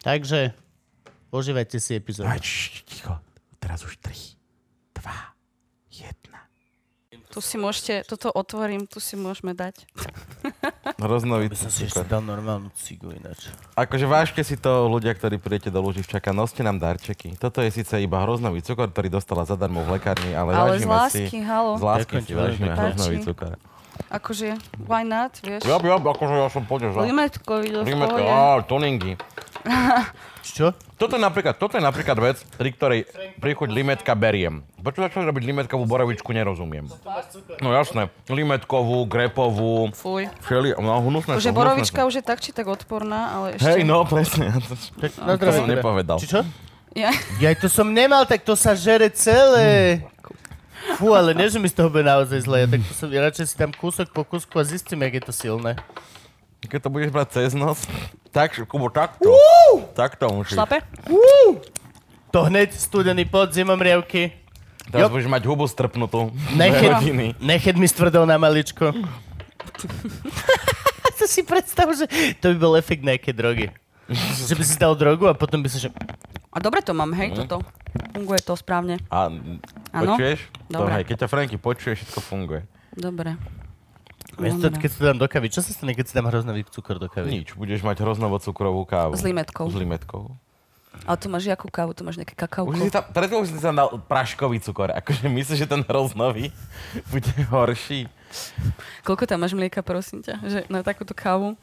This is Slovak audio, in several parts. Takže užívajte si epizódu. Aj, š, ticho, teraz už 3, 2, 1. Tu si môžete, toto otvorím, tu si môžeme dať. Hroznovica, super. dal normálnu cigu ináč. Akože vážte si to, ľudia, ktorí prídete do Luživčaka, noste nám darčeky. Toto je síce iba hroznový cukor, ktorý dostala zadarmo v lekárni, ale, Ale z vážime lásky, si... halo. Z lásky Ďakujem si ti veľmi vážime pekne. hroznový Páči. cukor. Akože, why not, vieš? Job, job, akože ja som podežal. Limetkovi do Ríme to, spoje. á, tuningy. Čo? Toto je napríklad, toto je napríklad vec, pri ktorej príchuť limetka beriem. Prečo začali robiť limetkovú borovičku, nerozumiem. No jasné, limetkovú, grepovú, Fuj. všeli, no hnusné Akože sú, hnusné borovička sú. už je tak či tak odporná, ale ešte... Hej, no presne. Tak, no, To som nepovedal. Či čo? Ja, Ja to som nemal, tak to sa žere Hmm. celé. Fú, ale nie, že mi z toho bude naozaj zle. Ja, tak to som, ja radšej si tam kúsok po kúsku a zistím, jak je to silné. Keď to budeš brať cez nos, tak, Kubo, takto. Takto musíš. šlape? To hneď studený pod zimom rievky. Jo. Teraz budeš mať hubu strpnutú. Dve Neched, hodiny. neched mi s tvrdou na maličko. to si predstav, že to by bol efekt nejaké drogy. že by si dal drogu a potom by si, že A dobre to mám, Mhm. hej, toto. Funguje to správne. A Áno. počuješ? To, Dobre. hej, keď ťa Franky počuje, všetko funguje. Dobre. No, Miesto, Dobre. keď si to dám do kavy, čo sa stane, keď si dám hroznový cukor do kavy? Nič, budeš mať hroznovo cukrovú kávu. S limetkou. S limetkou. Ale tu máš jakú kávu, tu máš nejaké kakauko. Už si tam, pred chvíľou si tam dal praškový cukor. Akože myslíš, že ten hroznový bude horší. Koľko tam máš mlieka, prosím ťa, že na takúto kávu?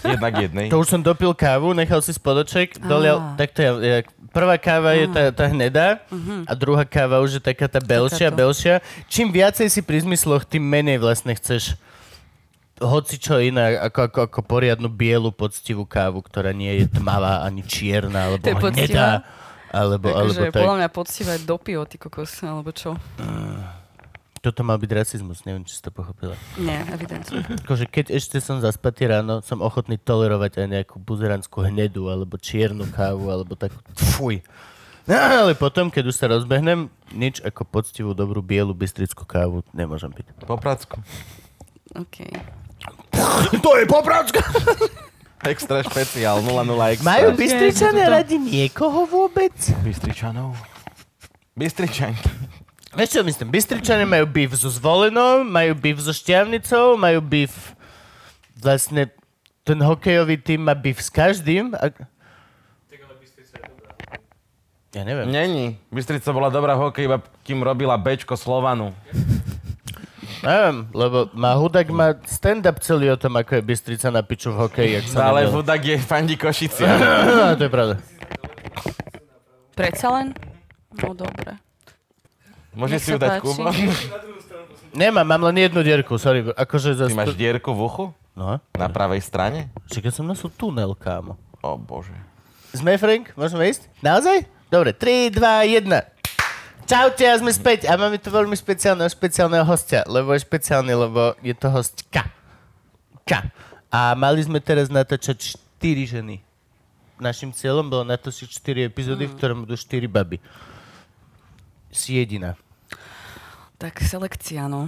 Jednak jednej. To už som dopil kávu, nechal si spodoček, dolial, Á. Mm. tak to je, je prvá káva je tá, tá hnedá a druhá káva už je taká tá belšia, Mhm. Takáto. belšia. Čím viacej si pri zmysloch, tým menej vlastne chceš hoci čo iné, ako, ako, ako poriadnu bielu poctivú kávu, ktorá nie je tmavá ani čierna, alebo To je hnedá. Alebo, No, alebo Takže tak. Akože podľa mňa poctivá je do pivo, ty kokos, alebo čo? Toto mal byť rasizmus, neviem, či si to pochopila. Nie, evidentne. Mhm. Akože keď ešte som zaspatý ráno, som ochotný tolerovať aj nejakú buzeranskú hnedu, alebo čiernu kávu, alebo takú fuj. No, ale potom, keď už sa rozbehnem, nič ako poctivú, dobrú, bielu, bystrickú kávu nemôžem piť. Po pracku. OK. To je popračka! Extra špeciál, 00 extra. Majú Že bystričania toto- radi niekoho vôbec? Bystričanov. Bystričanky. Vieš čo myslím? Bystričania majú býv so Zvolenou, majú býv so Šťavnicou, majú býv... Vlastne ten hokejový tým má býv s každým. A... Ja neviem. Není. Bystrica bola dobrá hokej, iba kým robila Bčko Slovanu. Neviem, lebo má Hudak má stand-up celý o tom, ako je Bystrica na piču v hokeji, jak sa No, Ale nebyl. Hudak je fandí Košicia. No, to je pravda. Predsa len? No dobre. Môžeš Nech si sa ju dať, páči. Kubo? Nemám, mám len jednu dierku, sorry. Akože za... Ty máš dierku v uchu? No, Na pravej strane? čakaj som nosil tunel, kámo. O bože. Sme, Frank? Môžeme ísť? Naozaj? Dobre, 3, 2, 1. Čaute, a sme späť. A máme tu veľmi špeciálneho, špeciálneho hostia. Lebo je špeciálny, lebo je to hostka. Ka. A mali sme teraz natáčať 4 ženy. Našim cieľom bolo natočiť 4 epizódy, v ktorom budú 4 baby. si jediná. Tak selekcia, no.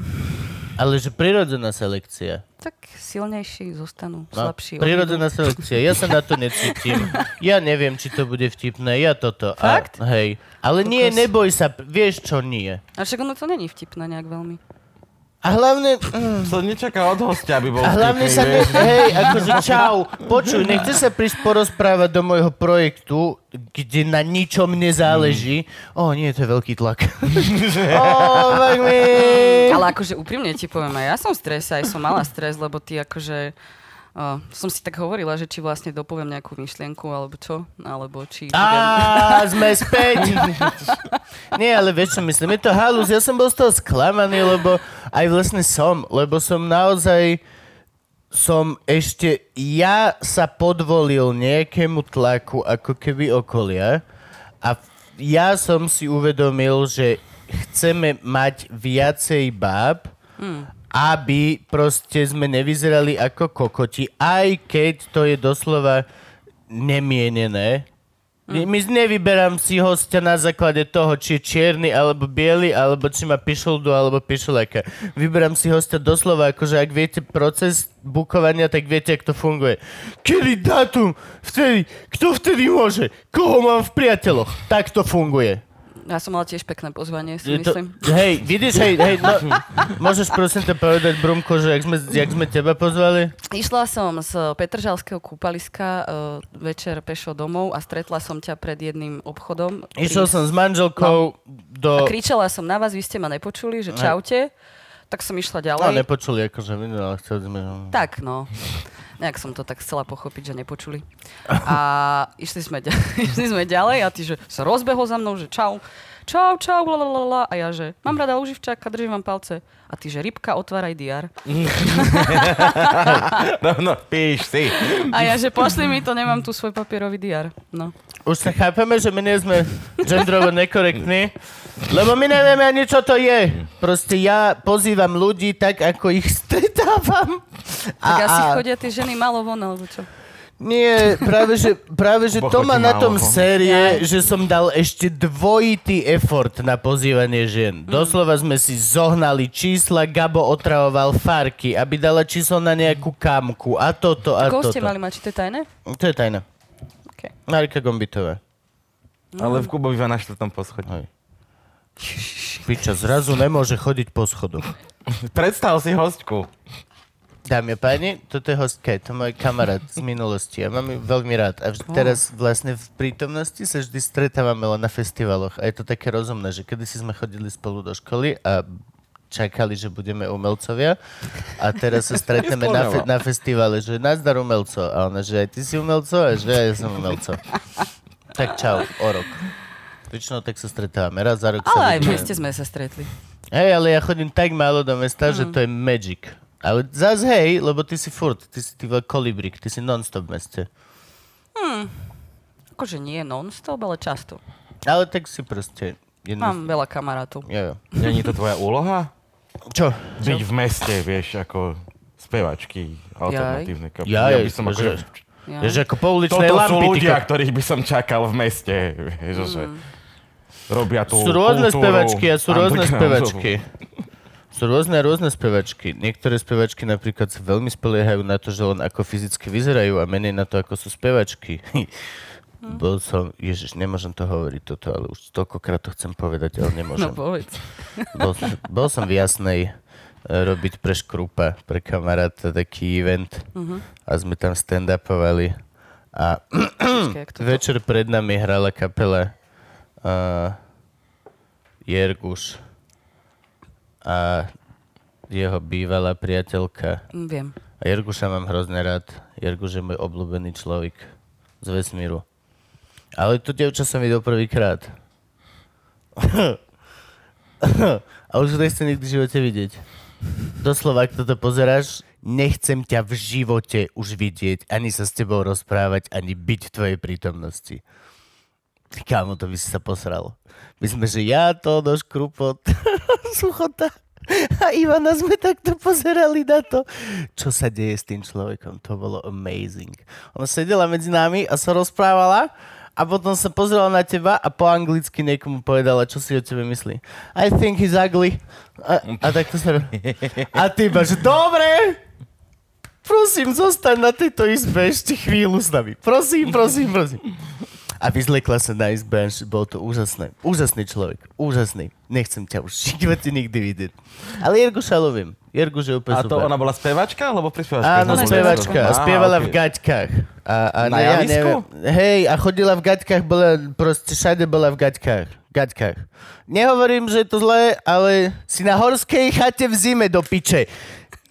Ale že prirodzená selekcia. Tak silnejší zostanú, No, slabší. prirodzená odídu. selekcia. Ja sa na to necítim. Ja neviem, či to bude vtipné. Ja toto. Fakt? A, hej. Ale nie, Kokos. neboj sa. Vieš, čo nie. A však ono to není vtipné nejak veľmi. A hlavne... Mm, To nečaká od hostia, aby bol a hlavne sa... Ne, hej, akože čau. Počuj, nechce sa prísť porozprávať do môjho projektu, kde na ničom nezáleží. O, nie, to je veľký tlak. o, fuck me. Ale akože úprimne ti poviem, aj ja som v strese, aj som mala stres, lebo ty akože... O, som si tak hovorila, že či vlastne dopoviem nejakú myšlienku, alebo čo, alebo či... Á, sme späť. Nie, ale vieš čo myslím, je to halus. Ja som bol z toho sklamaný, lebo aj vlastne som, lebo som naozaj som ešte, ja sa podvolil nejakému tlaku ako keby okolia a f- ja som si uvedomil, že chceme mať viacej báb, aby proste sme nevyzerali ako kokoti, aj keď to je doslova nemienené. Mm. My nevyberám si hostia na základe toho, či je čierny, alebo biely, alebo či má pišuldu, alebo pišuleka. Vyberám si hostia doslova, akože ak viete proces bukovania, tak viete, ako to funguje. Kedy dátum? Vtedy? Kto vtedy môže? Koho mám v priateľoch? Tak to funguje. Ja som mala tiež pekné pozvanie, si Je to, myslím. hej, vidíš, hej, hej, no, môžeš prosím te povedať, Brumko, že jak sme, jak sme teba pozvali? Išla som z Petržalského kúpaliska uh, večer pešo domov a stretla som ťa pred jedným obchodom. Išiel som s manželkou No. A do... kričala som na vás, vy ste ma nepočuli, že čaute. Tak som išla No, ďalej. nepočuli, akože, ale chceli sme... Tak, no. Nejak som to tak chcela pochopiť, že nepočuli. A išli sme, ďa- išli sme ďalej a ty, že sa rozbehol za mnou, že čau, čau, čau, lalalala. A ja, že mám rada Luživčáka, držím vám palce. A ty, že rybka, otváraj diar. Rovno No, píš si. A ja, že pošli mi to, nemám tu svoj papierový diar. No. Už sa chápeme, že my nie sme genderovo nekorektní, lebo my nevieme ani, čo to je. Proste ja pozývam ľudí tak, ako ich stretávam. Tak asi a, chodia tie ženy malo von, alebo čo? Nie, práve že, práve, že to Pochopím má na málo tom koho. série, že som dal ešte dvojitý effort na pozývanie žien. Mm. Doslova sme si zohnali čísla, Gabo otravoval farky, aby dala číslo na nejakú kamku a toto a Koho toto. ste mali mať? Či to je tajné? To je tajna. Okay. Marika Gombitová. Ale v Kubo býva na štvrtom poschodí. Hej. Piča, zrazu nemôže chodiť po schodoch. Predstav si hostku. Dámy a páni, toto je hostka, je to môj kamarát z minulosti. Ja mám ju veľmi rád. A vždy, teraz vlastne v prítomnosti sa vždy stretávame len na festivaloch. A je to také rozumné, že kedysi sme chodili spolu do školy a čakali, že budeme umelcovia a teraz sa stretneme na, fe- na festivale, že nazdar umelco. A ona, že aj ty si umelco a že aj ja som umelco. Tak čau, o rok. Väčšinou tak sa stretávame, raz za rok sa Ale aj v vidíme. meste sme sa stretli. Hej, ale ja chodím tak málo do Mhm. mesta, mm. že to je magic. Ale zas hej, lebo ty si furt, ty si ty vole, kolibrik, ty si non-stop v meste. Akože nie non-stop, ale často. Ale tak si proste... Jedno... Mám veľa kamarátov. Ja, ja. Není to tvoja úloha? Čo? Byť v meste, vieš, ako spevačky alternatívne kapely. Jaj, by som že- akože... Ja. Ježe ako pouličné Toto sú lampy. ty ľudia, ko- ktorých by som čakal v meste. Vieš, že robia tú Sú rôzne kultúru spevačky a sú rôzne undergroundovú. spevačky. Sú rôzne, rôzne spevačky. Niektoré spevačky napríklad sa veľmi spoliehajú na to, že len ako fyzicky vyzerajú a menej na to, ako sú spevačky. Bol som, ježiš, nemôžem to hovoriť toto, ale už toľkokrát to chcem povedať, ale nemôžem. No povedz. Bol, bol som v Jasnej e, robiť pre Škrupa, pre kamaráta taký event uh-huh. a sme tam stand-upovali a Hm. Počkaj, jak to... večer pred nami hrala kapela uh, Jerguš a jeho bývalá priateľka. Mm, Viem. A Jerguša mám hrozne rád. Jerguš je môj obľúbený človek z vesmíru. Ale tu dievča som videl prvýkrát. A už ho nechcem nikdy v živote vidieť. Doslova, ak toto pozeráš, nechcem ťa v živote už vidieť, ani sa s tebou rozprávať, ani byť v tvojej prítomnosti. Ty Kámo, to by si sa posral. My sme, že ja, to, nož, krupot, suchota. A Ivana sme takto pozerali na to, čo sa deje s tým človekom. To bolo amazing. Ona sedela medzi nami a sa rozprávala a potom sa pozrela na teba a po anglicky niekomu povedala, čo si o tebe myslí. I think he's ugly. A, a takto sa... ro- A ty iba, že dobre, prosím, zostaň na tejto izbe ešte chvíľu s nami. Prosím, prosím, prosím. A vyzlekla sa na izbe, a bolo to úžasné. Úžasný človek, úžasný. Nechcem ťa už živote nikdy vidieť. Ale Jergu šalovím. Jergu, že je úplne A to super. ona bola spevačka, alebo prispievačka? Áno, Ona je spevačka. A Á, spievala ok. v gaťkách. A, a Na ne, ja javisku? neviem. Hej, a chodila v gaťkách, bola, proste všade bola v gaťkách. Gaťkách. Nehovorím, že je to zlé, ale si na horskej chate v zime do piče.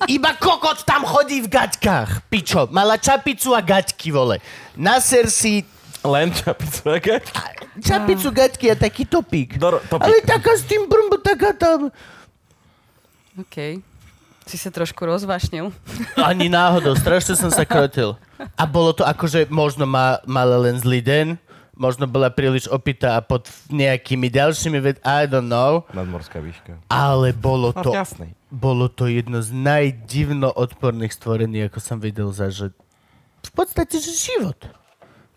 Iba kokot tam chodí v gaťkách, pičo. Mala čapicu a gaťky, vole. Naser si Len čapicu, aké? čapicu, gaťky a taký topík. Dor- topík. Ale taká s tým brmbo, taká tam... OK. Si sa trošku rozvášnil. Ani náhodou, strašne som sa krotil. A bolo to akože, možno má, mala len zlý deň, možno bola príliš opitá a pod nejakými ďalšími ved... I don't know. Nadmorská výška. Ale bolo No, to, jasný. bolo to jedno z najdivno odporných stvorení, ako som videl za, že v podstate, že život.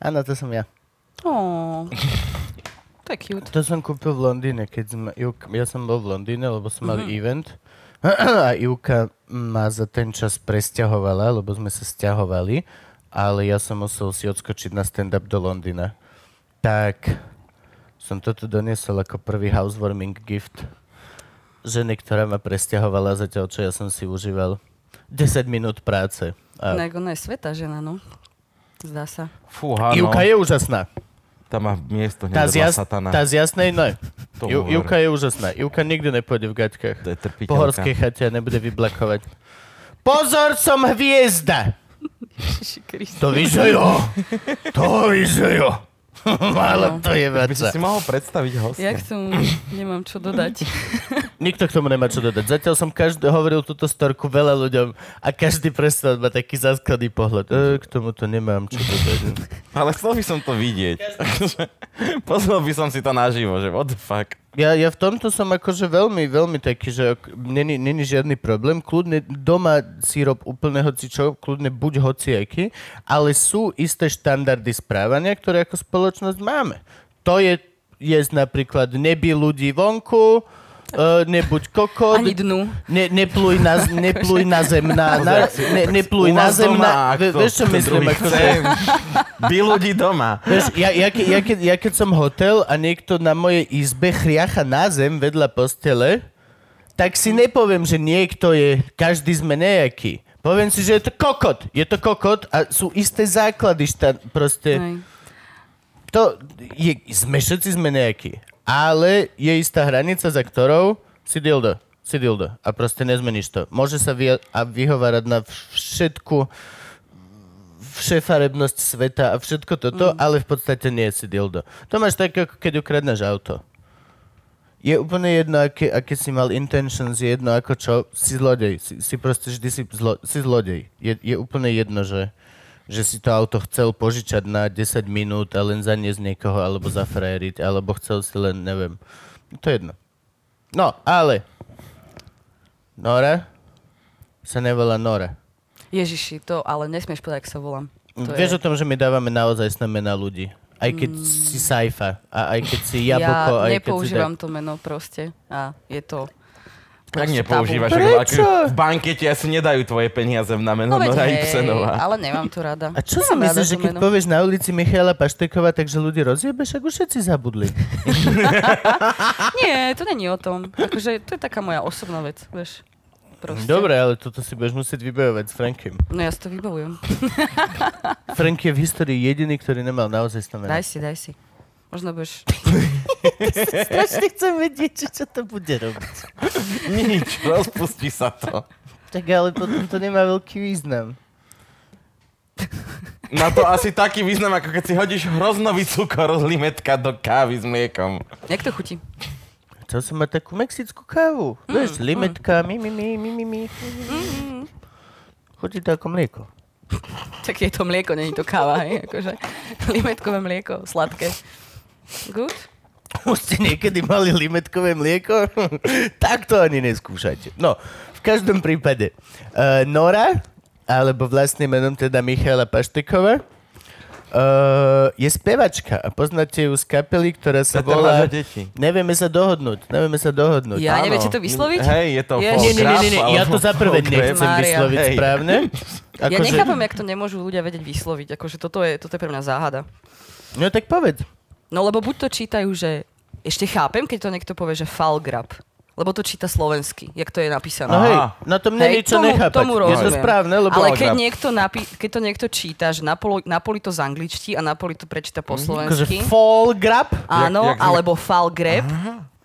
Áno, to som ja. Oh, to je cute. To som kúpil v Londýne, keď sme... Juk, ja som bol v Londýne, lebo som mal event. A Ivka ma za ten čas presťahovala, lebo sme sa stiahovali, ale ja som musel si odskočiť na stand-up do Londýna. Tak som toto doniesol ako prvý housewarming gift ženy, ktorá ma presťahovala zatiaľ, čo ja som si užíval 10 minút práce. No, A... jak ona je sveta žena, no. Zdá sa. Fúha, no. Ivka je úžasná. Tam má miesto hneď Tá z, vedľa jas... satana. tá z jasnej no. To Ju, hovor. Júka je úžasná. Júka nikdy nepôjde v gaťkách. To je trpiteľka. Po horskej chate a nebude vyblakovať. Pozor, som hviezda! Ježiši Kriste. To víš, že jo! To víš, že jo! Ale to je By si vaca. si mohol predstaviť hostia. Jak som, nemám čo dodať. Nikto k tomu nemá čo dodať. Zatiaľ som každý hovoril túto storku veľa ľuďom a každý prestal má taký záskladný pohľad. E, k tomuto nemám čo dodať. Ale chcel by som to vidieť. Pozrel by som si to naživo, že what the fuck. Ja, ja v tomto som akože veľmi, veľmi taký, že ak- není, není žiadny problém. Kľudne doma si rob úplne hocičo, kľudne buď hociaký, ale sú isté štandardy správania, ktoré ako spoločnosť máme. To je jesť napríklad nebi ľudí vonku, Uh, nebuď kokot, Ani dnu. ne, nepluj, na, z- nepluj na zem na, na ne, nepluj U na vás zem doma, na, ak ve, to vieš čo ten myslím, druhý akože, chce. By ľudí doma. Vieš, ja, ja, ke, ja, keď, ja keď som hotel a niekto na mojej izbe chriacha na zem vedľa postele, tak si nepoviem, že niekto je, každý sme nejaký. Poviem si, že je to kokot. Je to kokot a sú isté základy. Šta, proste, Hej. to, je, sme všetci sme nejakí. Ale je istá hranica, za ktorou si dildo. Si dildo. A proste nezmeníš to. Môže sa vy, a vyhovárať na všetku všefarebnosť sveta a všetko toto, mm. ale v podstate nie si dildo. To máš tak, ako keď ukradneš auto. Je úplne jedno, aké, aké si mal intentions, je jedno ako čo, si zlodej. Si, si proste vždy si, zlo, si zlodej. Je, je úplne jedno, že, že si to auto chcel požičať na 10 minút a len zaniesť niekoho, alebo zafrériť, alebo chcel si len, neviem. To je jedno. No, ale... Nora sa nevolá Nora. Ježiši, to ale nesmieš povedať, ak sa volám. To je... Vieš o tom, že my dávame naozaj sné mená ľudí. Aj keď mm. si Saifa, a aj keď si Jablko, ja aj keď si... nepoužívam to meno proste. A je to... Tak proste nepoužívaš. tabu. ako Prečo? V bankete asi nedajú tvoje peniaze v No námeno veď Nora hej, Ibsenová. ale nemám to rada. A čo si Nemám rada myslíš, že to keď meno. povieš na ulici Michaela Paštekova, takže ľudí rozjebe, však už všetci zabudli. Nie, to není o tom. Akože, to je taká moja osobná vec, vieš. Proste. Dobre, ale toto si budeš musieť vybojovať s Frankiem. No ja si to vybavujem. Frank je v histórii jediný, ktorý nemal naozaj znamená. Daj si, daj si. Možno budeš... Strašne chcem vedieť, čo to bude robiť. Nič, rozpustí sa to. Tak ale potom to nemá veľký význam. Má to asi taký význam, ako keď si hodíš hroznový cukor z limetka do kávy s mliekom. Jak to chutí? Chcel som mať takú mexickú kávu. Mm, Vieš, limetka, mi, mi, mi, mi, mi, mi. Chodí to ako mlieko. Tak je to mlieko, není to káva, hej? Akože, limetkové mlieko, sladké. Good? Už ste niekedy mali limetkové mlieko? tak to ani neskúšajte. No, v každom prípade. e, vlastne Uh, Nora, alebo vlastným menom teda Michaela Paštekova, Uh, je spevačka a poznáte ju z kapely, ktorá sa Peter volá... Máža deti. Nevieme sa dohodnúť, nevieme sa dohodnúť. Ja Áno. neviete to vysloviť? Hej, je to Je- folk Nie, nie, nie, nie, nie. rap, ja ale to za prvé folk rap. nechcem Mária. vysloviť Hej. správne. Ja Akože- nechápem, jak to nemôžu ľudia vedieť vysloviť. Akože toto je, toto je pre mňa záhada. No tak povedz. No lebo buď to čítajú, že... Ešte chápem, keď to niekto povie, že falgrab. Lebo to číta slovensky, jak to je napísané. No Aha. hej, na tom není čo nechápať. tomu je to rozumiem. správne, lebo... Ale keď Falgrab. niekto, napi- keď to niekto číta, že napoli, napoli to z angličtí a napoli to prečíta po Akože slovensky. fall grab. Áno, Jak- jak- alebo falgrab.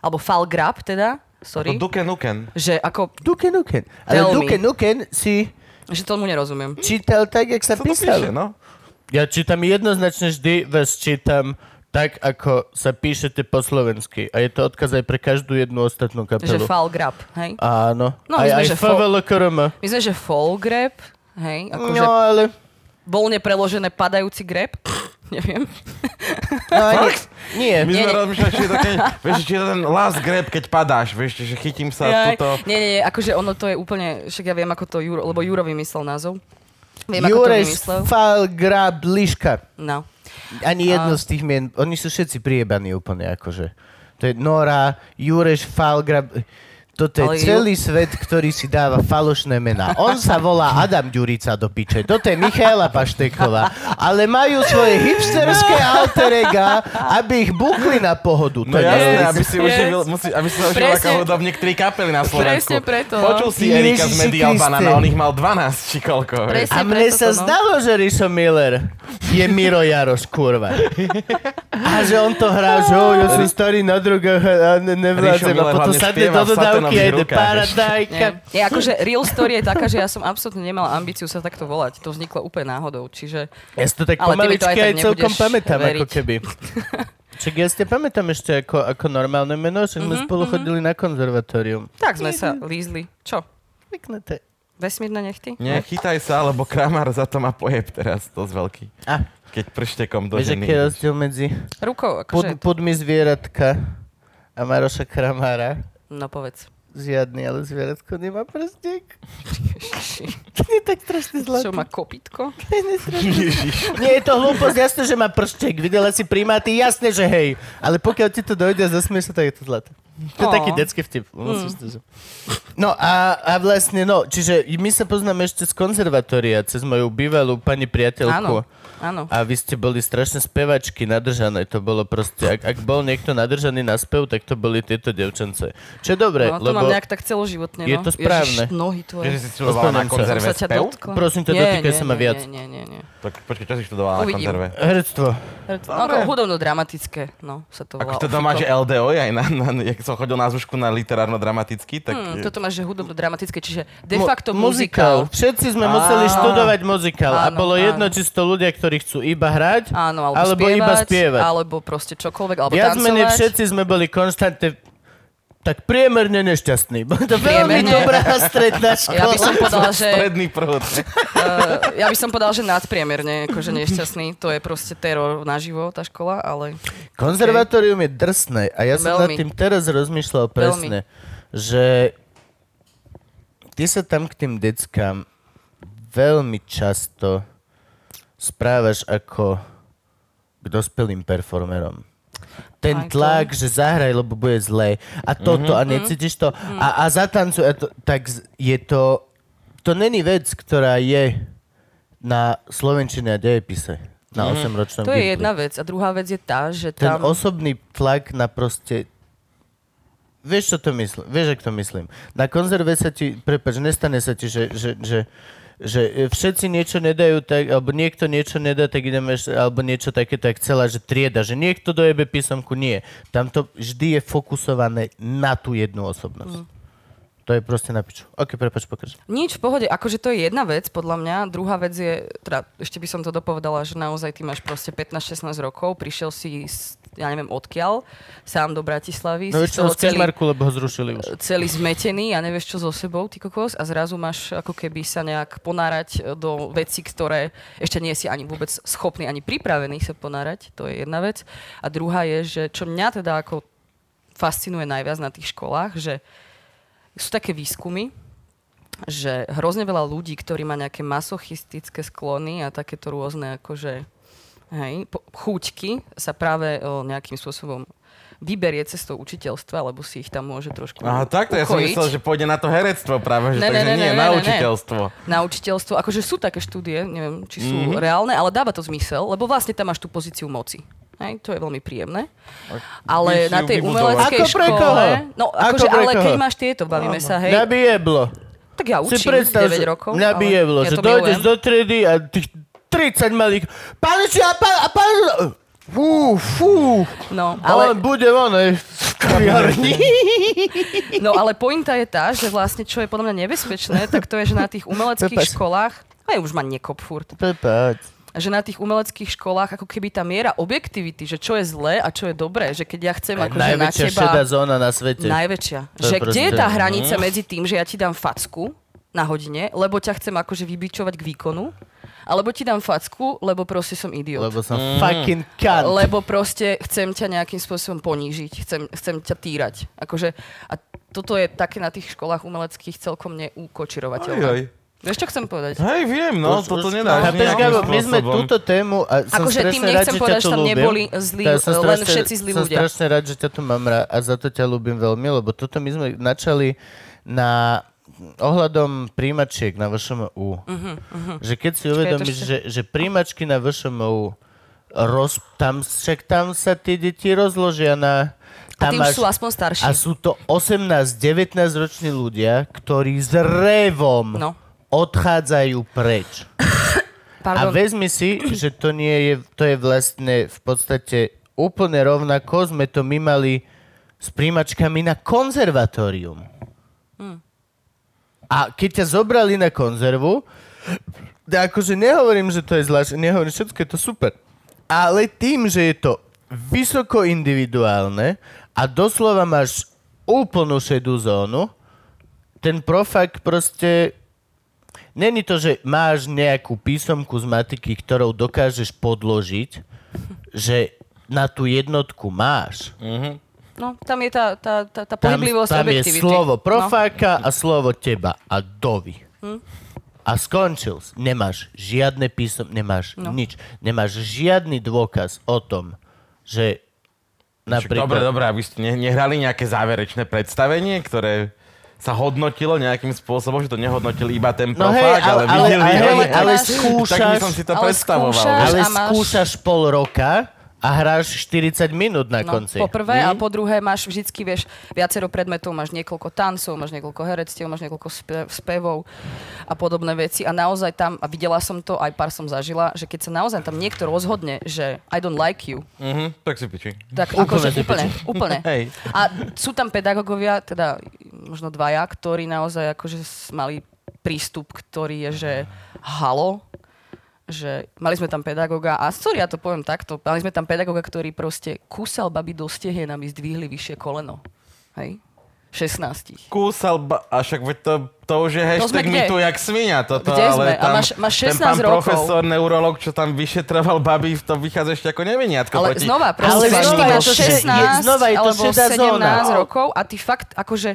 Alebo falgrab teda, To sorry. Duke Nukem. Že ako, Duke Nuken. Ale Tell me. Duke Nuken si že tomu nerozumiem. čítal tak, jak sa Co to píše, písal. no? Ja čítam jednoznačne vždy, vás čítam tak, ako sa píšete po slovensky. A je to odkaz aj pre každú jednu ostatnú Že kapelu. falgrab, hej? Áno. No, my aj, sme, aj že fo- FVLKRM. My sme, že folgrab, hej? Akože No, ale... voľne preložené padajúci grab? Neviem. No, ani... Nie. My Nie, sme nie. rozmýšľali, či je to, keď, vieš, či je to ten last grab, keď padáš, vieš, že chytím sa Jaj. tuto. Nie, nie, nie, akože ono to je úplne, však ja viem, ako to Juro, lebo Juro vymyslel názov. Viem, ako to Jurej vymyslel. fall grab liška. No. Ani jedno z tých mien, oni sú všetci priebaní úplne akože. To je Nora, Jureš, Falgra, toto je Ale ju- celý svet, ktorý si dáva falošné mená. On sa volá Adam Ďurica do piče, toto je Michaela Pašteková, ale majú svoje hipsterské alter ega, aby ich bukli na pohodu. No To je jasné, neuveriteľné. aby si yes. uživil, musí, aby si sa uživil Presne. ako hudobník tri kapely na Slovensku. Presne preto, no. Počul si Erika z Ježiši Medial Kriste. Banana, on ich mal 12 či koľko. vieš. Presne A mne preto to, sa no. zdalo, že Riso Miller je Miro Jaroš, kurva. A že on to hrá, že oh, ja som starý na drogách a a ne, nevládzem. A Rišo Miller potom hlavne sadne spieva do v dodávky a saténových ide rukách, paradajka. Nie. Nie, akože real story je taká, že ja som absolútne nemala ambíciu sa takto volať. To vzniklo úplne náhodou, čiže... Ja si to tak Ale ty mi to aj tak pomaličky aj celkom nebudeš pamätám, ako veriť. keby. Čak ja ste pamätám ešte ako, ako normálne meno, že Mhm, sme spolu chodili na konzervatórium. Tak sme sa lízli. Čo? Pekné to je. Vesmírne nechty? Nie, chytaj sa, lebo Kramar za to má pojeb teraz, dosť veľký. A, Keď prštekom do vieš, ženy. aký je rozdiel medzi Rukou, akože... pod, podmi zvieratka a Maroša Kramára? No povedz. Žiadny, ale zvieratko nemá prstík. Ježiši. To je tak strašne zlatý. Čo má kopitko? Nie je to hlúposť, jasné, že má prštek. Videla si primáty, jasné, že hej. Ale pokiaľ ti to dojde a zasmieš sa, tak je to zlaté. To je Aw. taký detský vtip. Hmm. musíš to, že- No a, a vlastne, no, čiže my sa poznáme ešte z konzervatória, cez moju bývalú pani priateľku. Áno, áno. A vy ste boli strašne spevačky nadržané, to bolo proste, ak, ak bol niekto nadržaný na spev, tak to boli tieto devčance. Čo je dobré, No, to lebo... mám nejak tak celoživotne, je no. to správne. Ježiš, nohy tvoje. Že si študovala na Ospravedlňujem sa. konzerve Som sa ťa spev? dotkla. Prosím ťa, Nie, dotýkaj nie, sa ma nie, viac. Nie, nie, nie. Tak počkaj, čo si študovala na Uvidím. konzerve? Herectvo. No, ako hudobno-dramatické, no, sa to volá. Ako to doma, že ofiko. LDO je aj na, na, jak som chodil na zúšku na literárno-dramatický, tak... Hm, je- toto máš, že hudobno-dramatické, čiže de Mu- facto muzikál. Všetci sme museli študovať muzikál a Áno, bolo áno. jedno, či sú to ľudia, ktorí chcú iba hrať, Áno, alebo, alebo spievať, iba spievať. Alebo proste čokoľvek, alebo Viac tancovať. menej všetci sme boli konštantne tak priemerne nešťastní. Bolo to veľmi Priemerne. dobrá stredná Ja by som škola. povedala, že, Stredný prúd. uh, ja by som povedala, že nadpriemerne, akože nešťastný. To je proste teror naživo, tá škola, ale... Konzervatórium je drsné a ja som nad Veľmi. tým teraz rozmýšľal presne, že ty sa tam k tým deckám veľmi často správaš ako k dospelým performerom. Aj to. Ten Mhm. tlak, že zahraj, lebo bude zlé. A toto, a necítiš to. A, a zatancuj. A to, tak z- je to... To není vec, ktorá je na Slovenčine a dejepise. Na 8-ročnom Mhm. To je Gimply. jedna vec. A druhá vec je tá, že Ten tam... osobný tlak na proste... Vieš, čo to myslím? Vieš, ak to myslím? Na konzerve sa ti, prepáč, nestane sa ti, že, že, že, že e, všetci niečo nedajú, tak, alebo niekto niečo nedá, tak ideme, š- alebo niečo také, tak celá, že trieda, že niekto dojebe písomku, nie. Tam to vždy je fokusované na tú Mm. jednu osobnosť. To je proste na piču. Ok, prepáč, pokaž. Nič, v pohode. Akože to je jedna vec, podľa mňa. Druhá vec je, teda ešte by som to dopovedala, že naozaj ty máš proste 15-16 rokov, prišiel si, z, ja neviem odkiaľ, sám do Bratislavy, si No z väčšinou toho z celý, Kežmarku, lebo ho zrušili už. celý zmetený a nevieš čo so sebou, ty kokos, a zrazu máš ako keby sa nejak ponárať e, do veci, ktoré ešte nie si ani vôbec schopný, ani pripravený sa ponárať, to je jedna vec. A druhá je, že čo mňa teda ako fascinuje najviac na tých školách, že sú také výskumy, že hrozne veľa ľudí, ktorí má nejaké masochistické sklony a takéto rôzne akože hej, po, chúťky sa práve o, nejakým spôsobom vyberie cestou učiteľstva, lebo si ich tam môže trošku Aha, takto, ja som ukojiť. myslel, že pôjde na to herectvo práve, že Ne, takže ne, ne, nie, ne, na ne, ne. učiteľstvo. Mhm. na učiteľstvo. Akože sú také štúdie, neviem, či sú reálne, ale dáva to zmysel, lebo vlastne tam máš tú pozíciu moci. Hej, to je veľmi príjemné. Ale si na ju tej vybudovať. umeleckej Ako pre škole... koho? No, Ako akože, pre ale koho? keď máš tieto, bavíme sa, hej. Mňa by jeblo. Tak ja Si učím predstav, 9 že rokov. mňa by ale jeblo, ja že to dojdeš milujem. do triedy a tých 30 malých... Pane, či a pán... A pán fú, fú. No, ale, Ale... On bude von, hej, v kaviarni. no, ale pointa je tá, že vlastne, čo je podľa mňa nebezpečné, tak to je, že na tých umeleckých Prepáč. školách... Aj už ma nekop furt. Prepáč. že na tých umeleckých školách ako keby tá miera objektivity, že čo je zlé a čo je dobré, že keď ja chcem akože na Najväčšia teba... šedá zóna na svete. Najväčšia. To je Že kde je proste- Mhm. tá hranica medzi tým, že ja ti dám facku na hodine, lebo ťa chcem akože vybičovať k výkonu, alebo ti dám facku, lebo proste som idiot. Lebo, Lebo som fucking Hmm. cunt. lebo proste chcem ťa nejakým spôsobom ponížiť, chcem, chcem ťa týrať. Akože, a toto je také na tých školách umeleckých celkom neúkočirovateľné. Aj, aj. Vieš, čo chcem povedať? Hej, viem, no, Už- toto už- nedáš. Chápeš, nejakým Gabo, my sme spôsobom. túto tému a som Akože tým strašne rád, nechcem že ťa povedať, tu že tam ľúbim. neboli zlí, Ja som len strašne- všetci zlí Som ľudia. strašne rád, že ťa tu mám rád a za to ťa ľúbim veľmi, lebo toto my sme načali na ohľadom príjimačiek na VŠMU. Mhm, Že keď si uvedomíš, ešte- že, že príjimačky na VŠMU roz, tam, však tam sa tie deti rozložia na... A Tam tí máš- už sú aspoň starší. a sú to 18-19 roční ľudia, ktorí s revom No. odchádzajú preč. A Pardon. vezmi si, že to nie je, to je vlastne v podstate úplne rovnako, sme to my mali s príjimačkami na konzervatórium. A keď ťa zobrali na konzervu, tak akože nehovorím, že to je zvláštne, nehovorím, všetko je to super. Ale tým, že je to vysoko individuálne a doslova máš úplnú šedú zónu, ten profak proste Není to, že máš nejakú písomku z matiky, ktorou dokážeš podložiť, že na tú jednotku máš. No, tam je tá, tá, tá, tá pohyblivosť tam je objektivity. slovo profáka no. a slovo teba a dovi. Hm? A skončil. si. Nemáš žiadne písom, nemáš no. nič. Nemáš žiadny dôkaz o tom, že Však Dobre, napríklad... dobre, a vy ste ne- nehrali nejaké záverečné predstavenie, ktoré sa hodnotilo nejakým spôsobom, že to nehodnotil iba ten No hej, profák, ale, ale, ale, videli ale, ho. ale, Ale ale máš- tak by som skúšaš... si to Ale predstavoval. skúšaš- vieš. Ale a máš- skúšaš pol roka a hráš 40 minút na No, konci. Hm? po prvé a po druhé máš vždycky, vieš, viacero predmetov, máš niekoľko tancov, máš niekoľko herectiev, máš niekoľko spe- spevov a podobné veci. A naozaj tam, a videla som to, aj pár som zažila, že keď sa naozaj tam niekto rozhodne, že I don't like you, Mhm, tak si piči. tak Úplne akože si úplne, úplne. Hej. A sú tam pedagógovia, teda možno dvaja, ktorí naozaj akože s- mali prístup, ktorý je, že halo, že mali sme tam pedagóga, a sorry, ja to poviem takto, mali sme tam pedagóga, ktorý proste kúsal babi do stehien, aby zdvihli vyššie koleno. Hej? 16. Kúsal, ba- a však veď to, to už je hashtag sme my kde? tu jak svinia. Toto, Kde ale sme? A Tam, máš- máš ten pán 16 rokov. profesor, neurolog, čo tam vyšetroval babi, to vychádza ešte ako neviniatko. Ale proti- znova, Ale proste, ale znova znova, je máš to še- 16 je- znova je to alebo šedá 17 zóna. rokov a ty fakt, akože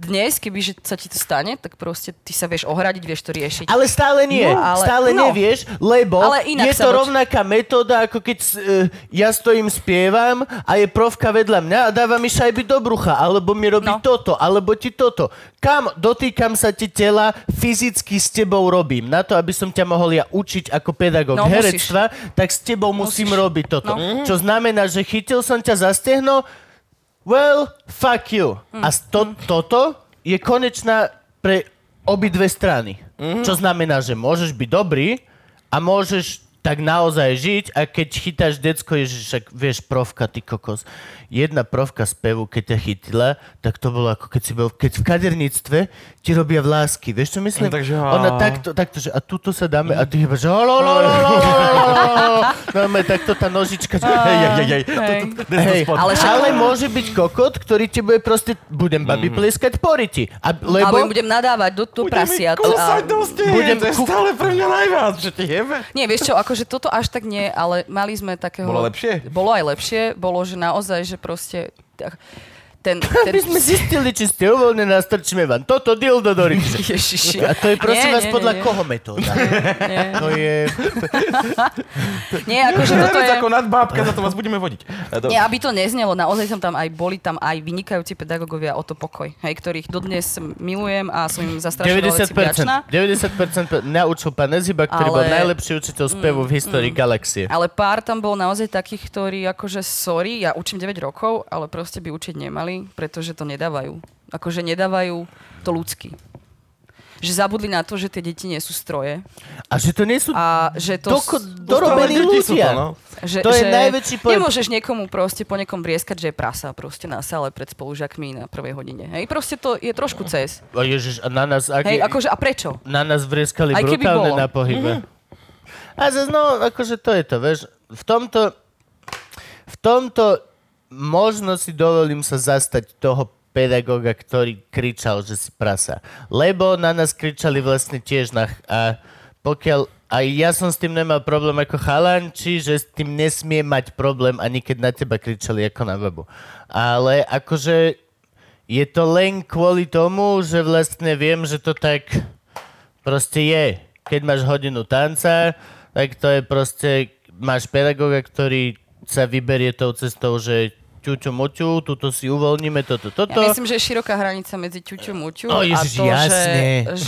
dnes, kebyže sa ti to stane, tak proste ty sa vieš ohradiť, vieš to riešiť. Ale stále nie, No, ale- stále no. nevieš, lebo Ale inak je sa to doč- rovnaká metóda, ako keď s- e, ja stojím, spievam a je profka vedľa mňa a dáva mi šajby do brucha, alebo mi robí No. toto, alebo ti toto. Kam dotýkam sa ti tela, fyzicky s tebou robím. Na to, aby som ťa mohol ja učiť ako pedagóg No, musíš. herectva, tak s tebou musím Musíš. robiť toto. No. Čo znamená, že chytil som ťa za stehno, well, fuck you. A s- to, Mm-hmm. toto je konečná pre obidve strany. Mm-hmm. Čo znamená, že môžeš byť dobrý a môžeš tak naozaj žiť a keď chytáš decko, ježiš, ak vieš, profka, ty kokos. Jedna profka z pevu, keď ťa chytila, tak to bolo ako keď si bol, keď v kaderníctve ti robia vlásky, vieš čo myslím? No, takže- Mm. Ona takto, takto, že a tuto sa dáme a ty iba, že lo, lo, lo, lo, lo, lo, lo, lo. Normálne takto tá nožička, že hej, hej, hej, hej. Hej. Hej, ale, Ale však- ale môže byť kokot, ktorý ti bude proste, budem babi plieskať po riti. A, Alebo lebo im budem nadávať do, do prasiat. Kúsať do Budem stehien, to je kú- stále pre mňa najviac, že ti jebe. Nie, vieš čo, akože toto až tak nie, ale mali sme takého... Bolo lepšie? Bolo aj lepšie, bolo, že naozaj, že proste... Tak, ten, ten... Aby sme zistili, či ste uvoľnení, strčíme vám toto dildo do rybže. Ježiši. A to je prosím Nie, vás nie, podľa nie, nie. koho metóda? To je... Nie, akože toto Vec je... ako nadbábka, za to vás budeme vodiť. E, to- Nie, aby to neznelo, naozaj som tam aj, boli tam aj vynikajúci pedagógovia o to pokoj, hej, ktorých dodnes milujem a som im za strašne veľmi 90%, vďačná. 90% pe- naučil pán Neziba, ktorý bol Ale- Mm, najlepší učiteľ spevu v histórii galaxie. Ale pár tam bol naozaj takých, ktorí akože sorry, ja učím 9 rokov, ale proste by učiť nemali, pretože to nedávajú. Akože nedávajú to ľudský. Že zabudli na to, že tie deti nie sú stroje. A že to nie sú A že to... doko, s- dorobení Deti sú to, ľudia. no. Že, To je že najväčší pojem. Nemôžeš niekomu proste po niekom vrieskať, že je prasa proste na sále pred spolužiakmi na prvej hodine. Hej, proste to je trošku cez. A ježiš, a na nás, aký, Hej, akože a prečo? na nás vrieskali Aj keby brutálne bolo. Mhm. na pohybe. A zase, no, akože to je to, vieš, v tomto, v tomto možno si dovolím sa zastať toho pedagóga, ktorý kričal, že si prasa. Lebo na nás kričali vlastne tiež na... ch- A pokiaľ... A ja som s tým nemal problém ako chalan, čiže s tým nesmie mať problém, ani keď na teba kričali ako na babu. Ale akože je to len kvôli tomu, že vlastne viem, že to tak proste je. Keď máš hodinu tanca, tak to je proste, máš pedagoga, ktorý sa vyberie tou cestou, že ťuťu muťu, tuto si uvoľníme, toto, toto. Ja myslím, že je široká hranica medzi ťuťu muťu a O, Ježiš, to, No, jasne. že,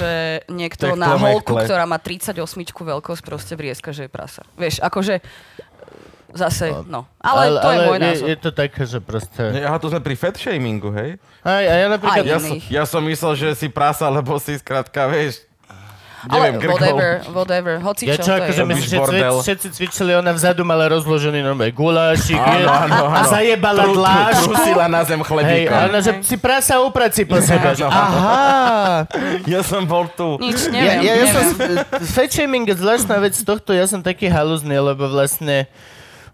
že niekto Tak na klame, holku, kle. ktorá má 38 veľkosť, proste vrieska, že je prasa. Vieš, akože zase, no. Ale, to je môj je, názor. je to také, že proste... Aha, tu sme pri fat shamingu, hej? Aj, a ja napríklad... Aj. Ja som, Iných. ja som myslel, že si prasa, lebo si skrátka, vieš, neviem, Ale grkol. whatever, whatever, hoci Ja čo, čo, to akože je. myslím, že cvi, bordel. všetci cvičili, ona vzadu mala rozložený normálne gulášik, je- áno, a zajebala Trú- dláž. Trusila na zem Hej, a chlebíka. ona, že si prasa upraci po sebe. no. že Aha. Ja som bol tu. Nič, Ja, neviem, ja, ja som, neviem. fat shaming je zvláštna vec z tohto, ja som taký halúzny, lebo vlastne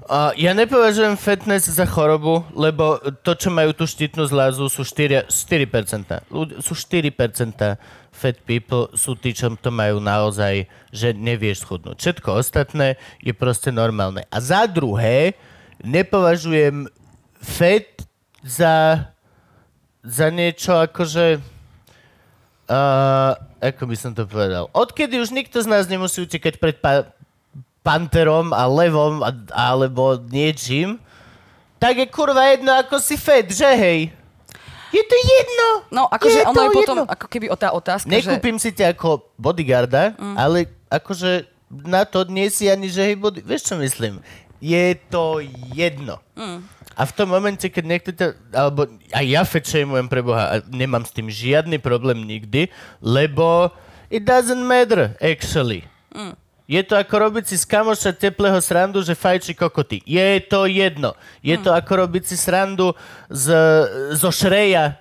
a ja nepovažujem fitness za chorobu, lebo to, čo majú tú štítnu zlázu, sú 4, 4%. Ľudia, sú 4% fat people, sú tí, čo to majú naozaj, že nevieš schudnúť. Všetko ostatné je proste normálne. A za druhé, nepovažujem fat za, za niečo akože... Uh, ako by som to povedal? Odkedy už nikto z nás nemusí utekať pred pa- panterom a levom a, alebo niečím, tak je kurva jedno, ako si fed, že hej? Je to jedno! No, akože je ono to je potom, jedno. ako keby o tá otázka, že... Mm. Nekúpim si ťa ako bodyguarda, ale akože na to nie si ani, že hej, body... Vieš, čo myslím? Je to jedno. Mm. A v tom momente, keď niekto ťa, alebo a ja fetšejmujem pre Boha a nemám s tým žiadny problém nikdy, lebo it doesn't matter, actually. Je to ako robiť si z kamoša teplého srandu, že fajči kokoty. Je to jedno. Je to ako robiť si srandu z, zo šreja,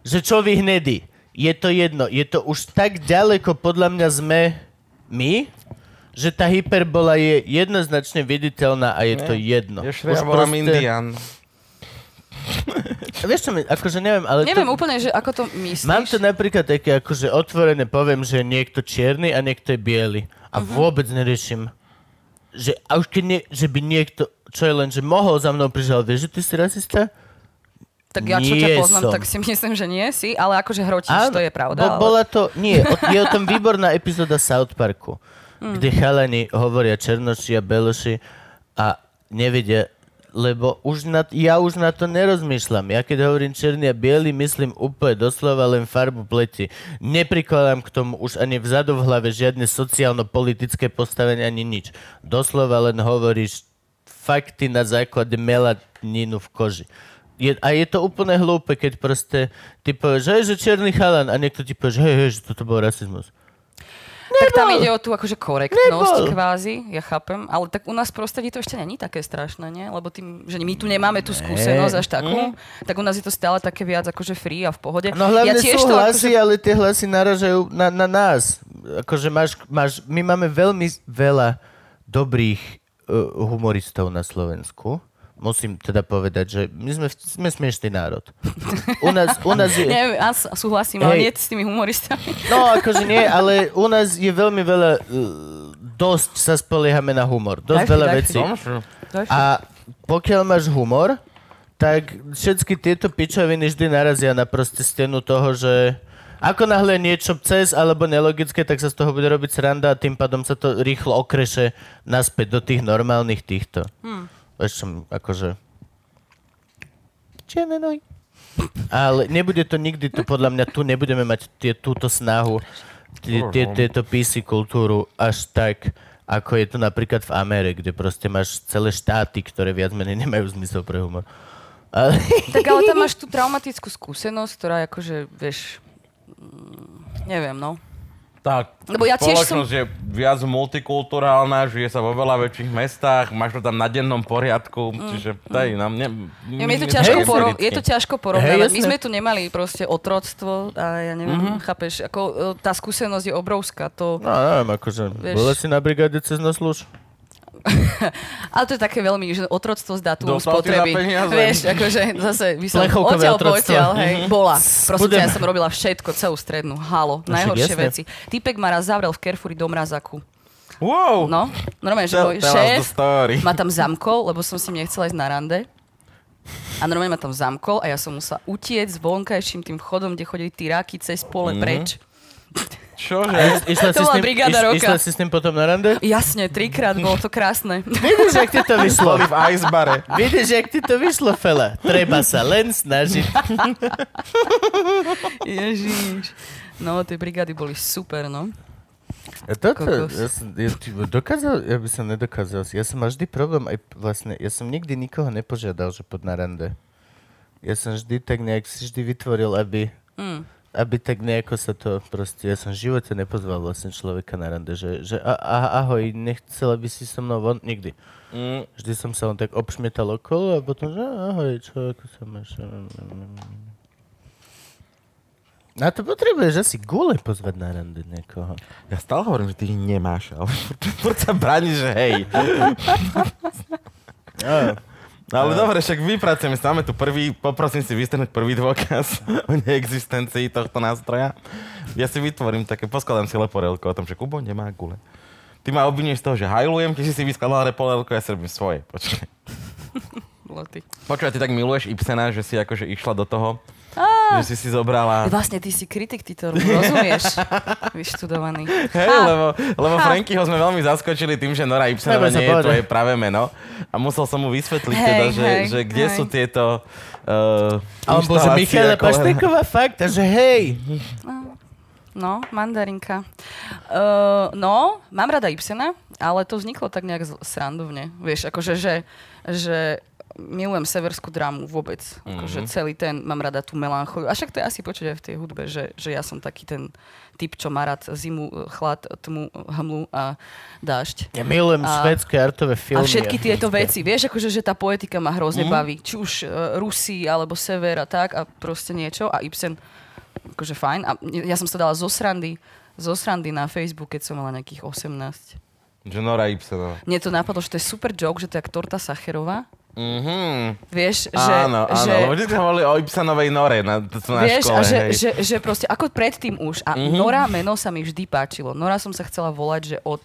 že čo vy hnedy. Je to jedno. Je to už tak ďaleko, podľa mňa sme my, že tá hyperbola je jednoznačne viditeľná a je to jedno. Ja Už šreja volám Indian. Vieš čo mi, akože neviem, ale Neviem to, úplne, že ako to myslíš. mám to napríklad také, akože otvorené poviem, že je niekto čierny a niekto je biely. A vôbec neriešim, že, a už keď nie, že by niekto, čo je len, že mohol za mnou prižiť, ale vieš, že ty si rasista? Tak ja čo ťa Nie poznám, som. tak si myslím, že nie si, ale akože hrotíš, to je pravda. Bo, ale- bola to, nie, o, je o tom výborná epizóda South Parku, mm. kde chalani hovoria černoši a beloši a nevedia, lebo už na, ja už na to nerozmýšľam. Ja keď hovorím černý a biely, myslím úplne doslova len farbu pleti. Neprikladám k tomu už ani vzadu v hlave žiadne sociálno-politické postavenie ani nič. Doslova len hovoríš fakty na základe melanínu v koži. Je, a je to úplne hlúpe, keď proste ty povieš, hej, že čierny chalan a niekto ti povie, že hej, hej, že toto bol rasizmus. Tak tam ide o tú akože korektnosť Nebol. kvázi, ja chápem, ale tak u nás v prostredí to ešte není také strašné, nie? Lebo tým, že my tu nemáme tú skúsenosť až takú, Mhm. tak u nás je to stále také viac akože free a v pohode. No ja hlavne sú to akože- hlasy, ale tie hlasy naražajú na, na nás. Akože máš, máš, my máme veľmi veľa dobrých uh, humoristov na Slovensku. Musím teda povedať, že my sme, sme smiešný národ. U nás, u nás je... Neviem, ja s- súhlasím, ale Hej. nie s tými humoristami. No, akože nie, ale u nás je veľmi veľa... Uh, dosť sa spoliehame na humor. Daj Dosť si, veľa daj si. vecí. A pokiaľ máš humor, tak všetky tieto pičoviny vždy narazia na proste stenu toho, že ako náhle je niečo cez alebo nelogické, tak sa z toho bude robiť sranda a tým pádom sa to rýchlo okreše naspäť do tých normálnych týchto. Hm. Hmm. Vieš čo, akože... no. Čenenoj. Ale nebude to nikdy, tu podľa mňa tu nebudeme mať tie, túto snahu, tie, tie, tieto PC kultúru až tak, ako je to napríklad v Amerike, kde proste máš celé štáty, ktoré viac menej nemajú zmysel pre humor. Ale Tak ale tam máš tú traumatickú skúsenosť, ktorá je akože, vieš, mm, neviem, no. Tak, Lebo ja tiež som- spoločnosť je viac multikulturálna, žije sa vo veľa väčších mestách, máš to tam na dennom poriadku, čiže tady nám... Ne, Neviem, Mm. je, to ne- ťažko ne- poro- ne- je to ťažko Mm. Hej, porovnávať. jasné. Mhm. My sme tu nemali proste otroctvo a ja neviem, chápeš, ako e, tá skúsenosť je obrovská. To... No, neviem, akože, Vieš- bola si na brigáde cez noslúž? Ale to je také veľmi, že otroctvo s dátumom Dostal si za spotreby. peniaze. Vieš, akože zase by som Plechovkové odtiaľ otroctvo. potiaľ, hej, bola. Prosím ťa, Budem- ja som robila všetko, celú strednú, halo, No však najhoršie jasné. veci. Týpek ma raz zavrel v Carrefouri do mrazaku. Wow! No, normálne, že Tell- môj tell us the šéf story. ma tam zamkol, lebo som si nechcela ísť na rande. A normálne ma tam zamkol a ja som musela utiec vonkajším tým vchodom, kde chodili tí ráky cez pole Mhm. preč. Čože? Išla To si s bola ním- brigáda iš- roka. Išla si s ním potom na rande? Jasne, trikrát, bolo to krásne. Vidíš, jak ti to vyšlo. Boli v Icebare. Vidíš, jak ti to vyšlo, fela. Treba sa len snažiť. Ježiš. No, tie brigády boli super, no. Toto, Kokos. ja som, ja, ty- dokázal, ja by som nedokázal. Ja som mal vždy problém, aj vlastne, ja som nikdy nikoho nepožiadal, že pod na rande. Ja som vždy tak nejak si vždy vytvoril, aby, aby tak nejako sa to proste, ja som v živote nepozval vlastne človeka na rande, že, že a, a, ahoj, nechcela by si so mnou von, nikdy. Mm, Vždy som sa len tak obšmietal okolo a potom, že ahoj, čo, ako sa máš? Na to potrebuješ asi gule pozvať na rande niekoho. Ja stále hovorím, že ty ich nemáš, ale... Furt sa bráni, že hej. Ale dobre, však vypracujeme sa. Máme tu prvý, poprosím si vystrhnúť prvý dôkaz o neexistencii tohto nástroja. Ja si vytvorím také, poskladám si leporelko o tom, že Kubo nemá gule. Ty ma obviníš z toho, že hajlujem, keď si si vyskladal leporelko, ja si robím svoje. Počkaj. Lety. Počkaj, ty tak miluješ Ibsena, že si akože išla do toho, že si si zobrala... Vlastne ty si kritik, ty to rozumieš. Vyštudovaný. Hej, lebo, lebo Frankyho sme veľmi zaskočili tým, že Nora Treba Ibsenova sa nie je povedať. tvoje pravé meno. A musel som mu vysvetliť Hej, teda, že, hej, že kde hej. sú tieto uh, A on bol, že Michaela Pašteková fakt, a že hej. No, mandarinka. Uh, no, mám rada Ibsena, ale to vzniklo tak nejak z- srandovne. Vieš, akože, že, že milujem severskú drámu vôbec. Mhm. Akože celý ten, mám rada tú melancholiu. A však to je asi počuť aj v tej hudbe, že, že ja som taký ten typ, čo má rád zimu, chlad, tmu, hmlu a dážď. Ja milujem A- švédske artové A filmy. všetky tieto veci, vieš, akože, že tá poetika ma Mhm. hrozne baví. Či už uh, Rusi, alebo Sever a tak, a proste niečo. A Ibsen, akože fajn. A ja som sa dala zo srandy, zo srandy na Facebook, keď som mala nejakých 18. Že Nora Ibsenova. Mne to napadlo, že to je super joke, že to je jak torta Sacherová. Mhm. Vieš, že... Áno, áno, že, lebo vždy sme hovorili o Ibsenovej Nore na, to sú na vieš, a škole. že, hej. že, že proste ako predtým už. A Nora meno sa mi vždy páčilo. Nora som sa chcela volať, že od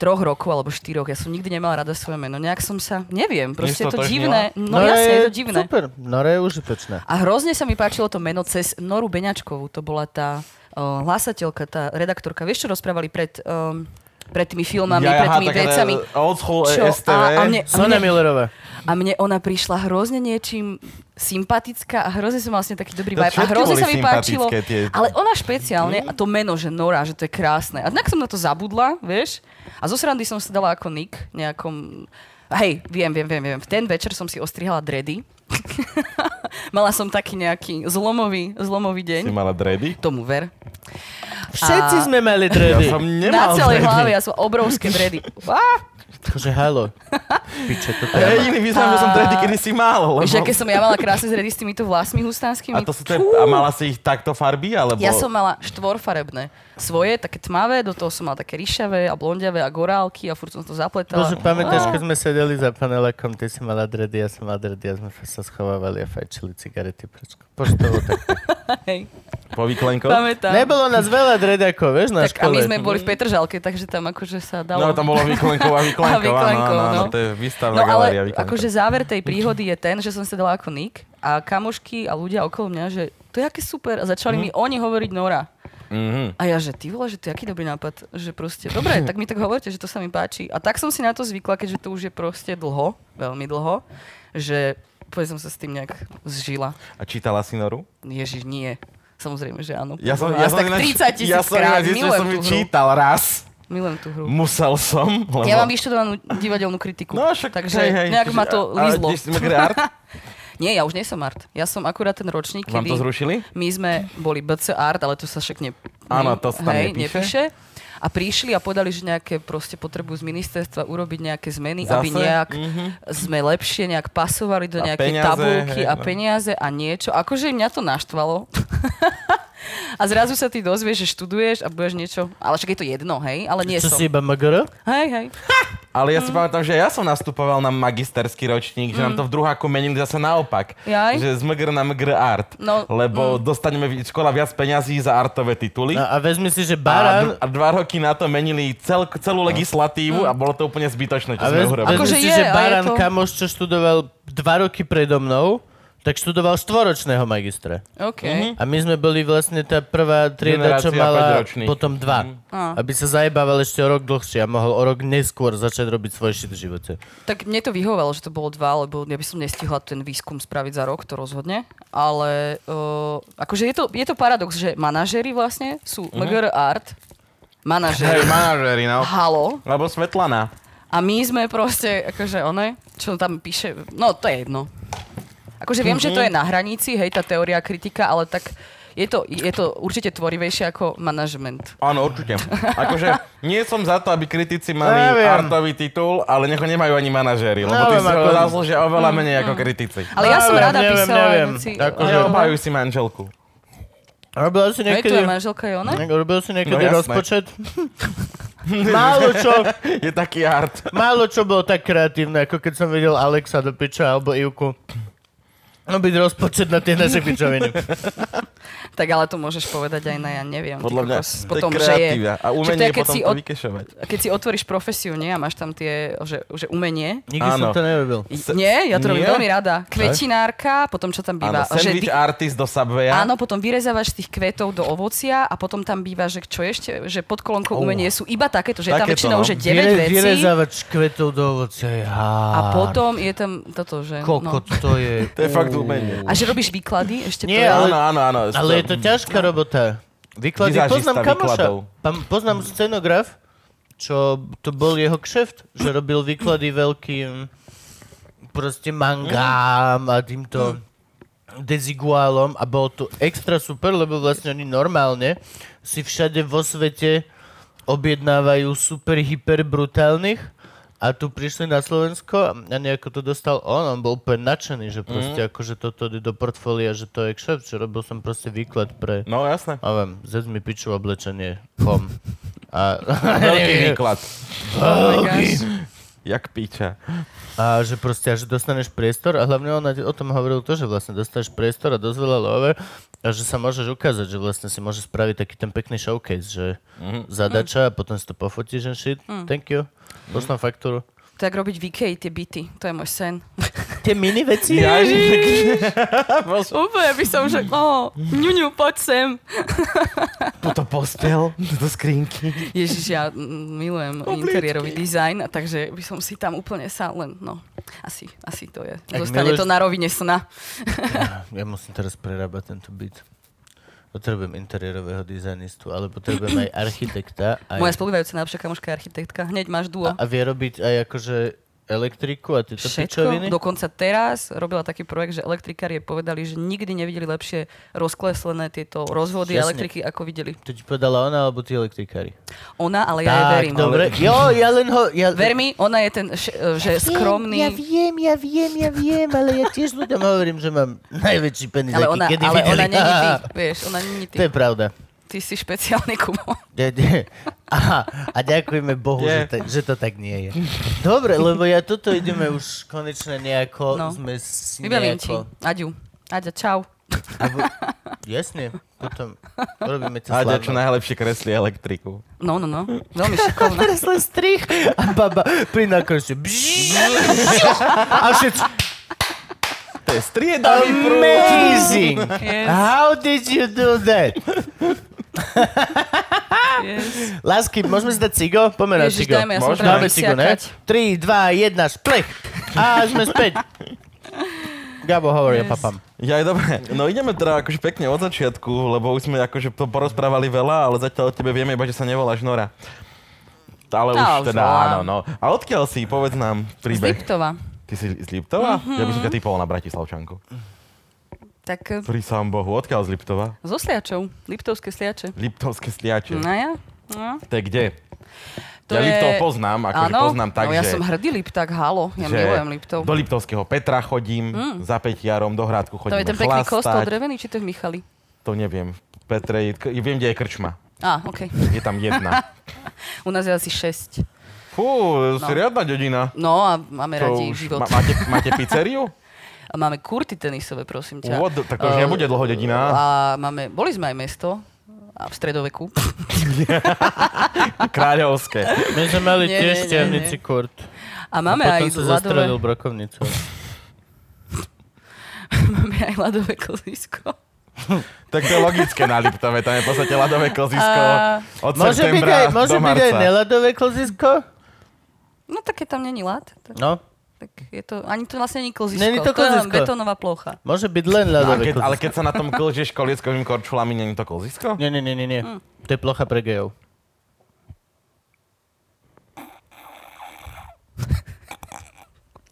troch rokov alebo štyroch. Ja som nikdy nemala rada svoje meno. Nejak som sa, neviem, proste je to stotožnila? divné. No, jasne, je to divné. Super, Nora je užitočná. A hrozne sa mi páčilo to meno cez Noru Beňačkovú. To bola tá uh, hlasateľka, tá redaktorka. Vieš, čo rozprávali pred, um, pred tými filmami, Jaja, pred tými taká tá vecami? Old school Čo? STV. A, a, mne, a, mne, Sonia Millerová. a mne ona prišla hrozne niečím sympatická a hrozne som mala vlastne taký dobrý To vibe. A No, všetky hrozne boli sa mi páčilo. sympatické tie- Mm. Ale ona špeciálne, a to meno, že Nora, že to je krásne. A tak som na to zabudla, vieš. A zo srandy som si dala ako Nick nejakom... Hej, viem, viem, viem, viem. V ten večer som si ostrihala dredy. Mala som taký nejaký zlomový, zlomový deň. Si mala dredy? Tomu ver. Všetci A- sme mali Ja dredy. som Na nemal celej dredy. hlave, ja som obrovské dredy. Á, Takže halo. Piče, toto Hej, je... iný význam, že som dredy kedy si mal. Lebo... Víš, aké som ja mala krásne zredy s týmito vlasmi hustánskymi? A, to sú tie, a mala si ich takto farby? Alebo... Ja som mala štvorfarebné. Svoje, také tmavé, do toho som mala také ryšavé a blondiavé a gorálky a furt som to zapletala. Bože, pamätáš, No. keď sme sedeli za panelákom, ty si mala dredy, ja som mal dredy a sme sa schovávali a fajčili cigarety prečko. Bože, to bolo tak. Hej. po výklenkoch. Pamätám. Nebolo nás veľa dredakov, vieš, na tak, a škole. my sme boli v Petržalke, takže tam akože sa dalo... No, tam bolo výklenkov a výklenkov, áno, výklenkov, áno, áno, no. to je výstavná No galéria ale výklenkov. akože záver tej príhody je ten, že som si dala ako Nick a kamošky a ľudia okolo mňa, že to je aké super a začali mi oni hovoriť Nora. Mhm. A ja, že ty vole, že to je aký dobrý nápad, že proste, dobre, tak mi tak hovorte, že to sa mi páči. A tak som si na to zvykla, keďže to už je proste dlho, veľmi dlho, že povedz som sa s tým nejak zžila. A čítala si Noru? Ježiš, nie. Samozrejme, že áno. Ja som, Až ja som tak 30 tisíc ja som krát, ináč zistil, že milujem som tú ju hru. čítal raz. Milujem tú hru. Musel som, lebo... Ja mám vyštudovanú divadelnú kritiku. No však, takže hej, hej. nejak ma to A- a lízlo. kde sme kde art? Nie, ja už nie som art. Ja som akurát ten ročník, Vám to kedy zrušili? my sme boli BC art, ale to sa však ne... Áno, to sa tam hej, nepíše. nepíše. A prišli a povedali, že nejaké proste potrebujú z ministerstva urobiť nejaké zmeny, Zase? aby nejak Mhm. sme lepšie nejak pasovali do A nejakej peniaze, tabulky hej, a no. peniaze a niečo. Akože mňa to naštvalo. a zrazu sa ty dozvieš, že študuješ a budeš niečo... Ale však je to jedno, hej? Ale nie Čo som. si iba MGR? Hej, hej. Mm. Ale ja si pamätám, že ja som nastupoval na magisterský ročník, že nám to v druháku menili zase naopak. Jaj? Že z MGR na MGR art. No, lebo dostaneme vi- škola viac peňazí za artové tituly. No A, a vezmi si, že A, Baran... d- a dva roky na to menili cel, celú Mm. legislatívu a bolo to úplne zbytočné, čo A sme vez, urobili. vezmi Akože si, je, že a je Baran to- kamoš, čo študoval dva roky predo mnou, tak študoval štvoročného magistra. OK. A my sme boli vlastne tá prvá trieda, čo Generácia mala päťročných. Mhm. potom dva. Á. Aby sa zajebával ešte o rok dlhšie a mohol o rok neskôr začať robiť svoj shit v živote. Tak mne to vyhovalo, že to bolo dva, lebo ja by som nestihla ten výskum spraviť za rok, to rozhodne. Ale uh, akože je to, je to paradox, že manažéri vlastne Mhm. sú MGR Art, Hej, manažéri, manažeri, no. halo, Lebo Svetlana. a my sme proste, akože one, čo tam píše, no to je jedno. Akože viem, že to Mhm. je na hranici, hej, tá teória kritika, ale tak je to, je to určite tvorivejšie ako manažment. Áno, určite. Akože nie som za to, aby kritici mali Neviem. artový titul, ale nech ho nemajú ani manažéri, lebo tí Neviem, si ho ako- zaslúžia oveľa menej ako kritici. Ale ja som Neviem, rada No, neviem, písala aj neviem. veci. Akože- Neobhajuj si manželku. Robil si Hej, tu niekedy... No je manželka Jona? Robil si niekedy No jasné. rozpočet? málo čo, Je taký art. málo čo bolo tak kreatívne, ako keď som videl Alexa do piča alebo Ivku. No byť rozpočet na tie naše pičoviny. Tak ale to môžeš povedať aj na, ja neviem. ty Podľa mňa kokos, to je kreatíva. A Čiže umenie je keď potom si to od- vykešovať. Keď si otvoríš profesiu, nie? A máš tam tie, že, že umenie. Nikdy som Áno. to nerobil. I- Se- Nie, ja to robím nie? veľmi rada. Kvetinárka, potom čo tam Áno, býva. že sandwich vy- artist do Subwaya. Áno, potom vyrezávaš z tých kvetov do ovocia a potom tam býva, že čo ešte, že pod kolónkou umenie sú iba takéto, že je tam Takéto, väčšinou no. že 9 Vyre- vecí Vyrezávať kvetov do ovocia je hard. a potom je tam toto, že... no. Kokot to je... To je fakt umenie. A že robíš výklady, ešte to Nie, je... oh ale- Áno, áno, áno. Ale je to ťažká robota. Výklady, Vizážista poznám kamoša. výkladov. Pam- Poznám scenograf, čo to bol jeho kšeft, že robil výklady veľkým proste mangám a týmto deziguálom a bol to extra super, lebo vlastne oni normálne si všade vo svete objednávajú super hyper brutálnych a tu prišli na Slovensko a nejako to dostal on, on bol úplne nadšený, že proste akože toto ide do portfólia, že to je kšeft, že robil som proste výklad pre No jasné. a viem, zec mi piču oblečenie, pom. A, Veľký výklad. Oh my gosh. Jak píča. a že proste, a že dostaneš priestor a hlavne on o tom hovoril to, že vlastne dostaneš priestor a dosť veľa love a že sa môžeš ukázať, že vlastne si môžeš spraviť taký ten pekný showcase, že zadača a potom si to pofotíš and shit, Mhm. thank you, pošlám faktúru. Tak robiť v IKEA tie byty, to je môj sen. Tie mini veci? Ja, Úplne by som, že... Oh, ňuňu, poď sem. tuto postel, do skrinky. Ježiš, ja mm, milujem interiérový dizajn, takže by som si tam úplne sa len, no, asi, asi to je. Ak Zostane miluješ- to na rovine sna. Ja musím teraz prerábať tento byt. Potrebujem interiérového dizajnistu, ale potrebujem aj architekta. Aj... Moja spolubajúca najlepšia kamoška je architektka, hneď máš duo. A vie robiť aj akože elektriku a tieto Všetko, pičoviny? dokonca teraz robila taký projekt, že elektrikári jej povedali, že nikdy nevideli lepšie rozkleslené tieto rozvody Jasne. elektriky, ako videli. To ti povedala ona alebo tí elektrikári? Ona, ale ja jej verím. dobre. Jo, ja len ho... Ja... Ver mi, ona je ten, š- e, že skromný... Ja viem, ja viem, ja viem, ale ja tiež ľuďom hovorím, že mám najväčší penis, Ale aký ona, kedy ale videli. ona není ty, Aha. vieš, ona není ty. To je pravda. Ty si špeciálny kumo. De- de- Aha, a ďakujeme Bohu, Je. že, to, že to tak nie je. Dobre, lebo ja toto ideme už konečne nejako, No. no. sme si Vybavím ti. nejako... Aďu. Aďa, čau. Abo, jasne, Potom robíme to A čo slavno. najlepšie kreslí elektriku. No, no, no. Veľmi šikovná. Teraz len strich a baba pri nakresu. A všetci, To je striedavý prúd. amazing! Yes, How did you do that? yes. Lásky, môžeme si dať cigo? Poďme na Ježiš, cigo. dajme, ja som Môžeme? práve Dáme cigo, ne? vysiakať. 3, 2, 1, šplech! A sme späť. Gabo hovorí, yes. Yes. papám. Ja aj dobre. No ideme teda akože pekne od začiatku, lebo už sme akože to porozprávali veľa, ale zatiaľ o tebe vieme iba, že sa nevoláš Nora. Ale Ja už už teda volám. áno, no. A odkiaľ si? Povedz Z nám Mhm. príbeh. Liptova. Ty si z Liptova? Ja by som ťa typoval na Bratislavčanku. Tak eh, Pri sám Bohu, odkiaľ z Liptova? so sliačou. Liptovské sliače. Liptovské sliače. No ja? No. To je kde? To ja je- Liptov poznám, akože poznám tak, no ja že... som hrdý Lipták, halo. Ja že milujem Liptov. Mm. Do Liptovského Petra chodím, za Petiarom, do Hrádku To chodíme je ten pekný chlastať. kostol drevený, či to je v Michali? To neviem. V Petre, je, k- viem, kde je krčma. Á, OK. Je tam jedna. U nás je asi 6. Fú, si No. riadna dedina. No a máme To radi už- život. ma- máte, máte pizzeriu? A máme kurty tenisové, prosím ťa. What, the- tak to už Eh, nebude dlho dedina. A máme, boli sme aj mesto, a v stredoveku. Kráľovské. My sme mali Nie, nie, tiež nie, šťavnici kurt. A máme Potom aj sa ľadové, zastrelil brokovnicou. máme aj ľadové klzisko. Tak to je logické na Liptove, tam je v podstate ľadové klzisko A- od Môže byť aj, septembra môže do byť aj marca. neladové klzisko? No tak keď tam není lad, tak, No, tak je to, ani to vlastne není klzisko. Není to je len klzisko. betónová plocha. môže byť len No, A ľadové keď, ale klzisko. keď sa na tom klžeš kolieckovým korčulami, nie je to klzisko? Nie, nie, nie, nie, Mm. nie. To je plocha pre gejov.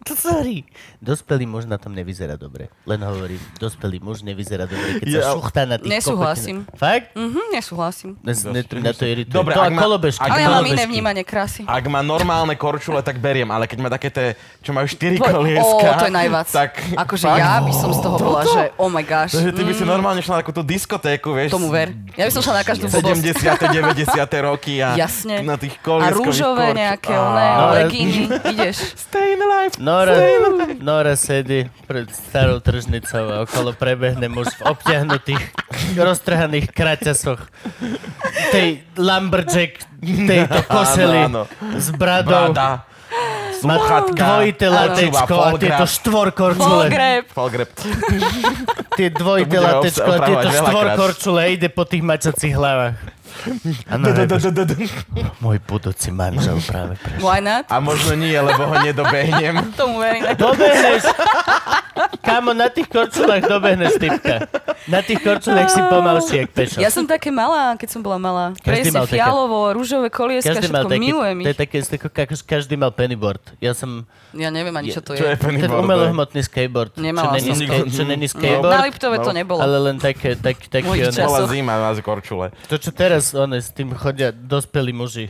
Sorry. Dospelý muž na tom nevyzerá dobre. Len hovorím, dospelý muž nevyzerá dobre, keď sa Ja- Mm. šuchtá na tých Nesúhlasím. kokotinách. Fakt? Mhm, nesúhlasím. Nás ne, na to irituje. Dobre, to a ak ma- kolobežky. ak- Ale ja mám kolobežky. iné vnímanie krásy. Ak má normálne korčule, tak beriem, ale keď má také tie, čo majú 4 Tvoj- kolieska, Ó, to je najvac. tak... Akože Fakt? ja by som z toho bola, že oh my gosh, Takže ty by si normálne šla na takúto diskotéku, vieš? tomu ver. Ja by som šla na každú blbosť. 70. 90. roky a Jasne. na tých A kolieskových rúžové korčul- nejaké, Á. oné, No, ale- legíny, ideš. Stay in life. Nora, Nora sedí pred starou tržnicou a okolo prebehne muž v obťahnutých, roztrhaných kraťasoch tej lumberjack, tejto kosely Áno, s bradou. Brada. Má Sluchatka. dvojité Áno. latečko a Polgraf. tieto štvorkorčule. Pogreb. Polgreb. Tie dvojité To budeme latečko a opravovať tieto veľakrát. štvorkorčule ide po tých mačacích hlavách. A Nora, je, môj budúci manžel práve prešiel. Why not? A možno nie, lebo ho nedobehnem. Tomu verím. Dobehneš. Kamo, na tých korčulách dobehneš, typka. Na tých korčulách si pomalší, jak pešo. Ja som také malá, keď som bola malá. Presne Každý mal také- fialovo, rúžové kolieska, každý mal všetko taký, milujem to ich. je také, to je ako- ako každý mal pennyboard. Ja som Ja neviem ani, čo to Čo je je. ten pennyboard? umelohmotný skateboard. Nemala Mm. čo není, som. skate, čo není Na skateboard, Liptove to No. nebolo. ale len také, tak, taký Mojich on. časov. Bola zima na korčule. To, čo teraz on, s tým chodia dospelí muži.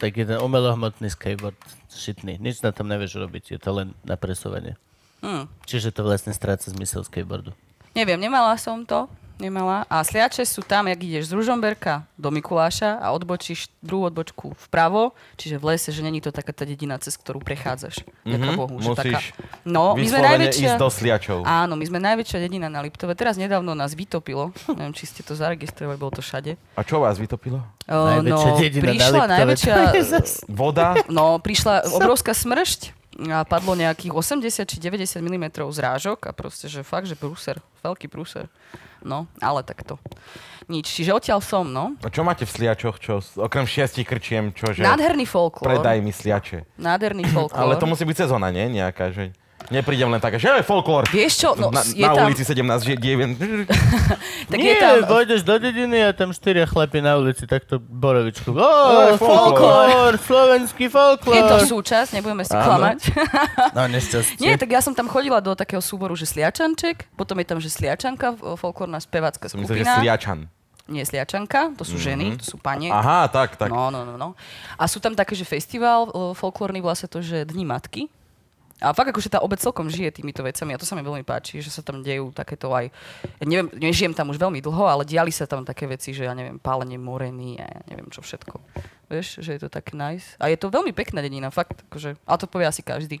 Taký ten umelohmotný skateboard šitný. Nič na tom nevieš robiť, je to len na presovanie. Hm. Čiže to vlastne stráca zmysel skateboardu. Neviem, nemala som to. Nemala. A sliače sú tam, jak ideš z Ružomberka do Mikuláša a odbočíš druhú odbočku vpravo, čiže v lese, že není to taká tá dedina, cez ktorú prechádzaš. Ďaká Bohu, že taká... musíš No, my sme Vyslovene ísť najväčšia... do sliačov. Áno, my sme najväčšia dedina na Liptove. Teraz nedávno nás vytopilo. Neviem, či ste to zaregistrovali, bolo to všade. A čo vás vytopilo? O, Najväčšia no, dedina na prišla Liptove, to najväčšia... je zas- Voda? No, prišla obrovská smršť a padlo nejakých 80 či 90 mm zrážok a proste, že fakt, že prúser, veľký prúser. No, ale takto. Nič, čiže odtiaľ som, no. A čo máte v sliačoch? Čo, s- okrem šiestich krčiem, čože? Nádherný folklór. Predaj mi sliače. Nádherný folklór. Ale to musí byť sezóna, nie? Nejaká, že... Neprídem len taká, že je folklór. Vieš čo, no, na, je na tam- ulici 17 že dievien. tak je Nie, tam... vojdeš do dediny a tam štyria chlapi na ulici takto borovičku. Ó, je folklór, slovenský folklór. Je to súčasť, nebudeme si klamať. No, nešťastie. Nie, tak ja som tam chodila do takého súboru, že sliačanček, potom je tam, že sliačanka, o, folklórna spevácka Som myslel, že skupina. sliačan. Nie, sliačanka, to sú ženy, to sú panie. Aha, tak, tak. No, no, no, no. A sú tam také, že festival o, folklórny, volá sa to, že Dni matky. A fakt akože tá obec celkom žije týmito vecami a to sa mi veľmi páči, že sa tam dejú takéto aj... Ja neviem, nežijem tam už veľmi dlho, ale diali sa tam také veci, že ja neviem, pálenie moreny a ja neviem čo všetko. Vieš, že je to také nice. A je to veľmi pekná dedina, fakt. Akože, a to povie asi každý.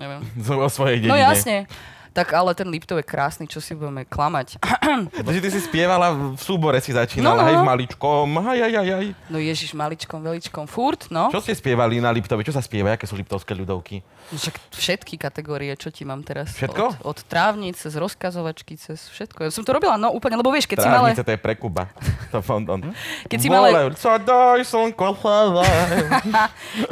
Neviem. O svojej dedine. No jasne. Tak ale ten Liptov je krásny, čo si budeme klamať. Takže ty si spievala, v súbore si No, začínala, no. hej, v maličkom, aj, aj, aj, aj. No ježiš, maličkom, veličkom, furt, no. Čo ste spievali na Liptovi? Čo sa spieva? Aké sú Liptovské ľudovky? No Však všetky kategórie, čo ti mám teraz. Od, Všetko? od trávnice, z rozkazovačky, cez všetko. Ja som to robila, no úplne, lebo vieš, keď si malé... Trávnice, to je pre Kuba. To on, on. Keď si malé- Vole, Sa daj, slnko, chlava.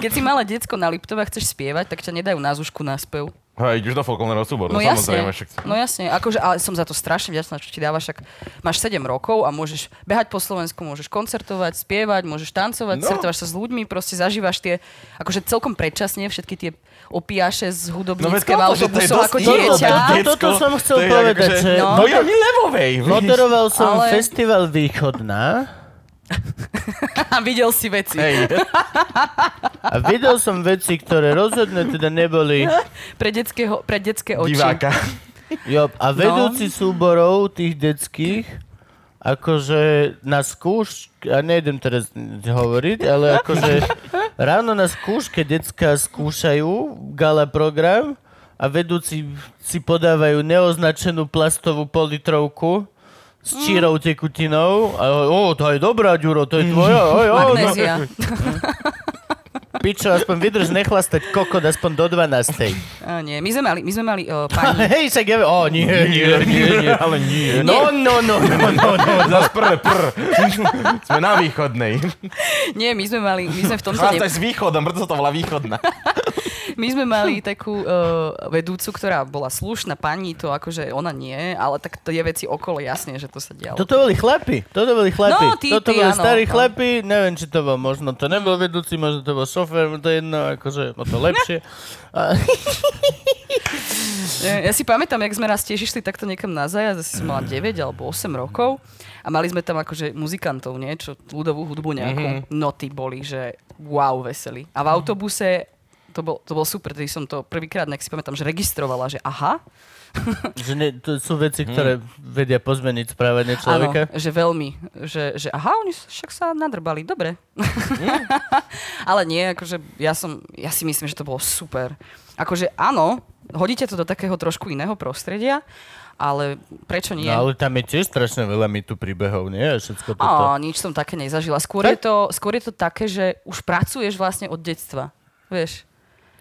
Keď si malé decko na Liptove a chceš spievať, tak ťa nedajú na zúšku na spev. Hej, ideš do folklórneho súboru, No samozrejme. jasne, Však... no jasne, akože, ale som za to strašne vďačná, čo ti dáva, však máš 7 rokov a môžeš behať po Slovensku, môžeš koncertovať, spievať, môžeš tancovať, No. no. stretávaš sa s ľuďmi, proste zažívaš tie, akože celkom predčasne všetky tie opiaše z hudobníckého no, autobusov ako iné, to je dieťa. dosť- Toto som chcel povedať, že- No, No. no ja mi levovej. Moderoval som Ale- festival Východná A videl si veci. Hej, a videl som veci, ktoré rozhodne teda neboli. Pre, detského, pre detské oči. diváka. Jo, a vedúci súborov tých detských, akože na skúške, a nejdem teraz hovoriť, ale akože ráno na skúške detská skúšajú gala program a vedúci si podávajú neoznačenú plastovú politrovku s čírou tekutinou. A, o, to je dobrá, Ďuro, to je tvoja. Oj, oj, no, Magnézia. pičo, aspoň vydrž nechlastať kokot aspoň do 12. A nie, my sme mali, my sme mali uh, pani. Hej, sa gebe... O, nie, nie, nie, nie. Ale nie. No, no, no, no, no, no. Zas prvé, prr. Sme na východnej. Nie, my sme mali, my sme v tomto ne, Chlapca s východom, preto sa to volá východná. My sme mali takú uh, vedúcu, ktorá bola slušná pani, to akože ona nie, ale tak to je veci okolo, jasne, že to sa dialo. Toto boli chlapi, toto boli chlapi. No, tí- toto tí, boli áno, starí no. chlapi, neviem, či to bol, možno to nebol vedúci, možno to bol šofér, to je jedno, akože, no to lepšie. A, Ja, ja si pamätám, jak sme raz tiež išli takto niekam na zajazd, asi som mala 9 alebo 8 rokov a mali sme tam akože muzikantov, nie, čo ľudovú hudbu nejakú. Mm-hmm. No tí boli, že wow, veselí. A v autobuse to bol, to bol super, tedy som to prvýkrát, nejak si pamätám, že registrovala, že aha, že ne, to sú veci, ktoré vedia pozmeniť správanie človeka. Mhm. Áno, že veľmi. Že, že aha, oni s- však sa nadrbali, dobre. Ale nie, akože ja som, ja si myslím, že to bolo super. Akože áno, hodíte to do takého trošku iného prostredia, ale prečo nie? No ale tam je tiež strašne veľa mi tu príbehov, nie? A Všetko toto. Á, nič som také nezažila. Skôr je, to, skôr je to také, že už pracuješ vlastne od detstva. Vieš,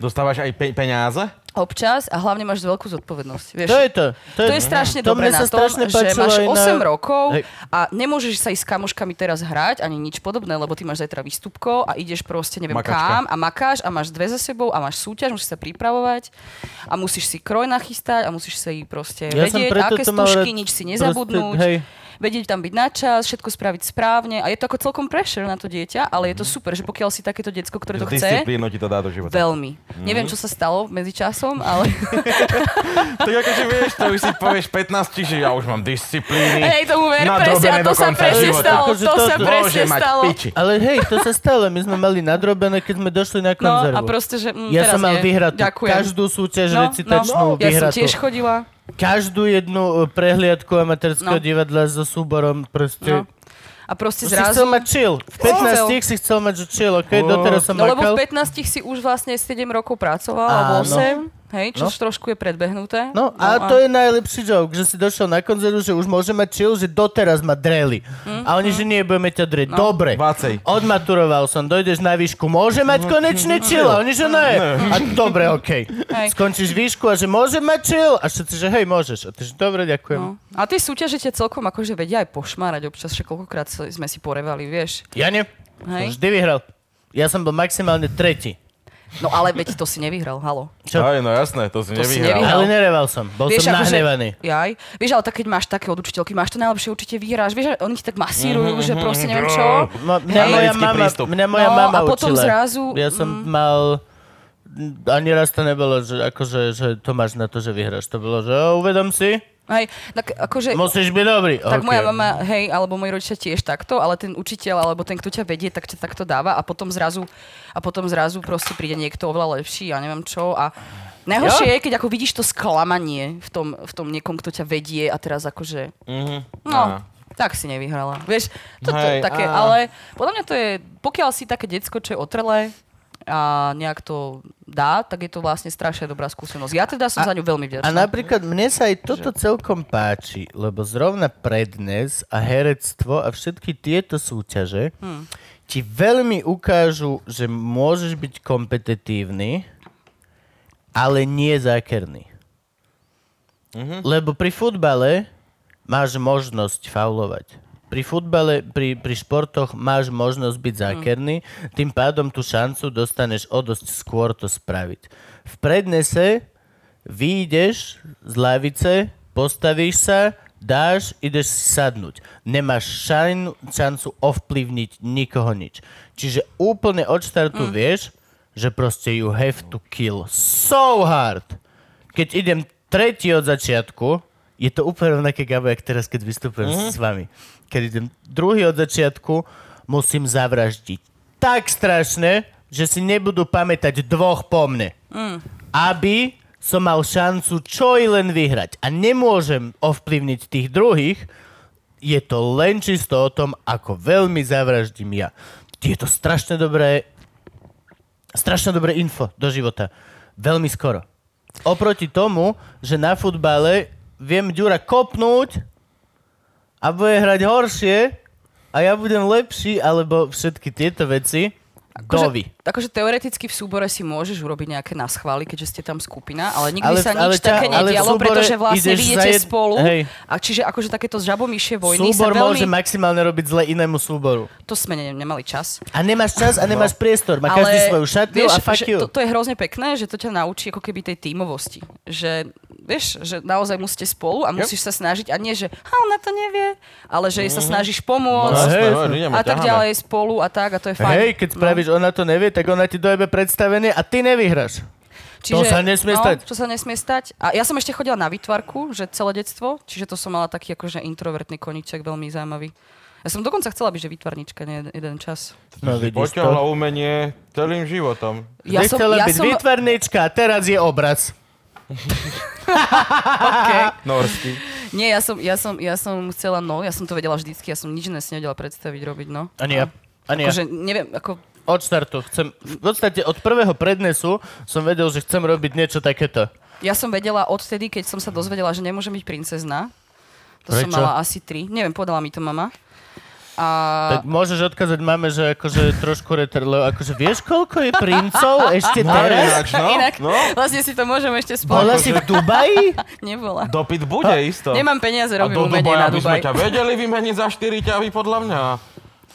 Dostávaš aj pe- peniaze? občas a hlavne máš veľkú zodpovednosť. Vieš, To je to. To To je strašne to dobré mne sa na tom, strašne že páčilo máš aj 8 na- rokov Hej. a nemôžeš sa ísť s kamoškami teraz hrať ani nič podobné, lebo ty máš zajtra výstupko a ideš proste neviem Makačka. kam a makáš a máš dve za sebou a máš súťaž, musíš sa pripravovať a musíš si kroj nachystať a musíš sa jej proste Ja som vedieť, preto aké to mal stužky, rád nič si proste, nezabudnúť. hej. vedieť tam byť na čas, všetko spraviť správne a je to ako celkom pressure na to dieťa, ale Mhm. je to super, že pokiaľ si takéto decko, ktoré to chce, Disciplínu ti to dá do života. veľmi. Neviem, Mhm. čo sa stalo medzičasom, ale To je ako, že akože vieš, to už si povieš 15, čiže ja už mám disciplíny. Hej, tomu ver, Na presne, a drobene to do sa konca presne života. stalo, Akože to to- sa to presne Môže mať stalo. piči. Ale hej, to sa stalo. My sme mali nadrobené, keď sme došli na No konzervu. a proste, že mm, ja teraz som mal nie. vyhrať Ďakujem. každú súťaž no, recitačnú, no, Ja som vyhratú. tiež chodila. každú jednu e, prehliadku No. amatérskeho divadla so No. súborom proste... A proste No. Si zrazu... chcel mať chill. V 15 si chcel mať že chill, ok? Doteraz som No lebo v makal. 15 si už vlastne 7 rokov pracoval, alebo Áno. 8, hej, čo No. už trošku je predbehnuté. No a to je najlepší joke, že si došiel na koncertu, že už môže mať chill, že doteraz ma dreli. Mm, A oni, že nie, budeme ťa No. dreť. Dobre. Vácej. Odmaturoval som, dojdeš na výšku, môže mať konečne chill? A oni, že ne. A dobre, okej. Hej. Skončíš výšku a že môže mať chill? A všetci, že hej, môžeš. A ty, že dobre, No. ďakujem. A tie súťaže ťa celkom akože vedia aj pošmárať občas, že koľkokrát so- sme si porevali, vieš. Ja nie. Som Hej. vždy vyhral. Ja som bol maximálne tretí. No ale veď to si nevyhral, halo. Čo? Aj, no jasné, to si To si nevyhral. nevyhral. Ale nereval som, bol som nahnevaný. akože- jaj, vieš, ale tak keď máš také od učiteľky, máš to najlepšie, určite vyhráš, vieš, oni ti tak masírujú, Mhm, mm-hmm, že proste neviem čo. Ma, Hej. mňa, No, moja Americký mama, prístup. mňa moja No, mama a potom učila. zrazu- Mm. Ja som mal... Ani raz to nebolo, že, akože, že to máš na to, že vyhráš. To bolo, že o, uvedom si, Hej, tak akože... musíš byť dobrý. Tak Ok. moja mama, hej, alebo moji rodičia tiež takto, ale ten učiteľ alebo ten, kto ťa vedie, tak ťa takto dáva a potom zrazu, a potom zrazu proste príde niekto oveľa lepší, ja neviem čo a Najhoršie je, keď ako vidíš to sklamanie v tom, v tom niekom, kto ťa vedie a teraz akože, no, Á. tak si nevyhrala. Vieš, toto je Hej, také, á. ale podľa mňa to je, pokiaľ si také decko, čo je otrlé, a nejak to dá, tak je to vlastne strašne dobrá skúsenosť. Ja teda som A- za ňu veľmi A vďačná. napríklad mne sa aj toto celkom páči, lebo zrovna prednes a herectvo a všetky tieto súťaže hmm. ti veľmi ukážu, že môžeš byť kompetitívny, ale nie zákerný. Mm-hmm. Lebo pri futbale máš možnosť faulovať. Pri futbale, pri, pri športoch máš možnosť byť zákerný, tým pádom tú šancu dostaneš o dosť skôr to spraviť. V prednese vyjdeš z lavice, postavíš sa, dáš, ideš si sadnúť. Nemáš šajn, šancu ovplyvniť nikoho nič. Čiže úplne od štartu mm. vieš, že proste you have to kill so hard keď idem tretí od začiatku, je to úplne rovnaké, Gabo, jak teraz, keď vystupujem mm-hmm. s vami. Keď idem druhý od začiatku, musím zavraždiť. Tak strašne, že si nebudú pamätať dvoch po mne. Mm. Aby som mal šancu čo i len vyhrať. A nemôžem ovplyvniť tých druhých, je to len čisto o tom, ako veľmi zavraždím ja. Je to strašne dobré, strašne dobré info do života. Veľmi skoro. Oproti tomu, že na futbale viem Ďura kopnúť a bude hrať horšie a ja budem lepší, alebo všetky tieto veci. Dovi. akože teoreticky v súbore si môžeš urobiť nejaké naschvály, keďže ste tam skupina, ale nikdy ale, Ale- sa ale nič ťa- také ale v nedialo, súbore pretože vlastne ideš vy za idete jed- spolu. hej. A čiže akože takéto žabomíšie vojny sa Súbor veľmi... môže maximálne robiť zle inému súboru. To sme ne- nemali čas. A nemáš čas a nemáš priestor. Má každý svoju šatňu vieš, a fuck že you. To, to je hrozne pekné, že to ťa naučí ako keby tej tímovosti. Že, vieš, že naozaj musíte spolu a musíš sa snažiť a nie, že a ona to nevie, ale že jej sa snažíš Mhm. No, pomôcť hej. a tak ďalej spolu a tak a to je fajn. No. Hej, keď spravíš, ona to nevie, tak ona ti dojebe predstavenie a ty nevyhráš. To sa no, nesmie stať. Čo sa nesmie stať. A ja som ešte chodila na výtvarku, že celé detstvo, čiže to som mala taký akože introvertný koniček, veľmi zaujímavý. Ja som dokonca chcela byť, že výtvarnička nie jeden čas. No vidíš Poťahla to. umenie celým životom. Ja som, chcela ja byť som... výtvarnička a teraz je obraz. Norský. Nie, ja som, ja, som, ja som chcela, no, ja som to vedela vždycky, ja som nič iné si nevedela predstaviť robiť, no. Ani ja. Ani ja. Akože, neviem, ako... Od štartu. Chcem, v podstate od prvého prednesu som vedel, že chcem robiť niečo takéto. Ja som vedela odtedy, keď som sa dozvedela, že nemôžem byť princezná. To som Prečo? mala asi tri. Neviem, podala mi to mama. A... Tak môžeš odkázať mame, že akože trošku retar, lebo akože vieš, koľko je princov ešte No, teraz? ináč, no. Inak, no. vlastne si to môžeme ešte spolu. Bola si v Dubaji? Nebola. Dopyt bude isto. Nemám peniaze, a robím do umenie Dubaja na by sme Dubaj. ťa vedeli vymeniť za 4 ťavy, podľa mňa.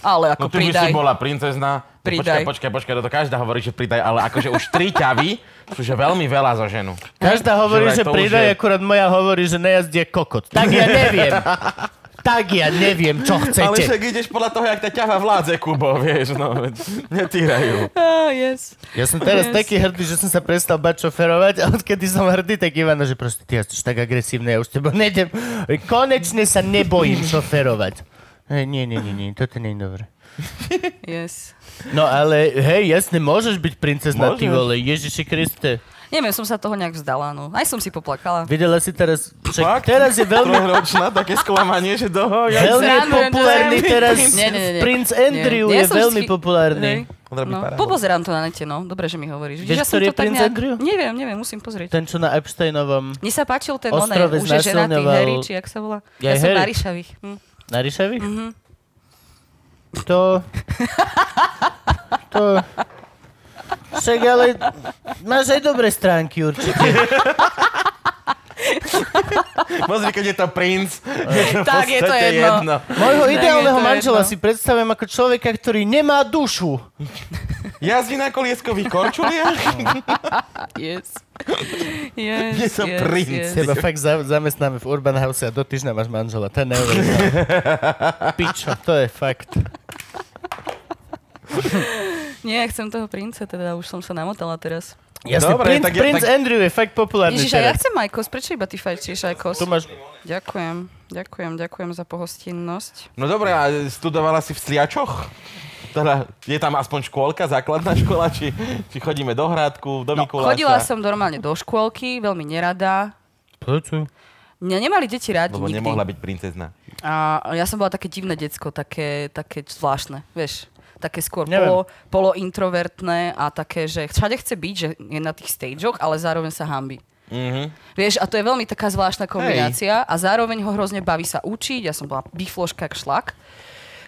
Ale No ako ty by si pridaj. bola princezna. No, Pridaj. Počkaj, počkaj, počkaj, to každá hovorí, že pridaj, ale akože už 3 ťavy sú že veľmi veľa za ženu. Každá hovorí, Že že vraj to už pridaj, je. akurát moja hovorí, že nejazdie kokot. Tak ja neviem. Tak ja neviem, čo Ale chcete. však ideš podľa toho, jak tá ťava vládze, Kubo, vieš, no, veď netírajú. Ah, yes. Ja som teraz Yes. taký hrdý, že som sa prestal bať šoferovať a odkedy som hrdý, tak Ivana, že proste ty jazdíš tak agresívne, ja už s tebou nejdem. Konečne sa nebojím šoferovať. Hej, nie, nie, nie, nie, toto nie je dobré. yes. No ale hej, jasne, môžeš byť princezna, ty Môžeš. vole, Ježiši Kriste. Neviem, som sa toho nejak vzdala, no. Aj som si poplakala. Videla si teraz, však Fakt? teraz je veľmi, Trojročná, také sklamanie, že doho, ja... veľmi Srandujem, populárny srandujem. teraz, Nie, nie, nie, nie. princ Nie, Andrew nie, je ja som veľmi si- populárny. Hej. No, popozerám to na nete, no. Dobre, že mi hovoríš. Vieš, Vidíš, ja som to ktorý je tak princ nejak... Andrew? Neviem, neviem, musím pozrieť. Ten, čo na Epsteinovom, Mne sa páčil ten oné, Ostrove už je ženatý znásilňoval- Harry, či jak sa volá. Ja, Ja je som Harry. na Ríšavých. Hm. na Ríšavi? Mm-hmm. To... to... Však ale máš aj dobré stránky určite. Pozri, keď je to princ, je to v Tak, je to podstate jedno. jedno. Mojho Ne, ideálneho to je manžela jedno. si predstavujem ako človeka, ktorý nemá dušu. Jazdí na kolieskových korčuliach? Yes. yes, Je to yes, princ. Yes. Teba fakt za- zamestnáme v Urban House a do týždňa máš manžela. To je neuveriteľné. Pičo, to je fakt. Nie, chcem toho princa, teda už som sa namotala teraz. Jasne, Dobre, Dobre, princ, tak ja- princ tak- Andrew je fakt populárny Ježiš, a ja teraz. chcem Majkos, prečo iba ty fajčíš Majkos? Tu máš... Ďakujem, ďakujem, ďakujem za pohostinnosť. No dobre, a studovala si v Sliačoch? Teda, je tam aspoň škôlka, základná škola, či, či chodíme do Hrádku, do Mikuláša? No, Chodila som normálne do škôlky, veľmi nerada. Prečo? Mňa nemali deti radi Lebo nikdy. nemohla byť princezna. A ja som bola také divné decko, také, také zvláštne, vieš. také skôr Neviem. polo, polointrovertné a také, že všade chce byť, že je na tých stageoch, ale zároveň sa hambi. Mm-hmm. Vieš, a to je veľmi taká zvláštna kombinácia a zároveň ho hrozne baví sa učiť. Ja som bola bifloška jak šlak,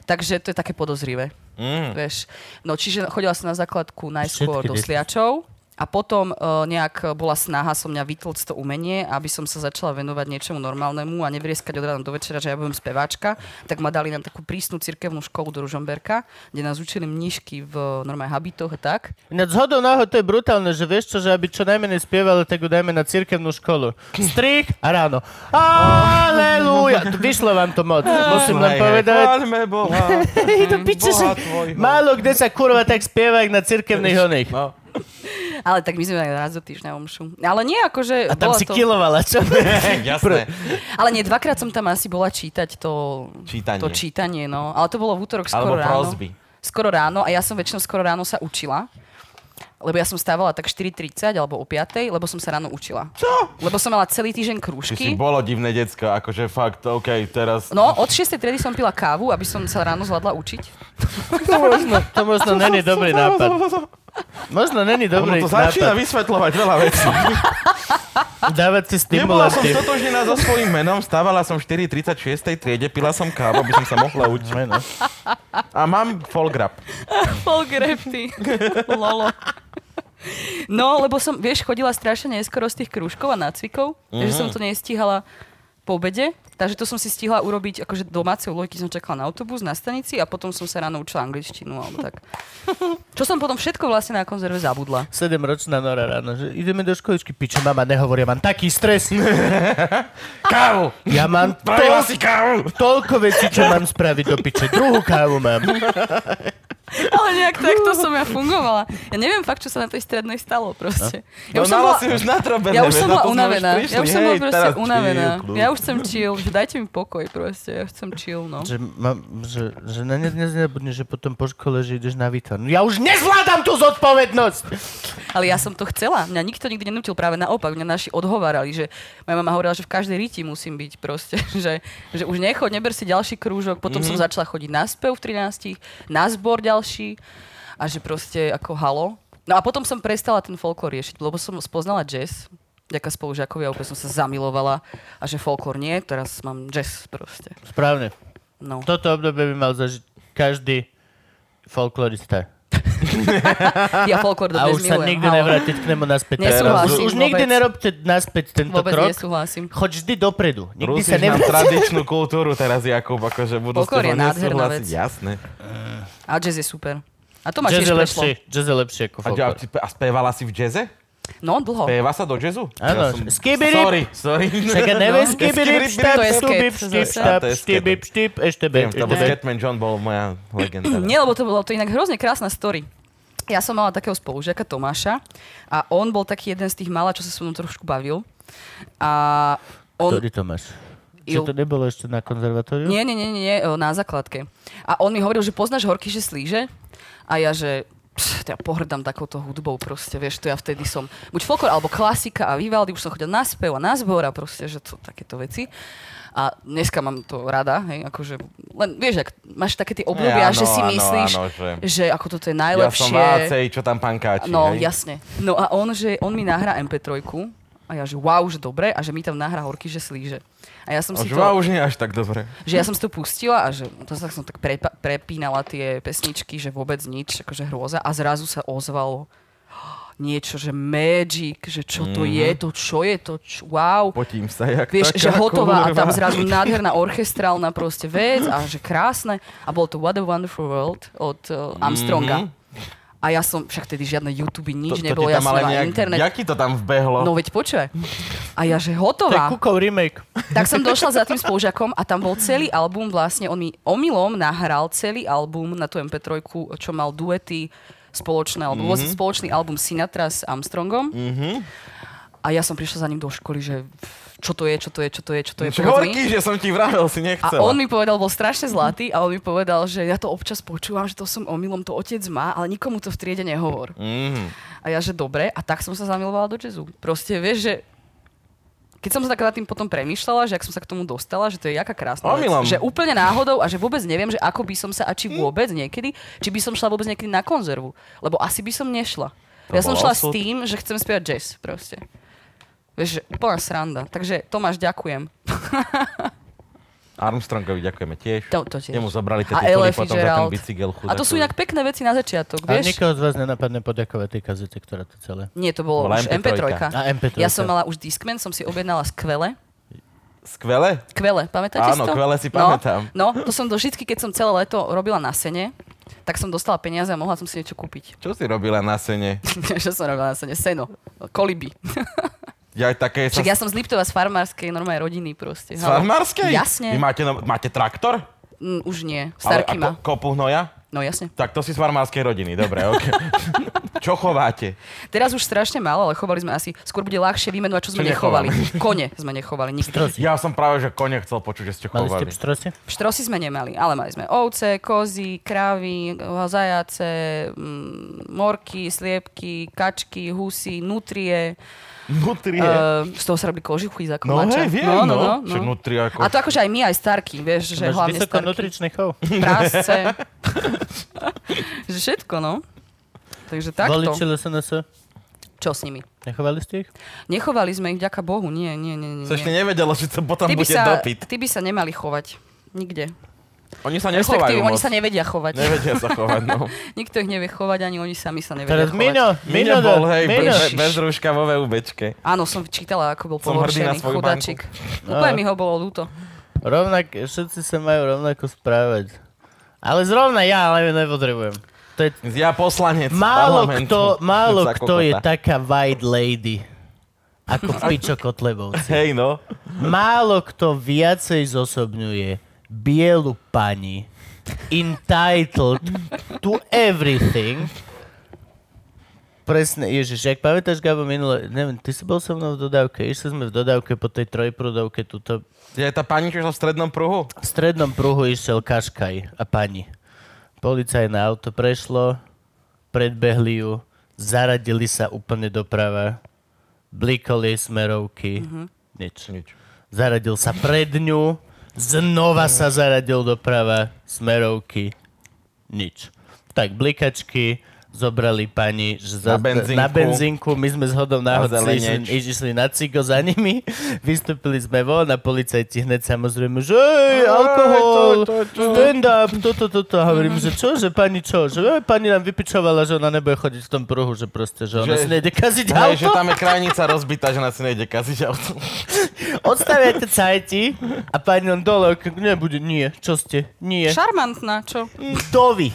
takže to je také podozrivé. Mm. Vieš. No čiže chodila som na základku najskôr Všetky do deti. Sliačov a potom uh, nejak bola snaha som mňa vytlcť to umenie, aby som sa začala venovať niečomu normálnemu a nevrieskať od rána do večera, že ja budem speváčka, tak ma dali na takú prísnu cirkevnú školu do Ružomberka, kde nás učili mníšky v eh, normálnych habitoch a tak. Nad zhodou náhod to je brutálne, že vieš čo, že aby čo najmenej spievali, tak ju dajme na cirkevnú školu. Strich a ráno. Aleluja! Vyšlo vám to moc, musím len povedať. Chváľme Boha. Hej, do piče, Boha že tvojho. málo kde sa kurva tak spieva, jak na cirkevných oných. No. Ale tak my sme aj raz do týždňa omšu. Ale nie akože... A tam bola si kilovala, čo? Jasné. Ale nie, dvakrát som tam asi bola čítať to Čítanie. to čítanie no. Ale to bolo v útorok skoro Alebo ráno. prosby. Skoro ráno a ja som väčšinou skoro ráno sa učila. Lebo ja som stávala tak 4.30 alebo o 5.00, lebo som sa ráno učila. Čo? Lebo som mala celý týždeň Či si krúžky. bolo divné decko, akože fakt, OK, teraz... No, od 6. triedy som pila kávu, aby som sa ráno zvládla učiť. To možno, to možno není No dobrý nápad. Možno není Ono dobrý No, to začína nápad. vysvetľovať veľa vecí. Dávať si Nebola som stimulanty. totožnená so svojím menom, stávala som v 4.36 triede, pila som kávu, aby som sa mohla učiť. Meno. A mám full grab. Pol grepty. Lolo. No, lebo som, vieš, chodila strašne neskoro z tých krúžkov a nácvikov, mm-hmm. takže som to nestíhala po obede, takže to som si stihla urobiť akože domáce úlohy, keď som čakala na autobus, na stanici a potom som sa ráno učila angličtinu alebo tak. Čo som potom všetko vlastne na konzerve zabudla. Sedemročná Nora ráno, že ideme do školičky, piče, mama nehovorí, ja mám taký stres. Kávu! Ja mám Pravila to, si kávu! toľko vecí, čo mám spraviť do piče. Druhú kávu mám. Ale nejak takto som ja fungovala. Ja neviem fakt, čo sa na tej strednej stalo proste. Ja už No som mala bola- si už natrobené. Ja už som veď, na bola to sme unavená. prišli. Ja už som Hej, bola proste teraz chill, unavená. kľud. Ja už som chill, že dajte mi pokoj proste. Ja chcem chill, no. Že, mám, že, že na ne, nezabudne, že potom po škole, že ideš na výtvar. No Ja už nezvládam tú zodpovednosť! Ale ja som to chcela. Mňa nikto nikdy nenútil, práve naopak. Mňa naši odhovárali, že moja mama hovorila, že v každej riti musím byť proste. Že, že už nechod, neber si ďalší krúžok. Potom Mhm. mm-hmm. som začala chodiť na spev v 13, na zbor ďalší. A že proste ako halo. No a potom som prestala ten folklór riešiť, lebo som spoznala jazz. Ďaká spolužiakovi a úplne som sa zamilovala. A že folklór nie, teraz mám jazz proste. Správne. No. Toto obdobie by mal zažiť každý folklorista. Ja folklór A dodnes už sa milujem. nikdy halo. nevrátiť k nemu naspäť. Nesúhlasím už, už nikdy vôbec. nerobte naspäť tento Vôbec krok. nesúhlasím. Choď vždy dopredu. Nikdy Rusíš sa nám nevrátiť. tradičnú kultúru teraz, Jakub, akože budú Pokor je s tebou nádherná nesúhlasiť. vec. Jasné. A jazz je super. A to ma tiež Jazz je prešlo. lepšie, jazz je lepšie ako A, a, folklor. a spievala si v jaze? No, dlho. Spieva sa do jazzu? Áno, som- skibirip. Sorry, sorry. Čaká, neve, skibirip, skibirip, štap, to je skubip, sketch štip, zase. štap, A to je štibip, štip, ešte be, Viem, to ešte bol be. Catman John bol moja legenda. Nie, lebo to bolo to je inak hrozne krásna story. Ja som mala takého spolužiaka Tomáša a on bol taký jeden z tých mala, čo sa so mnou trošku bavil. A on... Ktorý to máš? Il- Čo to nebolo ešte na Hm? konzervatóriu? Nie, nie, nie, nie, nie, e, na základke. A on mi hovoril, že poznáš horkyže slíže? A ja, že pš, to ja pohrdám takouto hudbou proste, vieš, to ja vtedy som buď folklor, alebo klasika a Vivaldi, už som chodil na spev a na zbor a proste, že to takéto veci. A dneska mám to rada, hej, akože, len vieš, ak máš také tie obdobia, Áno, že si áno, myslíš, áno, že- že... ako toto je Ja som najlepšie. vácej, čo tam pankáči. No, hej? jasne. No a on, že on mi nahrá MP3 a ja, že wow, že dobre, a že mi tam nahrá horky, že slíže. A ja som A si Už to, má už nie až tak dobre. že ja som si to pustila a že to sa som tak prepa- prepínala tie pesničky, že vôbec nič, akože hrôza a zrazu sa ozvalo "Ah, niečo, že magic, že čo to je, to čo je to, čo, wow. Potím sa, jak Vieš, Mhm. taká že hotová a tam kurva. zrazu nádherná orchestrálna proste vec a že krásne. A bol to What a Wonderful World od uh, Armstronga. A ja som, však tedy žiadne YouTube, nič Mhm. ti nebolo, ja tam som ale na nejak- internet. Jaký to tam vbehlo? No veď počuje. A ja, že To je hotová. Kukov remake. Tak som došla za tým spolužiakom a tam bol celý album, vlastne on mi omylom nahral celý album na tú MP3, čo mal duety spoločné, alebo mm-hmm. spoločný album Sinatra s Armstrongom. Mm-hmm. A ja som prišla za ním do školy, že čo to je, čo to je, čo to je, čo to je. Čo povedz mi. horký, že som ti vravel, si A nechcela. on mi povedal, bol strašne zlatý a on mi povedal, že ja to občas počúvam, že to som omylom, to otec má, ale nikomu to v triede nehovor. Mm. A ja, že dobre, a tak som sa zamilovala do jazzu. Proste vieš, že keď som sa tak nad tým potom premýšľala, že ak som sa k tomu dostala, že to je jaká krásna Omylom. vec, že úplne náhodou a že vôbec neviem, že ako by som sa a či vôbec niekedy, či by som šla vôbec niekedy na konzervu, lebo asi by som nešla. To ja som bol šla s osud. tým, že chcem spievať jazz proste. Vieš, že úplná sranda. Takže Tomáš, ďakujem. Armstrongovi ďakujeme tiež. To- to tiež. Jemu zobrali tie A tituly Ella potom za ten Fitzgerald. bicykel chudáku. A to sú inak pekné veci na začiatok, A vieš? nikoho z vás nenapadne poďakovať tej kazete, ktorá to celé. Nie, to bolo Bola už MP3. MP3. A MP3. Ja som mala už Discman, som si objednala z Kvele. Skvelé. Kvele, pamätáte si Áno, to? Kvele si pamätám. No, no, to som do vždycky, keď som celé leto robila na sene, tak som dostala peniaze a mohla som si niečo kúpiť. Čo si robila na sene? Čo som robila na sene? Seno. Koliby. Ja také sa... Však ja som z Liptova z farmárskej normálnej rodiny proste. Z Halo. farmárskej? Jasne. Vy máte, no- máte traktor? Mm, už nie. Starky má. Ale- a ko- kopu hnoja? No jasne. Tak to si z farmárskej rodiny, dobre, ok. Čo chováte? Teraz už strašne málo, ale chovali sme asi, skôr bude ľahšie vymenovať, čo sme Čo nechovali. nechovali. Kone sme nechovali nikdy. Pstrosy. Ja som práve, že kone chcel počuť, že ste Mali ste chovali. pstrosy? Pštrosy sme nemali, ale mali sme ovce, kozy, krávy, zajace, mm, morky, sliepky, kačky, husy, nutrie. Nutrie. Uh, z toho sa robí kožichy za No komáča. hej, viem, no. Však nutri ako... A to akože aj my, aj starky, vieš, že Máš hlavne vysoko starky. nutričný chov? Prásce. že všetko, no. Takže takto. Voliči LSNS? Čo s nimi? Nechovali ste ich? Nechovali sme ich, ďaká Bohu, nie, nie, nie. nie. Sa ešte nie. nevedelo, že to potom Ty by, bude sa, dopyt. ty by sa nemali chovať. Nikde. Oni sa Respektíve, nechovajú oni moc. sa nevedia chovať. Nevedia sa chovať, no. Nikto ich nevie chovať, ani oni sami sa nevedia Teraz chovať. Mino, Mino, Mine bol, hej, Mino. bez, bez rúška vo VUBčke. Áno, som čítala, ako bol Som hrdý na pohoršený, svoju chudáčik. Úplne No. mi ho bolo ľúto. Rovnak, všetci sa majú rovnako správať. Ale zrovna ja, ale nepotrebujem. To je Ja poslanec Málo parlamentu. kto, málo Za kto je kokota. taká white lady ako Pičo Kotlebovci. Hej, no. Málo kto viacej zosobňuje bielu pani entitled to everything. Presne, ježiš, ak pamätáš, Gabo, minule, neviem, ty si bol so mnou v dodávke, išli sme v dodávke po tej trojprúdovke, tuto Je tá pani, čo išla v strednom pruhu? v strednom pruhu išiel Kaškaj a pani. Policajné auto prešlo, predbehli ju, zaradili sa úplne doprava, blikol jej smerovky, mm-hmm. nič. Nič. Zaradil sa pred ňu, znova sa zaradil doprava, smerovky, nič. Tak blikačky, zobrali pani že za, Na benzínku. na benzínku, my sme zhodou náhod Na išli, zelenieč. išli na cigo za nimi, vystúpili sme von a policajti hneď samozrejme, že hej, alkohol, to, to, to. stand up, toto, toto. A hovorím, že čo, že pani čo, že e, pani nám vypičovala, že ona nebude chodiť v tom pruhu, že proste, že ona Že- si nejde kaziť Hej, že auto. tam je krajnica rozbitá, že nás nejde kaziť auto. Odstaviate cajti a pani len dole, ok, nebude, nie, čo ste, nie. Šarmantná, čo? To vy.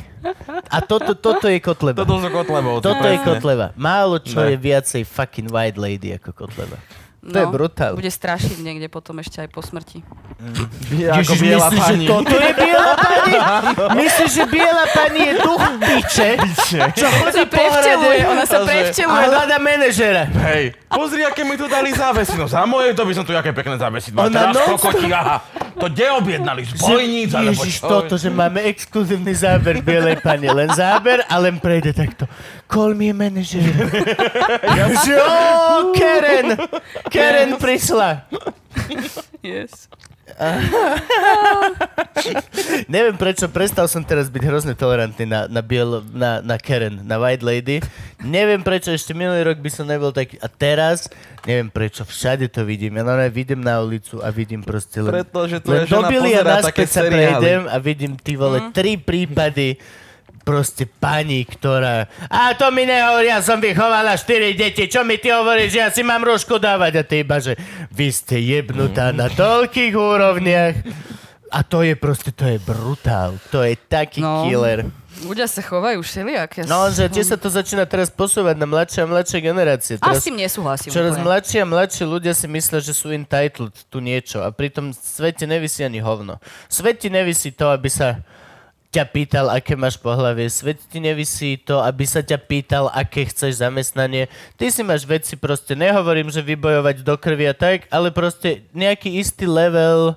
A toto, toto je Kotleba. Toto sú kotlebovci. Toto je presne. Kotleba. Málo čo je Ne. viacej fucking white lady ako Kotleba. To No, je brutál. Bude strašiť niekde potom ešte aj po smrti. Je ako biela myslíš, pani. že toto je biela pani? Myslíš, že biela pani je duch piče? Čo Sa chodí po hrade? prevčeluje, ona sa A že- A prevčeluje. hľada manažera. Hej, pozri, aké mi tu dali závesy. No za moje to by som tu aké pekné závesy. Má Ona teraz non- kokoti, aha. To kde objednali? Z bojníc, alebo Ježiš, čo? toto, že máme exkluzívny záber bielej pani. Len záber a len prejde takto. Call me manager. Ja že, "Ó, Karen! Karen prišla. Yes. Neviem prečo, prestal som teraz byť hrozne tolerantný na, na, biel, na, na Karen, na White Lady. Neviem prečo, ešte minulý rok by som nebol taký. A teraz, neviem prečo, všade to vidím. Ja normálne vidím na ulicu a vidím proste len... Pretože Len tvoja žena dobili a pozerá také naspäť sa seriály. prejdem a vidím ty vole tri prípady proste pani, ktorá... A to mi nehovorí, ja som vychovala štyri deti, čo mi ty hovoríš, že ja si mám rúšku dávať a ty iba, že vy ste jebnutá Mhm. na toľkých úrovniach. A to je proste, to je brutál, to je taký No. killer. Ľudia sa chovajú všelijak. Ja No, že som- tiež sa to začína teraz posúvať na mladšie a mladšie generácie. A s Teraz tým nesúhlasím. Čoraz úplne. mladší a mladší ľudia si myslia, že sú entitled tu niečo a pritom svet ti nevisí ani hovno. Svet ti nevisí to, aby sa ťa pýtal, aké máš pohlavie. Svet ti nevisí to, aby sa ťa pýtal, aké chceš zamestnanie. Ty si máš veci proste, nehovorím, že vybojovať do krvi a tak, ale proste nejaký istý level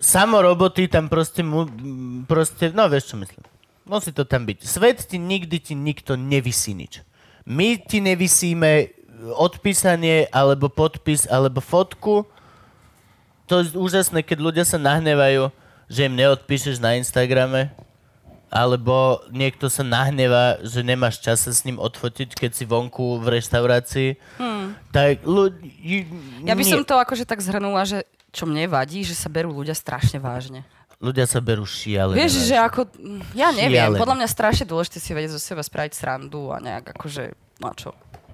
samoroboty tam proste, mu, m, proste, no vieš čo myslím. Musí to tam byť. Svet ti nikdy ti nikto nevisí nič. My ti nevisíme odpísanie, alebo podpis, alebo fotku. To je úžasné, keď ľudia sa nahnevajú, že im neodpíšeš na Instagrame, alebo niekto sa nahnevá, že nemáš čas sa s ním odfotiť, keď si vonku v reštaurácii. Hmm. Tak ľudí... Hm. Ja by som to akože tak zhrnula, že čo mne vadí, že sa berú ľudia strašne vážne. Ľudia sa berú šialené. Vieš, že vážne. ako, ja neviem, Šialené. podľa mňa strašne dôležité si vedieť zo seba spraviť srandu a nejak akože, no a čo,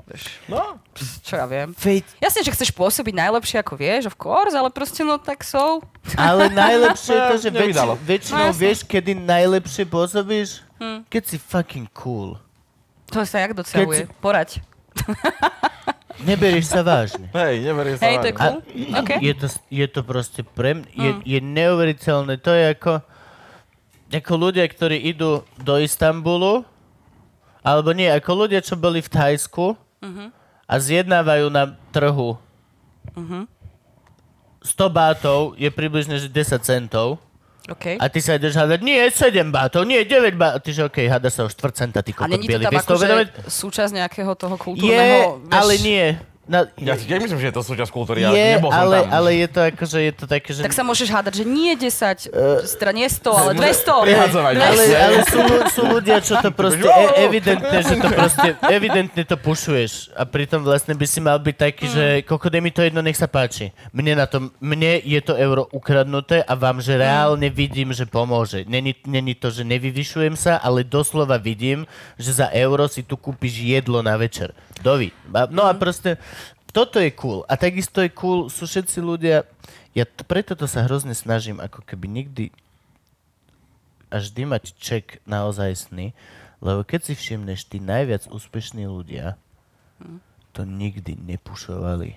vieš, No, čo ja viem. Veď, Jasne, že chceš pôsobiť najlepšie, ako vieš, of course, ale proste no tak sú. ale najlepšie je to, že väč, Nevydalo. väčšinou No, jasne. vieš, kedy najlepšie pôsobíš, keď si fucking cool. To sa jak doceluje. Keď Poraď. Neberieš sa vážne. hej, neverím sa. Hej, to je vám. cool. A- OK. Je, to, je to proste pre mňa, je, je neuveriteľné. To je ako, ako ľudia, ktorí idú do Istanbulu, alebo nie, ako ľudia, čo boli v Thajsku a zjednávajú na trhu. 100 bátov je približne že 10 centov. OK. A ty sa ideš hádať, nie, 7 bátov, nie, 9 bátov. Ty že okej, okay, háda sa o 4 centa, ty A kokot není to bielý. tam Vieš to uvedomiť? akože súčasť nejakého toho Je, kultúrneho... vieš, ale nie. Na, Ja si tiež myslím, že je to súčasť kultúry, ale je, nebol som ale, tam. ale je to akože, je to také, že... Tak sa môžeš hádať, že nie 10, E, teda nie 100, ale 200. Prihadzovať. Ale, vieš. ale sú, ľu- sú ľudia, čo to proste, e- evidentne, že to proste, evidentne to pušuješ. A pritom vlastne by si mal byť taký, že koľko dej mi to jedno, nech sa páči. Mne na tom, mne je to euro ukradnuté a vám, že reálne vidím, že pomôže. Není, není to, že nevyvyšujem sa, ale doslova vidím, že za euro si tu kúpiš jedlo na večer. Dovi. A- No a proste, toto je cool. A takisto je cool, sú všetci ľudia, ja t- preto to sa hrozne snažím, ako keby nikdy a vždy mať ček naozaj sny, lebo keď si všimneš, tí najviac úspešní ľudia to nikdy nepušovali.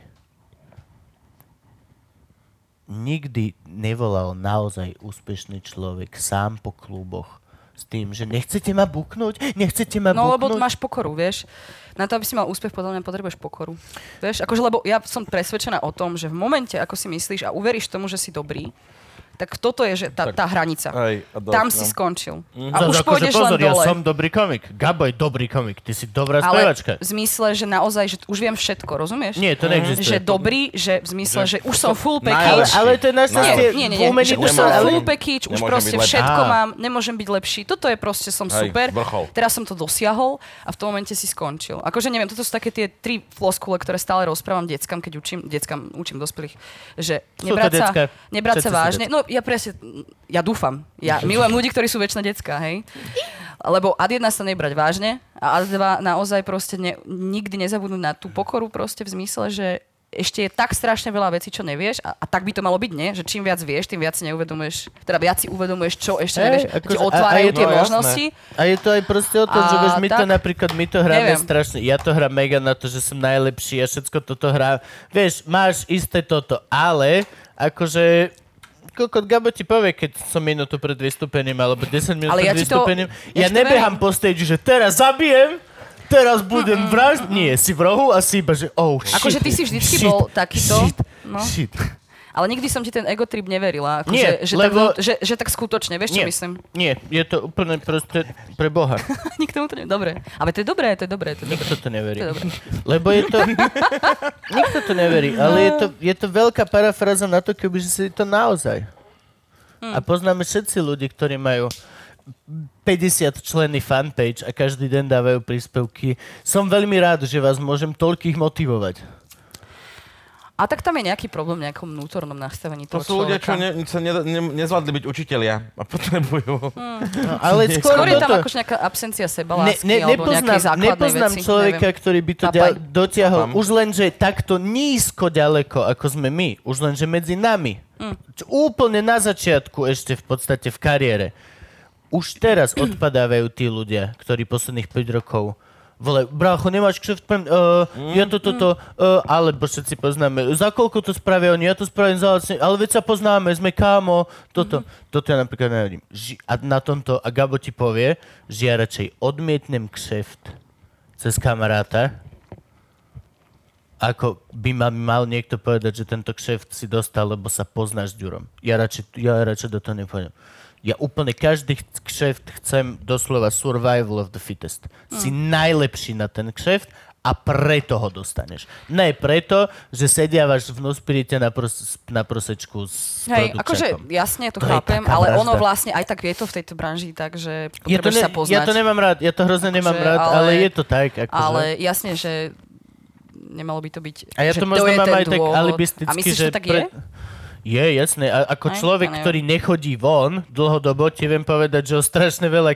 Nikdy nevolal naozaj úspešný človek sám po kluboch s tým, že nechcete ma buknúť, nechcete ma No lebo buknúť. máš pokoru, vieš. Na to, aby si mal úspech, podľa mňa potrebuješ pokoru. Vieš, akože lebo ja som presvedčená o tom, že v momente, ako si myslíš a uveríš tomu, že si dobrý, tak toto je že tá, tá hranica. Hej, a dosť, Tam si no. skončil. A Zas už akože pôjdeš pozor, len ja dole. som dobrý komik. Gabo je dobrý komik, ty si dobrá ale spevačka. v zmysle, že naozaj, že už viem všetko, rozumieš? Mhm. Nie, to neexistuje. No, Že dobrý, že v zmysle, že, už som full Ale, package. Najlepší. ale to je našťastie nie, nie, nie, v umení že už to som sa- ale- full package, už Nemôžem proste byť lepší. všetko Á. mám, nemôžem byť lepší. Toto je proste, som Hej, super. vrchol. Teraz som to dosiahol a v tom momente si skončil. Akože neviem, toto sú také tie tri floskule, ktoré stále rozprávam deckám, keď učím, deckám, učím dospelých, že Sú to nebrať sa, decká. nebrať sa Všetci sú vážne. No ja presne, ja dúfam. Ja milujem ľudí, ktorí sú väčšina decká, hej. Lebo ad jedna sa nebrať vážne a ad dva naozaj proste ne, nikdy nezabudnúť na tú pokoru proste v zmysle, že ešte je tak strašne veľa vecí, čo nevieš a, a tak by to malo byť, nie? Že čím viac vieš, tým viac si neuvedomuješ, teda viac si uvedomuješ, čo ešte Hej, nevieš. akože- ti a- a otvárajú je- tie no, jasné. možnosti. A je to aj proste o tom, A že vieš, my to tak- napríklad, my to hráme Neviem. strašne, ja to hrám mega na to, že som najlepší a všetko toto hrám. Vieš, máš isté toto, ale akože Kokot Gabo ti povie, keď som minútu pred vystúpením, alebo 10 minút Ale pred ja ti to- vystúpením. ja ti Ja, to nebehám verím. po stage, že teraz zabijem, teraz budem vražd... Nie, si v rohu a si iba, že oh, shit, Akože ty si vždycky shit, bol takýto, Shit, no. shit. Ale nikdy som ti ten ego trip neverila. Ako Nie, že, že, lebo- tak, že, že tak skutočne, vieš, čo Nie, myslím? nie, je to úplne proste pre Boha. Nikto mu to ne... Dobre. Ale to je dobré, to je dobré, to je dobré. Nikto to To neverí. je dobré. Lebo je to... Nikto to neverí, ale No. je to, je to veľká parafráza na to, keby si to naozaj. Hm. A poznáme všetci ľudí, ktorí majú 50 členy fanpage a každý deň dávajú príspevky. Som veľmi rád, že vás môžem toľkých motivovať. A tak tam je nejaký problém v nejakom vnútornom nastavení toho To sú ľudia, čo človeka. ne, sa ne, ne, nezvládli byť učitelia a potrebujú. No, ale skôr, Skôr je tam toto. akože nejaká absencia Ne, sebalásky ne, alebo nejakej nepoznám, základnej nepoznám veci. človeka, neviem. ktorý by to Chápem. ďal, dotiahol. Chápem. Už len, že takto nízko ďaleko, ako sme my. Už len, že medzi nami. Č- Úplne na začiatku ešte v podstate v kariére. Už teraz odpadávajú tí ľudia, ktorí posledných 5 rokov Vole, brácho, nemáš kšeft, poviem, uh, ja to, toto, uh, alebo všetci poznáme. Za koľko to spravia oni? Ja to spravím za lacne, ale veď sa poznáme, sme kámo, toto. Toto ja napríklad nehodím. Ži- a na tomto, a Gabo ti povie, že ja radšej odmietnem kšeft cez kamaráta, ako by ma mal niekto povedať, že tento kšeft si dostal, lebo sa poznáš s Ďurom. Ja radšej, ja radšej do toho nepôjdem. Ja úplne každý ch- Mm. kšeft chcem doslova survival of the fittest. Si najlepší na ten kšeft a preto ho dostaneš. Ne preto, že sediavaš v nuspirite na, pros- na prosečku s Hej, produkčakom. akože jasne, to, To je chápem, taká ale vražda. ono vlastne aj tak je to v tejto branži, takže ja to, potrebuješ sa poznať. ja to nemám rád, ja to hrozne akože, nemám rád, ale, ale je to tak. Akože. Ale jasne, že nemalo by to byť, A ja že to možno je mám ten aj tak dôvod. A alibisticky, myslíš, že... že to tak je? Je, jasné. A Aj, ako človek, to neviem. ktorý nechodí von dlhodobo, ti viem povedať, že o strašne veľa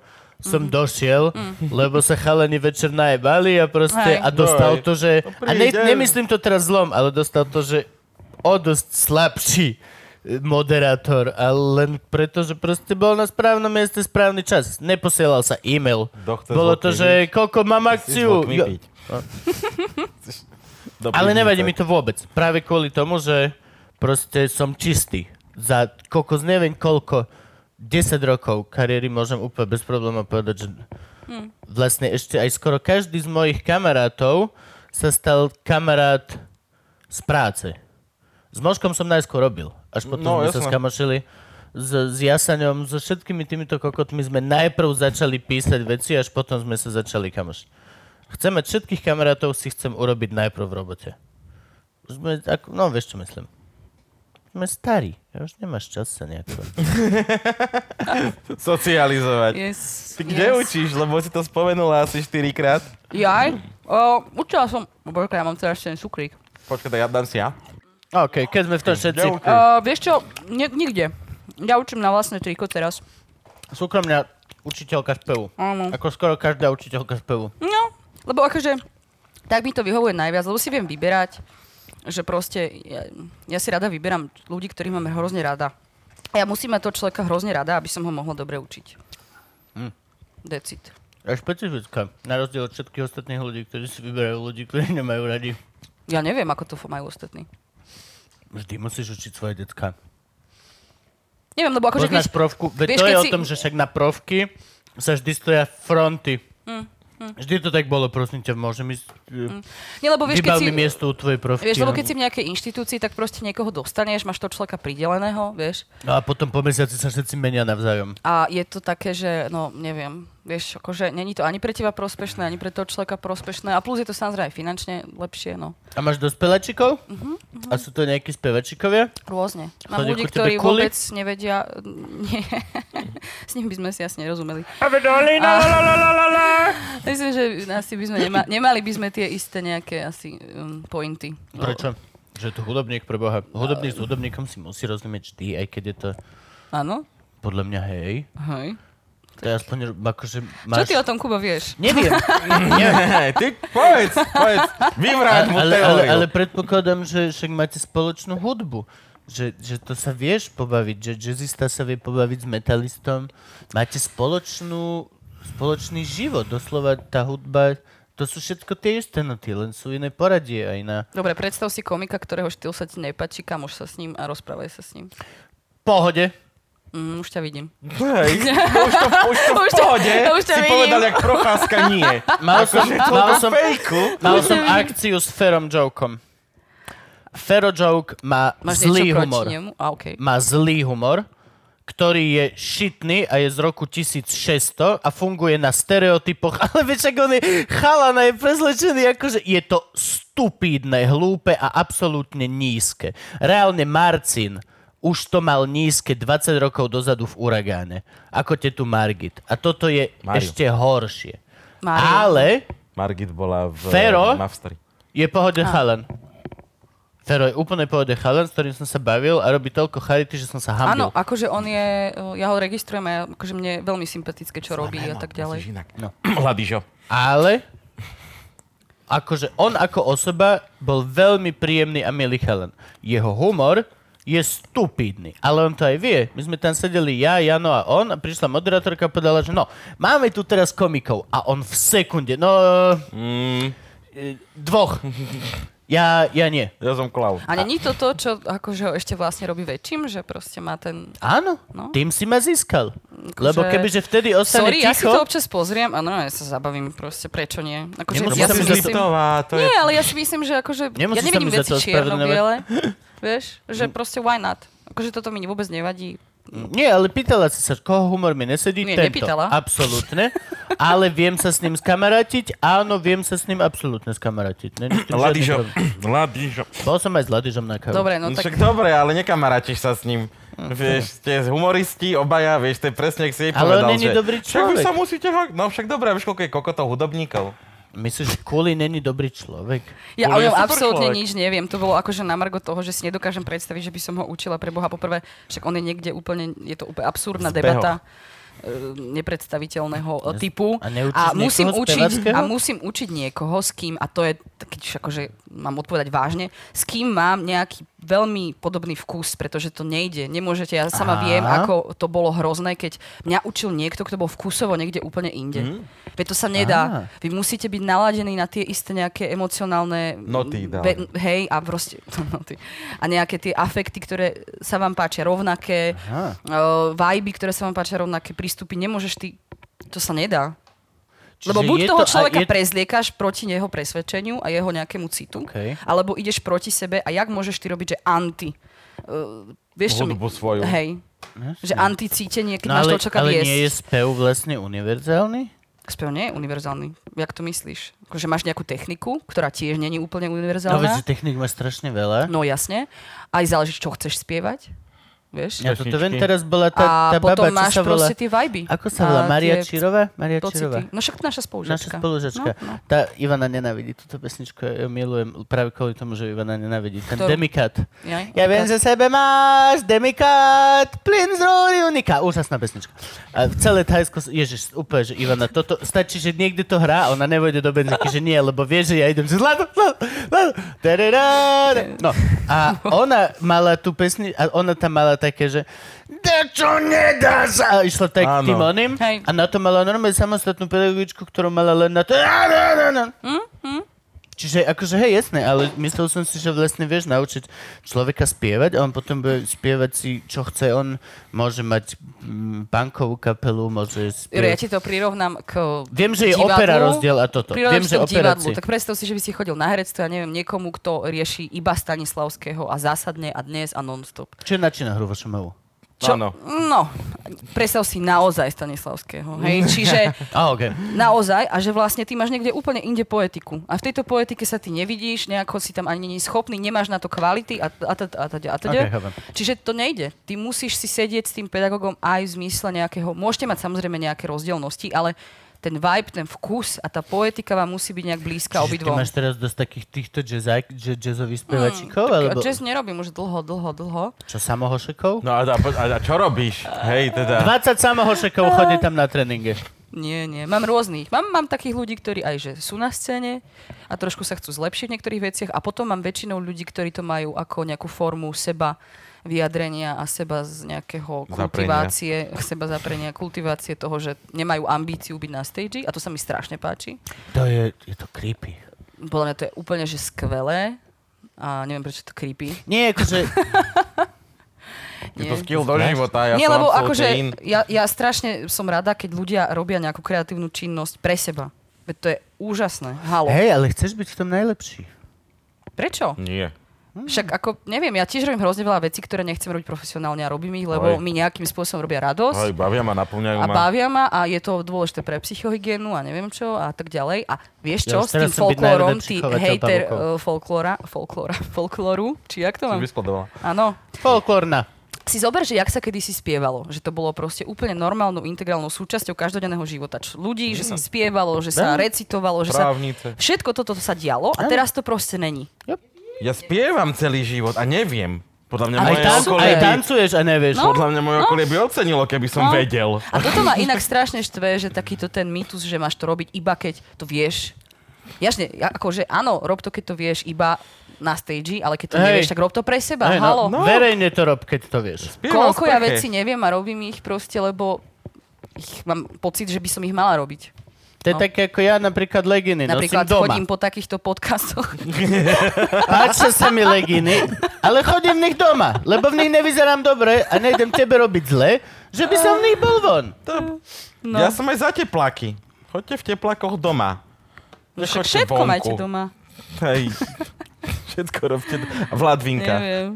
Mhm. som došiel, lebo sa chalani večer najebali a proste, Hej. a dostal Hej. to, že... No A ne, príde. nemyslím to teraz zlom, ale dostal to, že o dosť slabší e, moderátor, ale len preto, že proste bol na správnom mieste správny čas. Neposielal sa e-mail. Doktor Bolo to, že Zlatý, koľko mám akciu. Jo- ale nevadí mi to vôbec. Práve kvôli tomu, že proste som čistý. Za kokos neviem koľko, 10 rokov kariéry môžem úplne bez problémov povedať, že vlastne ešte aj skoro každý z mojich kamarátov sa stal kamarát z práce. S Možkom som najskôr robil. Až potom No, no, sme sa jasné. skamošili. S, s Jasaňom, so všetkými týmito kokotmi sme najprv začali písať veci, až potom sme sa začali kamošiť. Chcem mať všetkých kamarátov, si chcem urobiť najprv v robote. Už sme, ako, no vieš, čo myslím. Sme starí. Ja už nemáš čas sa nejako. Socializovať. Yes, Ty kde yes. učíš? Lebo si to spomenula asi 4 krát. Jaj, uh, učila som, Borka, ja mám teraz ten cukrík. Počkaj, tak ja dám si ja. OK, keď sme v tom všetci. Ďakujem. Uh, vieš čo, Ni- nikde. Ja učím na vlastné triko teraz. Súkromná učiteľka spevu. Áno. Ako skoro každá učiteľka spevu. No, lebo akože tak mi to vyhovuje najviac, lebo si viem vyberať, že proste ja, ja si rada vyberám ľudí, ktorých mám hrozne rada. A ja musím mať toho človeka hrozne rada, aby som ho mohla dobre učiť. Hm. Decid. Je špecifická. Na rozdiel od všetkých ostatných ľudí, ktorí si vyberajú ľudí, ktorí nemajú radi. Ja neviem, ako to f- majú ostatní. Vždy musíš učiť svoje decka. Neviem, lebo akože... Poznáš keď- provku? Veď vieš, to je keď o si- tom, že však na provky sa vždy stoja fronty. Hm, Vždy to tak bolo, prosím ťa, môžem ísť... Mm. Nie, lebo Hm. vieš, keď Vybav si... mi miesto u tvojej provky. Vieš, lebo no. keď si v nejakej inštitúcii, tak proste niekoho dostaneš, máš toho človeka prideleného, vieš. No a potom po mesiaci sa všetci menia navzájom. A je to také, že, no neviem, vieš, akože není to ani pre teba prospešné, ani pre toho človeka prospešné a plus je to samozrejme aj finančne lepšie, no. A máš dospelačikov? Mhm, Uh-huh, uh-huh. A sú to nejakí spevačikovia? Rôzne. Mám Chodia ľudí, ku tebe ktorí kuli? vôbec nevedia, nie, s nimi by sme si asi nerozumeli. Myslím, že asi by sme nema, nemali by sme tie isté nejaké asi um, pointy. Prečo? Že je to hudobník pre Boha. Hudobník s hudobníkom si musí rozumieť vždy, aj keď je to Áno? podľa mňa hej. Hej. To je aspoň akože Čo máš... ty o tom, Kubo, vieš? Neviem. Hej, ty povedz, povedz. Vyvráť mu ale, ale, teóriu. ale predpokladám, že však máte spoločnú hudbu. Že, že to sa vieš pobaviť, že jazzista sa vie pobaviť s metalistom. Máte spoločnú, spoločný život, doslova tá hudba, to sú všetko tie isté noty, len sú iné poradie a iná. Dobre, predstav si komika, ktorého štýl sa ti nepáči, kamoš sa s ním a rozprávaj sa s ním. Pohode. Mm, už ťa vidím. Hej, už to, už to Už v to- pohode. už to si vidím. povedal, jak procházka nie. Mal som, mal Mal som, fejku. mal som akciu s Ferom Jokom. Fero Joke má Máš niečo proti zlý humor. nemu? A okej. má zlý humor, ktorý je šitný a je z roku 1600 a funguje na stereotypoch, ale veď však on je chalana, je prezlečený, akože je to stupídne, hlúpe a absolútne nízke. Reálne Marcin už to mal nízke 20 rokov dozadu v Uragáne, ako te tu Margit. A toto je Mario. ešte horšie. Mario. Ale Margit bola Eh, v Fero? Mavstri. je pohode chalan. Fero je úplne pohode chalan, s ktorým som sa bavil a robí toľko charity, že som sa Áno, hambil. akože on je, o, ja ho registrujem a ja- akože mne je veľmi sympatické, čo robí a tak ďalej. No. Ladižo. Ale akože on ako osoba bol veľmi príjemný a milý chalan. Jeho humor je stupidný, ale on to aj vie. My sme tam sedeli ja, Jano a on a prišla moderátorka a povedala, že no, máme tu teraz komikov a on v sekunde, no, Mm, e, dvoch. Ja, ja nie. ja som Klaus. A není to to, čo akože ho ešte vlastne robí väčším, že proste má ten... Áno, No. tým si ma získal. Lebo Akože- kebyže vtedy ostane Sorry, ticho... ja si to občas pozriem a normálne sa zabavím proste, prečo nie? Akože Nemusíš ja sa si byť myslím... Liptová, to je... Nie, ale ja si myslím, že akože... Nemusíš Ja sa nevidím mi za veci to Mm. čierno-biele, vieš? Že proste why not? Akože toto mi vôbec nevadí. Nie, ale pýtala si sa, koho humor mi nesedí, Nie, tento. nepýtala. Absolútne. ale viem sa s ním skamarátiť. Áno, viem sa s ním absolútne skamarátiť. Není s tým žiadny Ladižo. problém. Ladižo. Bol som aj s Ladižom na kávu. Dobre, No, no tak... No, Však dobre, ale nekamarátiš sa s ním. Vieš, ste humoristi, obaja, vieš, to je presne, ak si jej Ale on povedal, není že... dobrý Však vy človek. sa musíte... hák- No však dobre, vieš, koľko je kokotov hudobníkov. Myslíš, že Kuli není dobrý človek? Ja o Bol je ňom super absolútne človek. nič neviem. To bolo akože na margo toho, že si nedokážem predstaviť, že by som ho učila pre Boha poprvé. Však on je niekde úplne, je to úplne absurdná Zbeho. debata e, nepredstaviteľného e, typu. a neučíš a musím niekoho učiť, spevackého? a musím učiť niekoho, s kým, a to je, keď už akože mám odpovedať vážne, s kým mám nejaký veľmi podobný vkus, pretože to nejde. Nemôžete, ja sama Aha. viem, ako to bolo hrozné, keď mňa učil niekto, kto bol vkusovo niekde úplne inde. Hm. Mm. Veď to sa nedá. Vy musíte byť naladení na tie isté nejaké emocionálne Noty, dá. be- hej, a proste, noty. A nejaké tie afekty, ktoré sa vám páčia rovnaké, Aha. uh, vibey, ktoré sa vám páčia rovnaké, prístupy, nemôžeš ty, to sa nedá. Lebo Čiže buď je toho to- a človeka je- prezliekaš proti jeho presvedčeniu a jeho nejakému citu, Okej. alebo ideš proti sebe a jak môžeš ty robiť, že anti? Uh, vieš, čo mi- Hudbu svoju. Hej. Že anticítenie, keď No máš ale, toho človeka ale viesť. nie je spev vlastne univerzálny? Spev nie je univerzálny. Jak to myslíš? Akože máš nejakú techniku, ktorá tiež není úplne No univerzálna. veď, že technik má strašne veľa. No jasne. Aj záleží, čo chceš spievať. Vieš? Ja toto viem, pesničky. teraz a bola tá, tá potom baba, čo máš sa volá... proste tie vajby. Ako sa volá? Maria Čírova? Maria Čírova. Pocity. No však to naša spolužiačka. Naša spolužačka. No, no. Tá Ivana nenávidí túto pesničku, ja ju milujem práve kvôli tomu, že ju Ivana nenávidí. Ten Ktorú? Demikat. Jaj, Ja viem, že sebe máš, Demikat, plyn z rúry uniká. Úžasná pesnička. A v celé Thajsko, ježiš, úplne, že Ivana, toto, stačí, že niekde to hrá, ona nevojde do benzinky, že nie, lebo vie, že ja idem, že zlado, zlado, zlado, tererá. No, a ona mala tú pesni, a ona tam mala také, že Dačo nedá sa! A išla tak Áno. tým oným Hej. a na to mala normálne samostatnú pedagogičku, ktorú mala len na to. Á, á, á, á. Mm, Čiže akože, hej, jasné, ale myslel som si, že vlastne vieš naučiť človeka spievať a on potom bude spievať si, čo chce. On môže mať mm, bankovú kapelu, môže Juro, ja spievať. ti to prirovnám k Hm. Viem, že je divadlu. opera rozdiel a toto. Prirovnám Viem, si že to k divadlu. operácii. Tak predstav si, že by si chodil na herectvo, ja neviem, niekomu, kto rieši iba Stanislavského a zásadne a dnes a nonstop. Čo je načina hru vašu mavu? Čo? Áno. No, predstav si naozaj Stanislavského. Hej? Čiže A, okay. Naozaj, a že vlastne ty máš niekde úplne inde poetiku. A v tejto poetike sa ty nevidíš, nejako si tam ani nie je schopný, nemáš na to kvality a a teda, a teda, a teda. Ok, chápem. Čiže to nejde. Ty musíš si sedieť s tým pedagógom aj v zmysle nejakého, môžete mať samozrejme nejaké rozdielnosti, ale ten vibe, ten vkus a tá poetika vám musí byť nejak blízka Čiže ty obidvom. máš teraz dosť takých týchto jazzák, jazz, jazzových spevačikov, Tak, alebo Jazz nerobím už dlho, dlho, dlho. čo, samohošekov? No a, a, a, a čo robíš? Hej, teda... 20 samohošekov chodí tam na tréningy. Nie, nie. Mám rôznych. Mám, mám takých ľudí, ktorí aj že sú na scéne a trošku sa chcú zlepšiť v niektorých veciach a potom mám väčšinou ľudí, ktorí to majú ako nejakú formu seba vyjadrenia a seba z nejakého Zaprenia. kultivácie, seba zaprenia, kultivácie toho, že nemajú ambíciu byť na stage a to sa mi strašne páči. To je, je to creepy. Podľa mňa to je úplne, že skvelé a neviem, prečo to creepy. Nie, akože Je to Nie. skill do života, ja Nie, som lebo absolútne akože in. ja, ja strašne som rada, keď ľudia robia nejakú kreatívnu činnosť pre seba. Veď to je úžasné. Halo. Hej, ale chceš byť v tom najlepší. Prečo? Nie. Hm. Však ako, neviem, ja tiež robím hrozne veľa vecí, ktoré nechcem robiť profesionálne a robím ich, lebo Hej. mi nejakým spôsobom robia radosť Hej, bavia ma, naplňajú a ma. bavia ma a je to dôležité pre psychohygienu a neviem čo a tak ďalej. A vieš čo, Ja už s tým teraz chcem byť folklórom, najlepší ty chovateľ hejter pavúkov. uh, folklóra, folklóra, folklóru, či jak to Čo mám? by skladovala? Áno, Folklórna. si zober, že jak sa kedysi spievalo. Že to bolo proste úplne normálnou, integrálnou súčasťou každodenného života č- ľudí, Mm. že sa spievalo, že sa recitovalo, že Právnice. sa... Všetko toto sa dialo a teraz to proste není. Ja spievam celý život a neviem. Podľa mňa Aj Aj, moje tan- okolie aj by... tancuješ a nevieš. No. Podľa mňa moje okolie by ocenilo, keby som No. vedel. A toto ma inak strašne štve, že takýto ten mýtus, že máš to robiť iba keď to vieš. Jasne, ja- akože áno, rob to, keď to vieš iba na stage, ale keď to Hej. nevieš, tak rob to pre seba. Hej, Hey, Halo. No, verejne to rob, keď to vieš. Spievam Koľko ja sprche. veci neviem a robím ich proste, lebo ich, mám pocit, že by som ich mala robiť. To je No. také ako No, ja napríklad leginy Napríklad nosím doma. chodím po takýchto podcastoch. Páčia sa mi leginy, ale chodím v nich doma, lebo v nich nevyzerám dobre a nejdem tebe robiť zle, že by som v nich bol von. To- No. Ja som aj za tepláky. Choďte v teplákoch doma. No, Však Nechoďte všetko vonku. majte doma. Hej. Všetko robte d- v Ladvinkách. Neviem.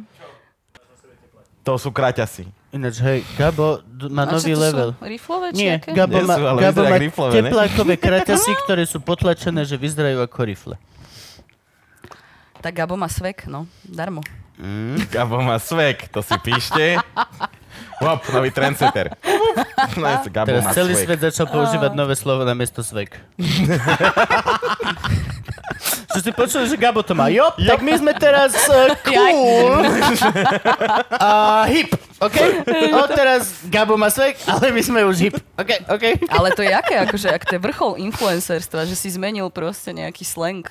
To sú kraťasy. Ináč, hej, Gabo d- má A čo nový to sú? level. Riflové či Nie, aké? Gabo Nie má, sú, ale Gabo vyzerajú má ako riflové, ne? teplákové kraťasy, ktoré sú potlačené, že vyzerajú ako rifle. Tak Gabo má svek, no, darmo. Gabo má svek, to si píšte. Hop, nový trendsetter. No je to Gabo Teraz má celý svek. svet začal používať nové slovo na miesto svek. Čo si počul, že Gabo to má? Jo, tak my sme teraz uh, cool a hip, OK? O, teraz Gabo má svek, ale my sme už hip, OK, OK? Ale to je aké, akože, ak to je vrchol influencerstva, že si zmenil proste nejaký slang.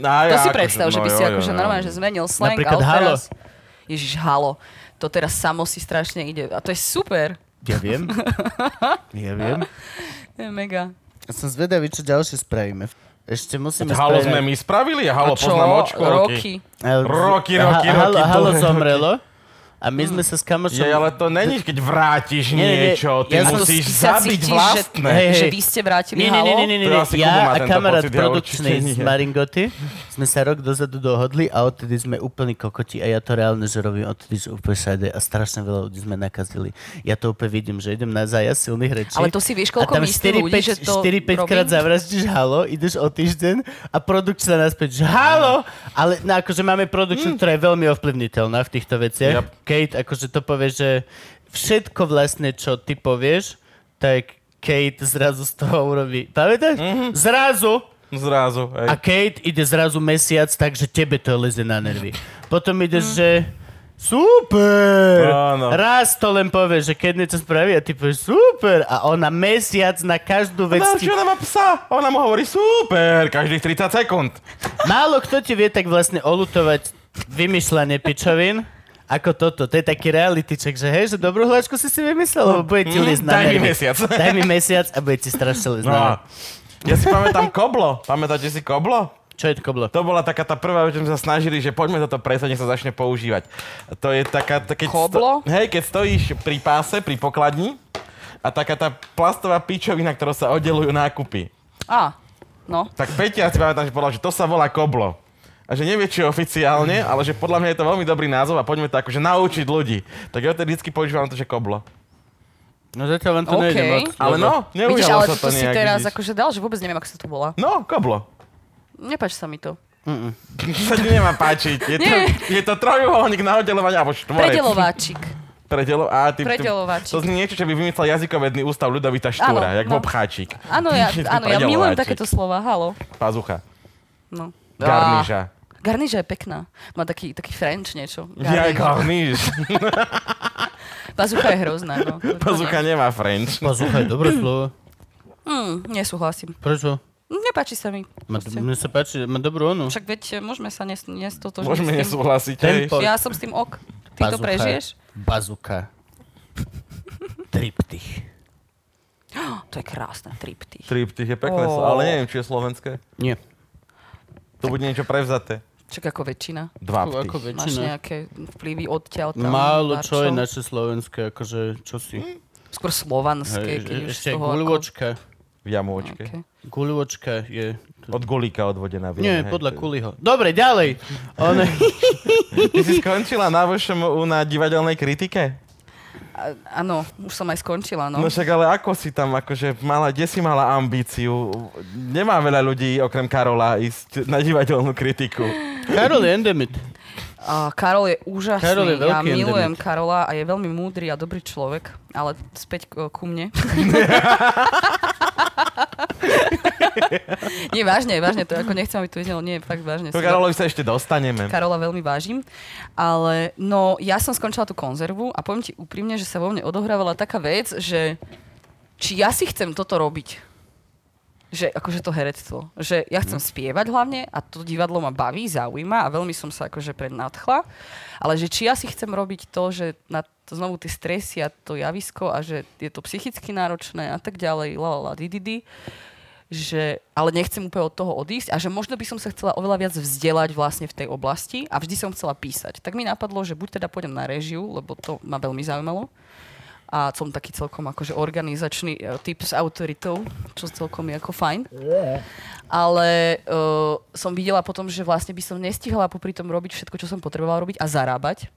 To aj, si akože- predstav, že by no si jo, jo, akože jo. normálne, že zmenil slang. Napríklad ale halo. Teraz, Ježiš, halo. To teraz samo si strašne ide. A to je super. Ja viem, ja viem. To je mega. Ja som zvedavý, čo ďalšie spravíme. Ešte musíme Halo spraviť- sme my spravili, A halo, čo? poznám očko. Roky. Ale- Roky, Ha- roky, halo, roky, Halo dlhé zomrelo a my sme sa s Je, kamošom... ale to není, keď vrátiš Nie, nie, nie. niečo, ty Ja som- musíš A to sa zabiť cítiš, že- vlastné. Hej, hej. Že vy ste vrátili Nie, nie, halo. nie, nie, nie, To nie. asi Kubo má Ja a tento kamarát pocit, ja produkčný určite z nie. Maringoty sme sa rok dozadu dohodli a odtedy sme úplní kokoti a ja to reálne, že robím odtedy, že úplne všade a strašne veľa ľudí sme nakazili. Ja to úplne vidím, že idem na zájazd silných rečí. Ale to si vieš, koľko a tam myslí ľudí, že to 4-5 krát robí? zavraždíš halo, ideš o týždeň a produkčná naspäť, že halo! Ale no, akože máme produkčnú, Hm. ktorá je veľmi ovplyvniteľná v týchto veciach. Yep. Kate, akože to povie, že všetko vlastne, čo ty povieš, tak Kate zrazu z toho urobí. Pamätáš? Mm-hmm. Zrazu! Zrazu, hej. A Kate ide zrazu mesiac, takže tebe to leze na nervy. Potom ideš, že super! Áno. Raz to len povie, že keď niečo spraví a ty povieš super a ona mesiac na každú vec No, ti... čo ona má psa? Ona mu hovorí super, každých 30 sekúnd. Málo kto ti vie tak vlastne olutovať vymýšľanie pičovín ako toto. To je taký reality check, že hej, že dobrú hlášku si si vymyslel, lebo bude ti liest na Mm, daj mi nervy. mesiac. Daj mi mesiac a bude ti strašne liest na nervy. No. Ja si pamätám Koblo. Pamätáte si Koblo? Čo je to koblo? To bola taká tá prvá, že sme sa snažili, že poďme toto presať, nech sa začne používať. To je taká... To keď Koblo? hej, keď stojíš pri páse, pri pokladni a taká tá plastová pičovina, ktorou sa oddelujú nákupy. Á, no. Tak Peťa si pamätám, že povedal, že to sa volá Koblo. A že nevie, či oficiálne, ale že podľa mňa je to veľmi dobrý názov a poďme to akože naučiť ľudí. Tak ja tedy vždy používam to, že Koblo. No zatiaľ vám to OK. nejde moc. Ale no, Vidíš, neujalo ale sa to, to si nejak. teraz vidíš. akože dal, že vôbec neviem, ako sa to volá. No, Koblo. Nepáči sa mi to. sa ti nemá páčiť. Je to, Nie. je to trojuholník na oddelovanie, alebo štvorec. Predelováčik. Predelo, á, ty, ty- Predelováčik. to znie niečo, čo by vymyslel jazykovedný ústav Ľudovita Štúra, Áno, jak no. Bob Cháčik. Áno, ja, áno, ja milujem takéto slova. Halo. Pazucha. No. Á, Garniža. Garniža je pekná. Má taký, taký French niečo. Ja, Garniža. garniž. Pazucha je hrozná, no. Pazucha nemá French. Posluchaj, dobré slovo. Mm, nesúhlasím. Prečo? Nepáči sa mi. Ma, Proste. mne sa páči, má dobrú onu. Však veď e, môžeme sa nes, nes toto... Môžeme nesúhlasiť. hej. Tempo. Ja som s tým ok. Ty to Bazucha. prežiješ? Bazuka. Triptych. To je krásna triptych. Triptych je pekné, Ó. slovo, ale neviem, či je slovenské. Nie. To bude niečo prevzaté. Čak ako väčšina. Dva Ako, ako ptych. Máš väčšina. nejaké vplyvy odtiaľ tam. Málo barčov. čo je naše slovenské, akože čo si. Skôr slovanské, Hej, Hm, keď e- už z ešte toho guľvočka. V jamôčke. Okay. Guľvočka je... Od gulíka odvodená. viem, Nie, hej, podľa to je- Kuliho. Dobre, ďalej. On... Ty si skončila na VŠMU na divadelnej kritike? A- Áno, už som aj skončila, No no. však ale ako si tam akože mala, kde si mala ambíciu? Nemá veľa ľudí okrem Karola ísť na divadelnú kritiku. Karol je endemit. A Karol je úžasný. Karol je ja veľký milujem endemit. Karola a je veľmi múdry a dobrý človek, ale späť k- ku mne. nie, vážne, vážne, to ako nechcem, aby to vyznelo, nie, fakt vážne. Ku Karolovi sa ešte dostaneme. Karola veľmi vážim, ale no, ja som skončila tú konzervu a poviem ti úprimne, že sa vo mne odohrávala taká vec, že či ja si chcem toto robiť. Že akože to herectvo. Že ja chcem spievať hlavne a to divadlo ma baví, zaujíma a veľmi som sa akože prednadchla. Ale že či ja si chcem robiť to, že na to znovu tie stresy a to javisko a že je to psychicky náročné a tak ďalej, la la la, di, di, di že ale nechcem úplne od toho odísť a že možno by som sa chcela oveľa viac vzdelať vlastne v tej oblasti a vždy som chcela písať. Tak mi napadlo, že buď teda pôjdem na režiu, lebo to ma veľmi zaujímalo a som taký celkom akože organizačný e, typ s autoritou, čo celkom je ako fajn. Ale e, uh, som videla potom, že vlastne by som nestihla popri tom robiť všetko, čo som potrebovala robiť a zarábať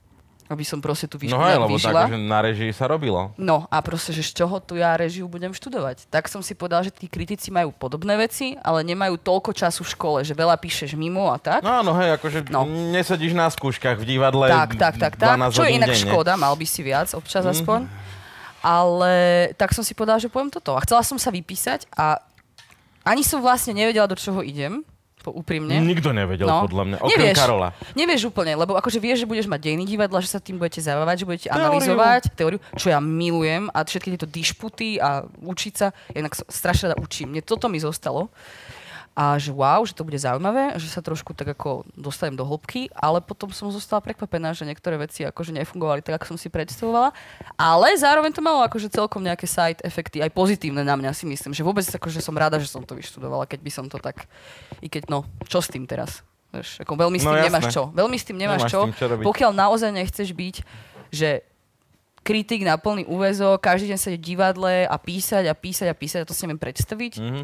aby som proste tú výšku No hej, lebo tak, nadvýšila. akože na režii sa robilo. No a proste, že z čoho tu ja režiu budem študovať. Tak som si povedal, že tí kritici majú podobné veci, ale nemajú toľko času v škole, že veľa píšeš mimo a tak. No áno, hej, akože No. no. nesedíš na skúškach v divadle tak, tak, tak, tak. 12 Čo je hodín inak denne. Mhm. škoda, mal by si viac občas aspoň. Ale tak som si povedala, že poviem toto. A chcela som sa vypísať a ani som vlastne nevedela, do čoho idem, po, úprimne. Nikto nevedel, podľa mňa, okrem No. nevieš, Karola. Nevieš úplne, lebo akože vieš, že budeš mať dejiny divadla, že sa tým budete zabávať, že budete Teóriu. analyzovať teóriu, čo ja milujem a všetky tieto dišputy a učiť sa, ja inak sa strašne rada učím. Mne toto mi zostalo. A že wow, že to bude zaujímavé, že sa trošku tak ako dostanem do hĺbky, ale potom som zostala prekvapená, že niektoré veci akože nefungovali tak, ako som si predstavovala. Ale zároveň to malo akože celkom nejaké side efekty, aj pozitívne na mňa si myslím, že vôbec akože som rada, že som to vyštudovala, keď by som to tak, i keď no, čo s tým teraz? Vieš, ako veľmi s tým No jasné. nemáš čo. Veľmi s tým nemáš, Nemáš s čo. tým čo robiť. pokiaľ naozaj nechceš byť, že kritik na plný úvezok, každý deň sedieť v divadle a písať a písať a písať, a to si neviem predstaviť, Mhm.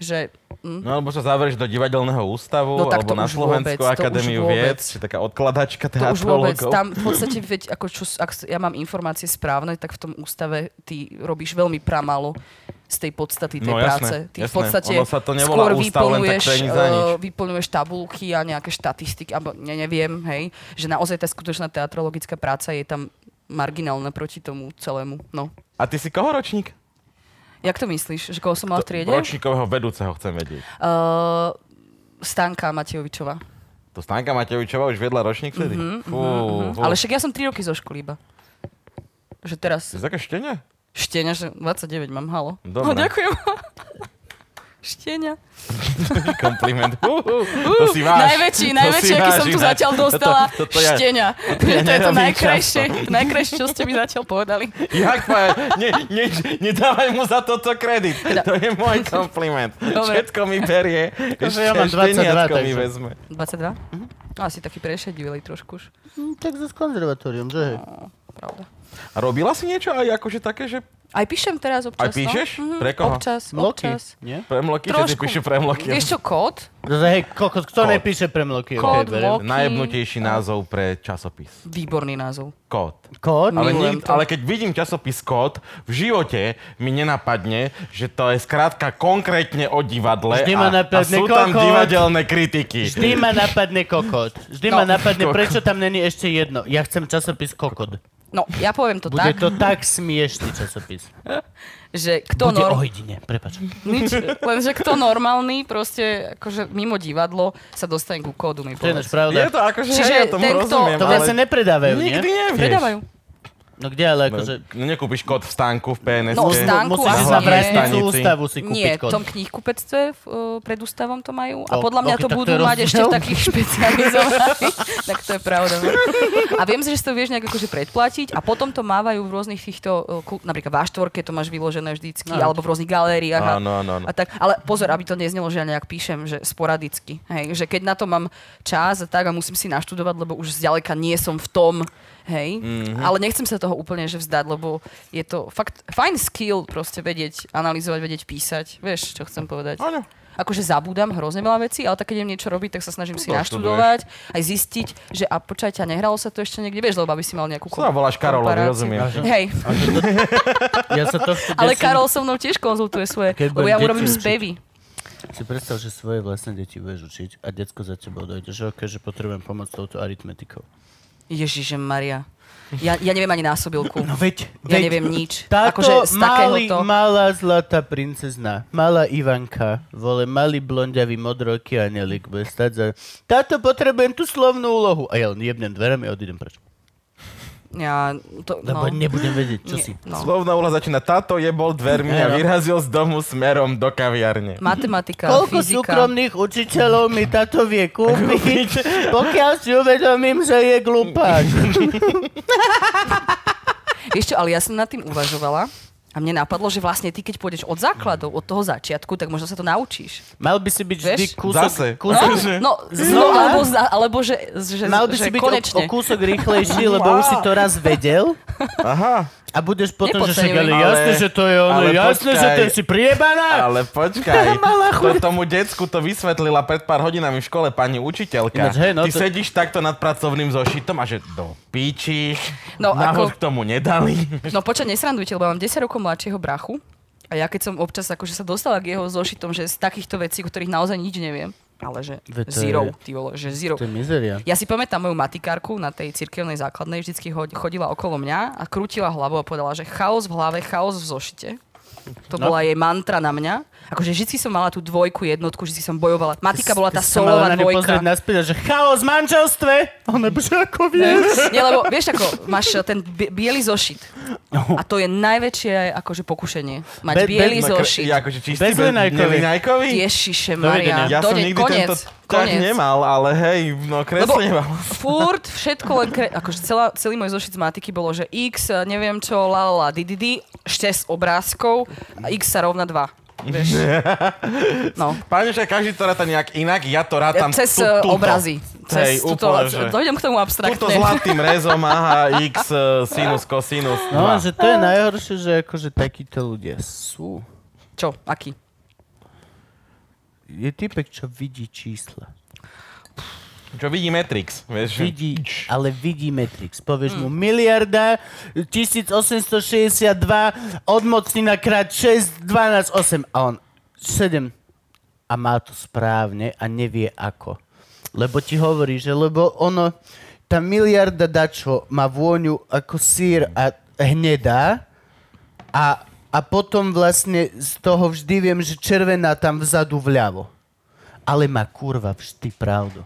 že... Hm, No alebo sa zavrieš do divadelného ústavu, No, tak alebo to na už vôbec, to Slovenskú už akadémiu vôbec. vied, či taká odkladačka to už vôbec, teatrologov. tam v podstate, veď, ako čo, ak s- ja mám informácie správne, tak v tom ústave ty robíš veľmi pramalo z tej podstaty tej No, jasné, práce. Ty v jasné. podstate Ono sa to nevolá skôr ústav, len tak vyplňuješ, to je nič za nič. eh, vyplňuješ tabulky a nejaké štatistiky, alebo ne, neviem, hej, že naozaj tá skutočná teatrologická práca je tam marginálna proti tomu celému. No. A ty si koho ročník? Jak to myslíš? Že koho som mal v No, triede? Ročníkového vedúceho chcem vedieť. Uh, Stanka Matejovičová. To Stanka Matejovičová už vedla ročník vtedy? Mm-hmm, Mhm, fú, fú. Ale však ja som 3 roky zo školy iba. Že teraz Si také štene? štenia, že 29 mám, halo. Dobre. No, ďakujem. štenia. Kompliment. Hú, hú. Uh, to si váš. najväčší, najväčší, aký som tu zatiaľ dostala. To, to, to, ja, štenia. To, ja je to nerobím najkrajšie, najkrajšie, čo ste mi zatiaľ povedali. jak pa, ne, ne, nedávaj mu za toto kredit. To je môj kompliment. Dobre. Všetko mi berie. Akože ja mám 22, šteniatko mi takže. vezme. 22? Mhm. No, asi taký prešedivelý trošku už. Hm, Tak so s konzervatórium, že hej. No, pravda. A robila si niečo aj akože také, že Aj píšem teraz občas. Aj píšeš? No? Mhm, Pre koho? Občas, Mloky, občas. nie? premloky, že si Trošku. píšu premloky. Vieš čo, kód? Zase, hej, kokot, kto Kód. nepíše premloky? Kód, Okej, berem. mlok. Najobnutejší názov pre časopis. Výborný názov. Kód. Kód? Ale, Milujem nikt, to. ale keď vidím časopis Kód, v živote mi nenapadne, že to je skrátka konkrétne o divadle Vždy ma a, a napadne sú tam kokot. divadelné kritiky. Vždy ma napadne kokot. Vždy ma No. napadne, prečo tam není ešte jedno. Ja chcem časopis kokot. No, ja poviem to Bude tak, to tak smiešný časopis. že kto Bude norm... o hodine, prepač. Nič, lenže kto normálny, proste akože mimo divadlo sa dostane ku kódu, mi To je náš povedz. Je pravda. to akože, Čiže hej, ja tomu ten, kto- rozumiem, To ale vlastne nepredávajú, nie? nikdy nevieš. Predávajú. No kde ale akože... No nekúpiš kód v stánku, v PNS. No, v stánku Musíš asi ísť na nie. vrátnicu Stanici. ústavu si kúpiť Nie, v kód. tom knihkupectve v, uh, pred ústavom to majú. A No, podľa mňa ok, to tak to budú je mať ešte rozdiel. v takých špecializovaných. tak to je pravda. no. A viem si, že si to vieš nejak akože predplatiť a potom to mávajú v rôznych týchto, uh, kul- napríklad v Aštvorke to máš vyložené vždycky, Áno. alebo v rôznych galériách. a- Áno, áno, áno. A tak, ale pozor, aby to neznelo, že ja nejak píšem, že sporadicky. Hej, že keď na to mám čas a tak a musím si naštudovať, lebo už zďaleka nie som v tom, hej. Mhm. Mm-hmm. Ale nechcem sa toho úplne že vzdať, lebo je to fakt fajn skill proste vedieť, analyzovať, vedieť písať. Vieš, čo chcem povedať? Áno. Akože zabúdam hrozne veľa vecí, ale tak keď idem niečo robiť, tak sa snažím si No to naštudovať, aj zistiť, že a počkaj, a nehralo sa to ešte niekde, vieš, lebo aby si mal nejakú Čo sa voláš Karolovi, komparáciu. rozumiem. Hej, Ja sa tohto ale desím. Karol so mnou tiež konzultuje svoje, Keď lebo budem ja mu deti robím učiť. spevy. Si predstav, že svoje vlastné deti budeš učiť a detsko za tebou dojde, že okej, že potrebujem pomôcť touto aritmetikou. Ježiže Maria. Ja, ja neviem ani násobilku. No veď, Ja veď. neviem nič. Táto akože z malý, takéhoto... malá zlatá princezna, malá Ivanka, vole malý blondiavý modroký anelik, bude stať za... Táto potrebujem tú slovnú úlohu. A ja len jebnem dverami a odídem preč. Ja, to, no. Lebo nebudem vedieť, čo Nie, si. no. Slovná úloha začína. Táto je bol dvermi a Áno. vyrazil z domu smerom do kaviarne. Matematika, Koľko fyzika. súkromných učiteľov mi táto vie kúpiť, pokiaľ si uvedomím, že je glupák. Vieš čo, ale ja som nad tým uvažovala a mne napadlo, že vlastne ty, keď pôjdeš od základov, od toho začiatku, tak možno sa to naučíš. Mal by si byť vždy Vieš? kúsok... Zase. kúsok No, no Znova? alebo, za, alebo že, že, Mal by že si byť o, konečne. o kúsok rýchlejší, lebo už si to raz vedel. Aha, A budeš potom, že však, Nepodceňuj. ale Ale- jasné, že to je ono, ale jasné, počkaj. že to je si priebaná. Ale počkaj, Malá to tomu decku to vysvetlila pred pár hodinami v škole pani učiteľka. Ináč, hej, no Ty to- sedíš takto nad pracovným zošitom a že do píči, No, náhod ako- k tomu nedali. No počkaj, nesrandujte, lebo ja mám 10 rokov mladšieho brachu a ja keď som občas akože sa dostala k jeho zošitom, že z takýchto vecí, o ktorých naozaj nič neviem, ale že Veď to zero, je- ty vole, že zero. To je mizeria. Ja si pamätám moju matikárku na tej cirkevnej základnej, vždycky ho- chodila okolo mňa a krútila hlavu a povedala, že chaos v hlave, chaos v zošite. To No. bola jej mantra na mňa. Akože vždy som mala tú dvojku, jednotku, vždy som bojovala. Matika bola tá Ty si sa mala solová na ňu pozrieť dvojka. naspäť a že chaos v manželstve. Ona bože, ako vieš. Nie, lebo vieš ako, máš eh, ten bi- biely zošit. No. A to je najväčšie akože pokušenie. Mať Be- be- biely no, zošit. Ja akože čistý Bez liňajkových. liňajkový? Ježiše Dovidenia. Maria. Ja Do som ne- nikdy konec, tento tak konec. nemal, ale hej, no Lebo kreslieval. furt všetko len... Kre- akože celá, celý môj zošit z matiky bolo, že x, eh, neviem čo, la la la, di, di, di, ešte s obrázkov, a x sa rovná 2. Vieš? No. Páne, že každý to ráta nejak inak, ja to rátam Cez tu, eh, tuto. obrazy. Cez Hej, túto, úplne, že... dojdem k tomu Tuto abstraktne. zlatým rezom, aha, x, eh, sinus, kosinus. No, dva. že to je najhoršie, že akože takíto ľudia sú. Čo? Aký? Je typek, čo vidí čísla. Čo vidí Matrix, vieš? že- Vidí, ale vidí Matrix. Povieš mu miliarda 1862 odmocní na krát 6, 12, 8 a on 7. A má to správne a nevie ako. Lebo ti hovorí, že lebo ono, tá miliarda dačo má vôňu ako sír a hnedá a, a potom vlastne z toho vždy viem, že červená tam vzadu vľavo. Ale má kurva vždy pravdu.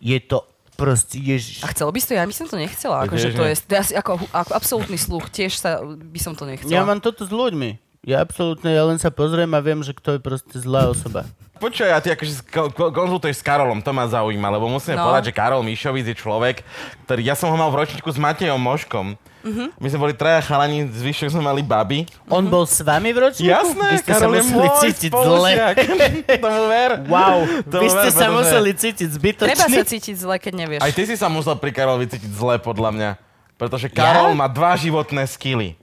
Je to proste Ježiš. A chcela by si to? Ja by som to nechcela. Akože Tiež to nie. je, ja si, ako, ako absolútny sluch, tiež sa, by som to nechcela. Ja mám toto s ľuďmi. Ja absolútne, ja len sa pozriem a viem, že kto je proste zlá osoba. Počuj, a ty akože ko- ko- konzultuješ s Karolom, to ma zaujíma, lebo musíme No. no. povedať, že Karol Mišovic je človek, ktorý, ja som ho mal v ročníku s Matejom Moškom. Mhm. My sme boli traja chalani, zvyšok sme mali baby. On bol s vami v ročníku? Vy Jasné, ste sa Karol je museli môj cítiť zle. spolužiak. Tomu ver. Wow, Tomu vy ste ver, sa pretože museli cítiť Treba sa zbytočný. cítiť zle, keď nevieš. Aj ty si sa musel pri Karolovi cítiť zle, podľa mňa. Pretože Karol má dva životné skily.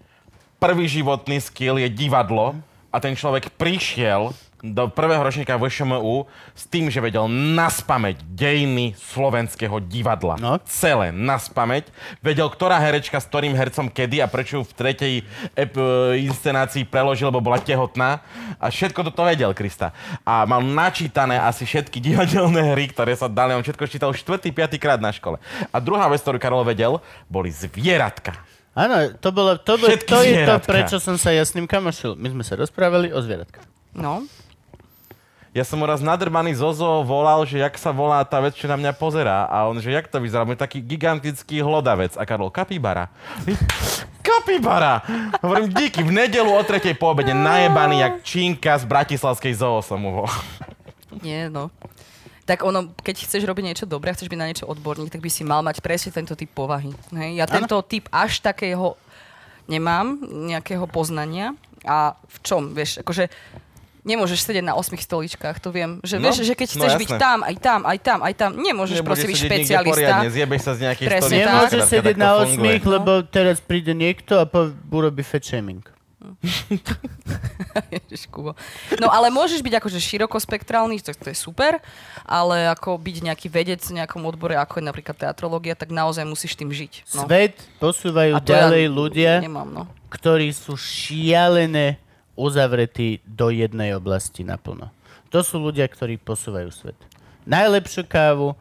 Prvý životný skill je divadlo a ten človek prišiel do prvého ročníka VŠMU s tým, že vedel naspameť dejiny slovenského divadla. No. Celé naspameť. Vedel, ktorá herečka s ktorým hercom kedy a prečo ju v tretej ep- e, inscenácii preložil, lebo bola tehotná. A všetko toto vedel, Krista. A mal načítané asi všetky divadelné hry, ktoré sa dali. On všetko čítal 4. 5. krát na škole. A druhá vec, ktorú Karol vedel, boli zvieratka. Áno, to, bolo, to, bolo, Všetky to je to, zvieratka. prečo som sa ja s ním kamošil. My sme sa rozprávali o zvieratkách. No. Ja som mu raz nadrbaný Zozo volal, že jak sa volá tá vec, čo na mňa pozerá. A on, že jak to vyzerá, on je taký gigantický hlodavec. A Karol, kapibara. kapibara! Hovorím, díky, v nedelu o tretej po obede najebaný jak činka z bratislavskej zoo som mu volal. Nie, no. Tak ono, keď chceš robiť niečo dobré, chceš byť na niečo odborník, tak by si mal mať presne tento typ povahy. Hej? Ja tento typ až takého nemám, nejakého poznania. A v čom, vieš, akože nemôžeš sedieť na osmých stoličkách, to viem. Že, No, vieš, že keď no chceš byť jasné. tam, aj tam, aj tam, aj tam, nemôžeš Nebudeš proste byť sedieť nikde špecialista. Poriadne, zjebeš sa z nejakej Presne stoličky. tak. Nemôžeš Skrátka, sedieť tak to na funguje. osmých, No. lebo teraz príde niekto a po- urobí fat shaming. Ježiš, Kubo. No ale môžeš byť akože širokospektrálny, tak to je super, ale ako byť nejaký vedec v nejakom odbore, ako je napríklad teatrológia, tak naozaj musíš tým žiť. No. Svet posúvajú to ja ďalej ľudia, Nemám, no. ktorí sú šialené uzavretí do jednej oblasti naplno. To sú ľudia, ktorí posúvajú svet. Najlepšiu kávu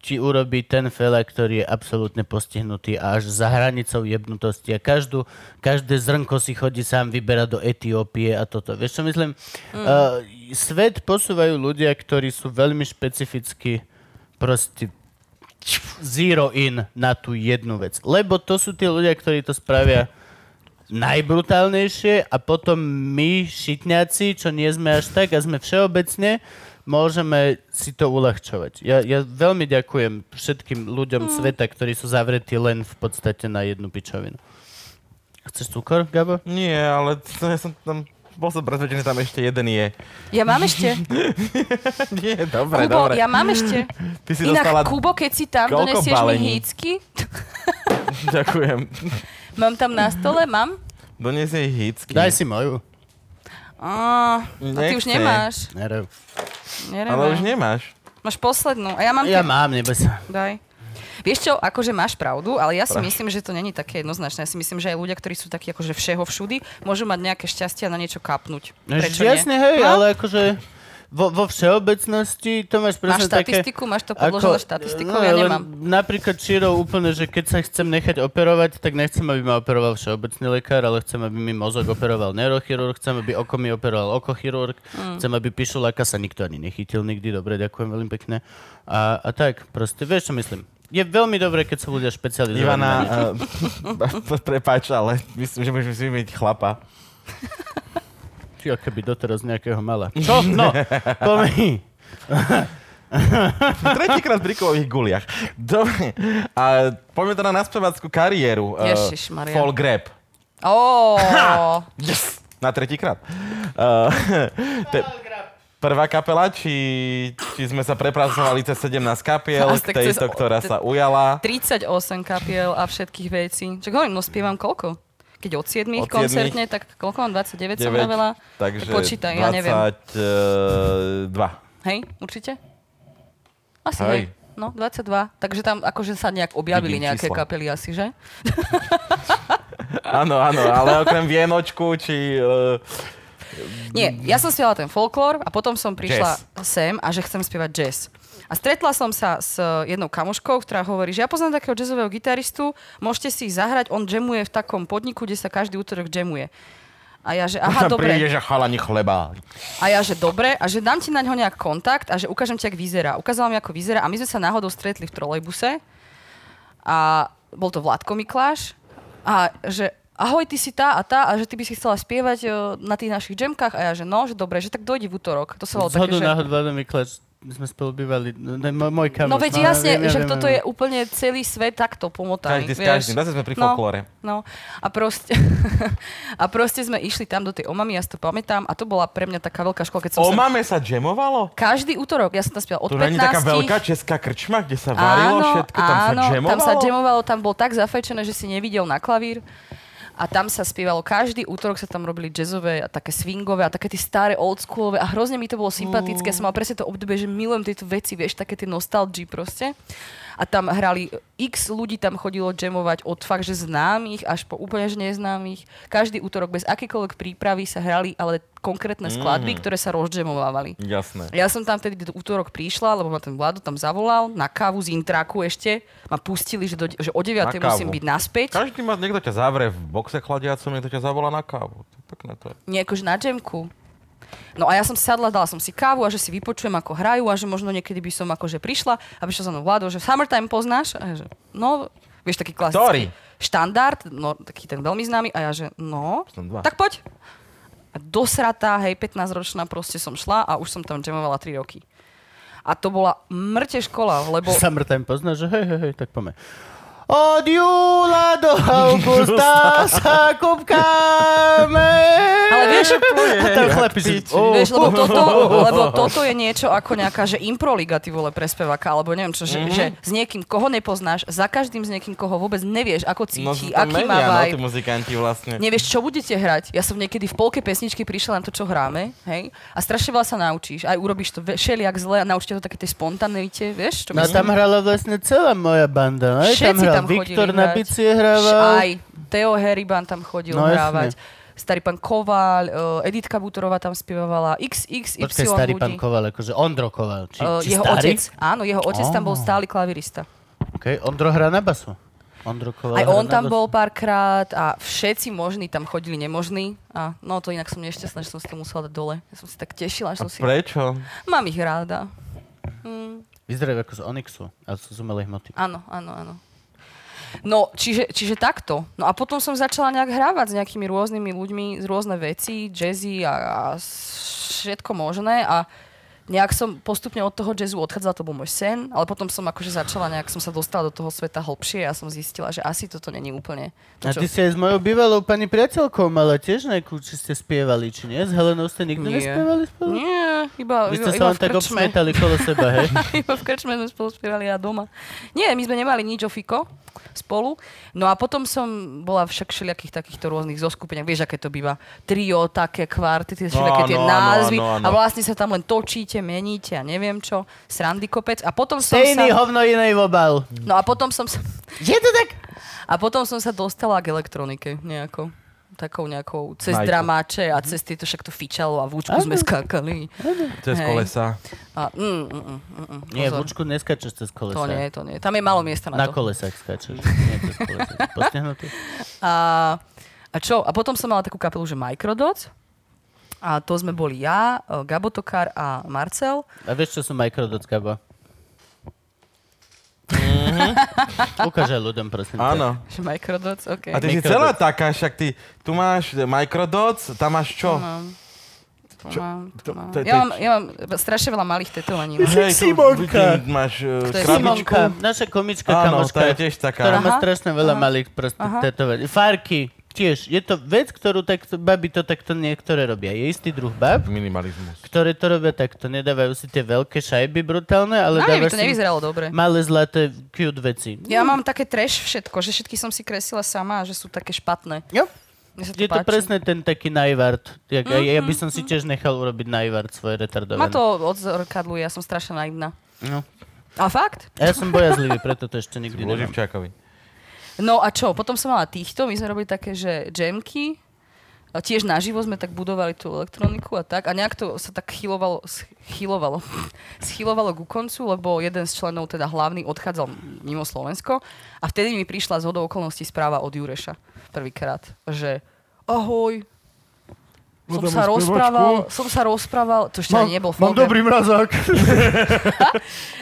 ti urobí ten fela, ktorý je absolútne postihnutý a až za hranicou jebnutosti. A každú, každé zrnko si chodí sám vyberať do Etiópie a toto. Vieš, čo myslím? Uh, svet posúvajú ľudia, ktorí sú veľmi špecificky proste zero in na tú jednu vec. Lebo to sú tí ľudia, ktorí to spravia najbrutálnejšie a potom my, šitňáci, čo nie sme až tak a sme všeobecne, môžeme si to uľahčovať. Ja, ja veľmi ďakujem všetkým Mm. ľuďom sveta, ktorí sú zavretí len v podstate na jednu pičovinu. Chceš cukor, Gabo? Nie, ale to, ja som tam... Bol som presvedčený, že tam ešte jeden je. Ja mám ešte. Nie, dobre, Kubo, dobre. ja mám ešte. Ty si Inak, dostala... Kubo, keď si tam Koľko donesieš mi balení? hýcky, Ďakujem. Mám tam na stole, mám? Donies jej hicky. Daj si moju. Á, a ty už Nechce. nemáš. Nerov. Nereba. Ale už nemáš. Máš poslednú. A ja mám Ja tie- mám, neboj sa. Daj. Vieš čo, akože máš pravdu, ale ja si myslím, že to není také jednoznačné. Ja si myslím, že aj ľudia, ktorí sú takí akože všeho všudy, môžu mať nejaké šťastie a na niečo kapnúť. Prečo nie? Jasne, hej, No, ale akože vo, vo všeobecnosti to máš Máš presne také... štatistiku? Máš to podložené no, štatistikou? Ja No, len nemám. Napríklad čírov úplne, že keď sa chcem nechať operovať, tak nechcem, aby ma operoval všeobecný lekár, ale chcem, aby mi mozog operoval neurochirurg, chcem, aby oko mi operoval okochirurg, Mm. chcem, aby pišuláka sa nikto ani nechytil nikdy. Dobre, ďakujem veľmi pekne. A, a tak, proste, vieš, čo myslím. Je veľmi dobré, keď sa ľudia špecializujú. na- Ivana, uh, prepáč, ale myslím, že môžeme si vymeniť chlapa. Ty, ako by doteraz nejakého mala. Čo? No, poďme. Tretíkrát pri kovových guliach. Dobre. A poďme teda na spevackú kariéru. Eh, Ježišmaria. Fall grab. Ó, Yes! Na tretíkrát. Uh, te, prvá kapela, či, či sme sa prepracovali cez 17 kapiel Vás k tak cez tejto, o- ktorá te- sa ujala. 38 kapiel a všetkých vecí. Čak hovorím, no spievam koľko? Keď od 7 Od siedmich. koncertne, tak koľko mám? 29 som Deväť, veľa. takže eh, počítaj, ja neviem. 22. Hej, určite? Asi Hej. hej. No, 22. Takže tam akože sa nejak objavili Vidím nejaké čísla. kapely asi, že? Áno, áno, ale okrem vienočku, či... Uh, Nie, ja som spievala ten folklór a potom som prišla sem a že chcem spievať jazz. A stretla som sa s eh, jednou kamoškou, ktorá hovorí, že ja poznám takého jazzového gitaristu, môžete si ich zahrať, on jamuje v takom podniku, kde sa každý útorok jamuje. A ja, že aha, tam dobre. príde, že chalani chleba. A ja, že dobre, a že dám ti na ňo nejak kontakt a že ukážem ti, ak vyzerá. Ukázala mi, ako vyzerá a my sme sa náhodou stretli v trolejbuse a bol to Vládko Mikláš a že ahoj, ty si tá a tá a že ty by si chcela spievať e, na tých našich džemkách a ja, že no, že dobre, že tak dojdi v útorok. To sa bolo také, Zhodu že... náhod, Vlado Miklač, my sme spolu bývali, no, ne, môj, môj kamoš. No veď no, jasne, viem, ja že viem, toto je ja viem. úplne celý svet takto pomotaný. Každý s vieš. každým. Zase sme pri folklóre. No, no. A, proste, a proste sme išli tam do tej omamy, ja si to pamätám, a to bola pre mňa taká veľká škola, keď som sa O mame sa džemovalo? Každý útorok, ja som tam spievala od To 15. není taká veľká česká krčma, kde sa varilo všetko, áno, tam sa džemovalo? tam sa džemovalo, tam bol tak zafajčené, že si nevidel na klavír. A tam sa spievalo každý útorok, sa tam robili jazzové a také swingové a také tie staré oldschoolové a hrozne mi to bolo sympatické. Ja som mal presne to obdobie, že milujem tieto veci, vieš, také tie nostalgie proste. A tam hrali x ľudí, tam chodilo jamovať od fakt, že známych až po úplne že neznámych. Každý útorok bez akýkoľvek prípravy sa hrali, ale konkrétne Mhm. skladby, ktoré sa rozjamovávali. Jasné. Ja som tam vtedy do útorok prišla, lebo ma ten Vlado tam zavolal na kávu z Intraku ešte. Ma pustili, že, do, že o 9. Na musím kávu. byť naspäť. Každý má, niekto ťa zavre v boxe chladiacom, niekto ťa zavolá na kávu. To je pekné to je. Nie, akože na džemku. No a ja som si sadla, dala som si kávu a že si vypočujem, ako hrajú a že možno niekedy by som akože prišla a prišla za mnou Vlado, že Summertime poznáš? A ja, že no, vieš, taký klasický štandard, no taký ten veľmi známy a ja, že no, Som dva. tak poď. A dosratá, hej, 15-ročná proste som šla a už som tam jamovala 3 roky. A to bola mŕte škola, lebo... Summertime pozná, že hej, hej, hej, tak poďme. Od júla do augusta sa kúpkáme. Ale Eh, vieš, A tam chlapi si... Oh, Vieš, lebo toto, lebo toto je niečo ako nejaká, že improliga, ty vole, pre spevaka, alebo neviem čo, že, Mhm. mm-hmm. že s niekým, koho nepoznáš, za každým s niekým, koho vôbec nevieš, ako No, to cíti, tam aký menia, má no, vibe. tí muzikanti vlastne. Nevieš, čo budete hrať. Ja som niekedy v polke pesničky prišla na to, čo hráme, hej? A strašne veľa sa naučíš. Aj urobíš to ve- všelijak zle a naučíš to také tej spontaneite, vieš? Čo No myslím? tam hrala vlastne celá moja banda. No, aj tam Všetci hral tam chodili Viktor na hrať. bicie Š- Aj hrával. Teo Heriban tam chodil No, no, jasne. hrávať. Starý pán Koval, eh, Editka Butorová tam spievala, XXY Počkaj, starý ľudí. pán Koval, akože Ondro Koval. Či, Eh, či jeho starý? otec, áno, jeho otec tam bol stály klavirista. Okay, Ondro hrá na basu. Ondro Koval Aj hrá on na tam basu. bol párkrát a všetci možní tam chodili nemožní. A no to inak som nešťastná, že som si to musela dať dole. Ja som si tak tešila, že som si... Prečo? Mám ich ráda. Mm, Vyzerajú ako z Onyxu a sú z umelej hmoty. áno, áno, áno. No, čiže, čiže takto. No a potom som začala nejak hrávať s nejakými rôznymi ľuďmi, z rôzne veci, jazzy a, a s- všetko možné a nejak som postupne od toho jazzu odchádzala, to bol môj sen, ale potom som akože začala, nejak som sa dostala do toho sveta hlbšie a som zistila, že asi toto není úplne A to, čo ty si aj s mojou bývalou pani priateľkou mala tiež nejakú, či ste spievali, či nie? S Helenou ste nikdy Nie. nespievali spolu? Nie, iba, Vy iba, ste iba sa len v tak krčme. obsmetali kolo seba, hej? iba v krčme sme spolu spievali a doma. Nie, my sme nemali nič o Fiko. spolu. No a potom som bola však všelijakých takýchto rôznych zoskupeniach, vieš, aké to býva, trio, také kvarty, tie všelijaké tie áno, áno, názvy áno, áno. a vlastne sa tam len točíte, meníte a neviem čo, srandy kopec a potom som Stejný sa... hovno inej obal. No a potom som sa... Je to tak? A potom som sa dostala k elektronike nejako takou nejakou, cez Majku. dramáče a cez tieto však to fičalo a v účku sme skákali. Cez Hej. kolesa. A, mm, mm, mm, mm, mm, Nie, pozor. vúčku neskačeš cez kolesa. To nie, to nie. Tam je málo miesta na, to. Na kolesách skáčeš. Nie, cez kolesa. Postihnutý? A, a čo? A potom som mala takú kapelu, že Microdots. A to sme boli ja, e, Gabo Tokar a Marcel. A vieš, čo sú mikrodocká, bo? Ukážaj ľuďom, prosím. ťa. Áno. Že Microdots, OK. A ty si Microdots. celá taká, však ty, tu máš eh, microdots, tam máš čo? mám, to Čo? mám, to To- mám. to je- Ja, to je- mám, ja mám strašne veľa malých tetovaní. Hej, tu Simonka. vidím, máš uh, To je krabičku. Simonka, naša komička, Áno, kamoška, tá je tiež ktorá taká. má Aha, strašne veľa malých proste tetovaní. Farky, tiež. Je to vec, ktorú takto, baby to takto niektoré robia. Je istý druh bab, Minimalizmus. ktoré to robia takto. Nedávajú si tie veľké šajby brutálne, ale Na mňa by No, to dávaš si nevyzeralo dobre. malé zlaté cute veci. Ja mám také trash všetko, že všetky som si kresila sama a že sú také špatné. Jo. Mne sa to Je to páči. presne ten taký najvart. Ja, ja- ja by som si tiež nechal urobiť najvart svoje retardované. Ma to odzrkadluje, ja som strašne naivná. No. A fakt? A ja som bojazlivý, preto to ešte nikdy nemám. Loživčákovi. No a čo, potom som mala týchto, my sme robili také, že jamky, a tiež naživo sme tak budovali tú elektroniku a tak. A nejak to sa tak chylovalo, schylovalo, schylovalo ku koncu, lebo jeden z členov, teda hlavný, odchádzal mimo Slovensko. A vtedy mi prišla z hodou okolností správa od Jureša prvýkrát, že ahoj, som sa rozprával, som sa rozprával, to ešte ani nebol Folger mrazák.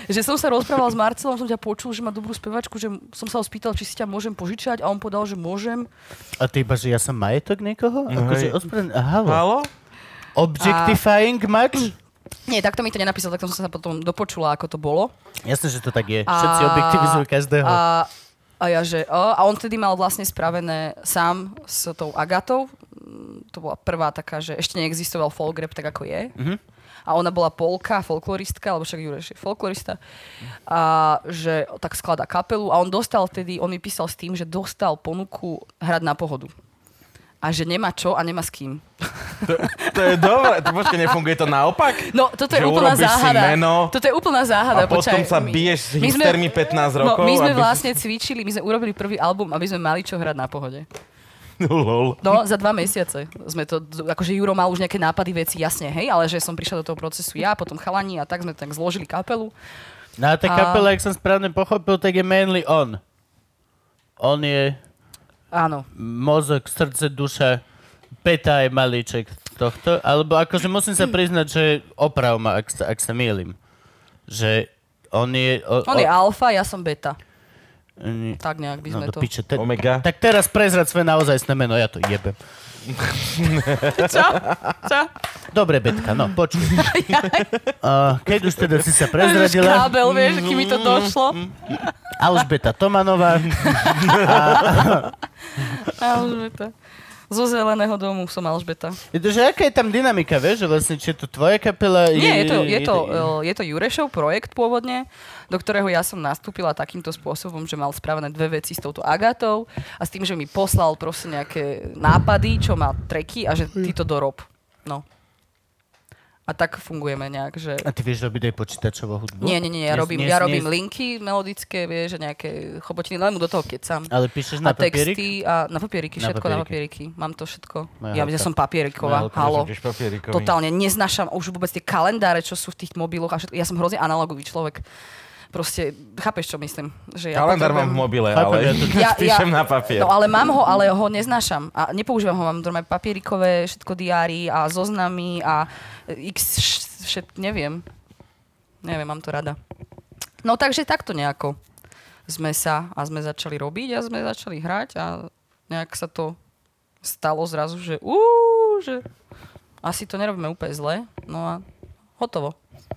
že som sa rozprával s Marcelom, som ťa počul, že má dobrú spevačku, že m- som sa ho spýtal, či si ťa môžem požičať a on povedal, že môžem. A ty iba, že ja som majetok niekoho? Akože No hej. ospravedlň... Halo. Halo? Objectifying much? Nie, takto mi to nenapísal, tak som sa potom dopočula, ako to bolo. Jasné, že to tak je. A- Všetci objektivizujú každého. A, a ja, že... A, a on tedy mal vlastne spravené sám s tou Agatou. Mm, To bola prvá taká, že ešte neexistoval folk rap tak, ako je. Mm-hmm. A ona bola polka, folkloristka, alebo však Jureš je folklorista. A že tak skladá kapelu. A on dostal vtedy, on mi písal s tým, že dostal ponuku hrať na pohodu. A že nemá čo a nemá s kým. To, to je dobré. To počkaj, nefunguje to naopak? No, toto je Že úplná urobíš si záhada. meno toto je úplná záhada. A potom počkaj, sa my- biješ s my sme- hystermi 15 No, rokov. my sme aby- vlastne cvičili, my sme urobili prvý album, aby sme mali čo hrať na pohode. Lol. No, za dva mesiace sme to, akože Juro mal už nejaké nápady veci, jasne, hej, ale že som prišla do toho procesu ja, potom chalani a tak sme tak zložili kapelu. Na tej a- kapele, ak som správne pochopil, tak je mainly on. On je Áno. mozog, srdce, duša. Peta je malíček tohto. Alebo akože musím sa priznať, že oprav ma, ak sa, ak sa mýlim. Že on je... O, On je alfa, ja som beta. on- Tak nejak by No sme do to... piče, te, Omega. tak teraz prezrad svoje naozajstné meno, ja to jebem. Čo? Čo? Dobre, Betka, no počuj. uh, keď už teda si sa prezradila, Kábel, vieš, kým mi to došlo. Mm. Alžbeta Tomanová, Alžbeta. Zo zeleného domu som Alžbeta. je to, že aká je tam dynamika, vieš, že vlastne či je to tvoja kapela? Nie, je to, je, to, eh, je to Jurešov projekt pôvodne, do ktorého ja som nastúpila takýmto spôsobom, že mal spravené dve veci s touto Agatou a s tým, že mi poslal proste nejaké nápady, čo má treky a že ty to dorob. No. A tak fungujeme nejak, že... A ty vieš robiť aj počítačovú hudbu? Nie, nie, nie, ja Nes- robím, nes- ja robím nes- linky melodické, vieš, že nejaké chobotiny, len mu do toho kecam. Ale píšeš A na papierik? texty a na papieriky, Na všetko na papieriky. papieriky. Mám to všetko. Moja Ja, ja holka. som papieriková, Moja holka, halo. Ja som tiež papierikový. Totálne neznašam už vôbec tie kalendáre, čo sú v tých mobiloch. A všetko. Ja som hrozne analogový človek. Proste, chápeš, čo myslím? Že ja Kalendár mám v potrebujem- mobile, Chápem, ale ja to- Ja- ja- píšem na papier. No ale mám ho, ale ho neznášam. A nepoužívam ho, mám normálne papierikové, všetko diári a zoznamy a eh, x, všetko, neviem. Neviem, mám to rada. No takže takto nejako sme sa a sme začali robiť a sme začali hrať a nejak sa to stalo zrazu, že uú, že asi to nerobíme úplne zle. No a hotovo.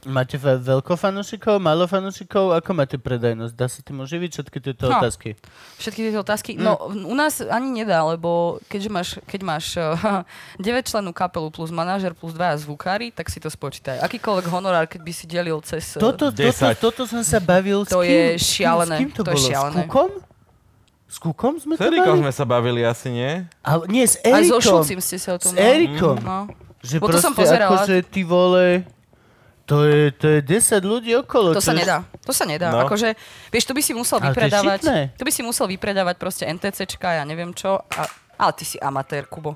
Máte fa- veľko fanúšikov, malo fanúšikov? Ako máte predajnosť? Dá sa tým uživiť všetky tieto No. otázky? Všetky tieto otázky. Mm. No, v- u nás ani nedá, lebo keďže máš, keď máš uh, 9 členú kapelu plus manažer plus dvaja zvukári, tak si to spočítaj. Akýkoľvek honorár, keď by si delil cez... eh, Toto, toto, Desať. toto som sa bavil s To kým? je S kým- šialené, S kým to to, je bolo? S šialené. Kukom? S Kukom sme S to Erikou mali? sme sa bavili asi, nie? A, nie, s Aj so Erikom. Šulcim ste sa o tom... S Erikom. No. Že Bo to som proste pozerala. Akože ty vole... To je, to je 10 ľudí okolo. To sa je- nedá. To sa nedá. No. No. Akože, vieš, tu by si musel Ale to je vypredávať... šitné. Tu by si musel vypredávať proste NTCčka, ja neviem čo. A, ale ty si amatér, Kubo.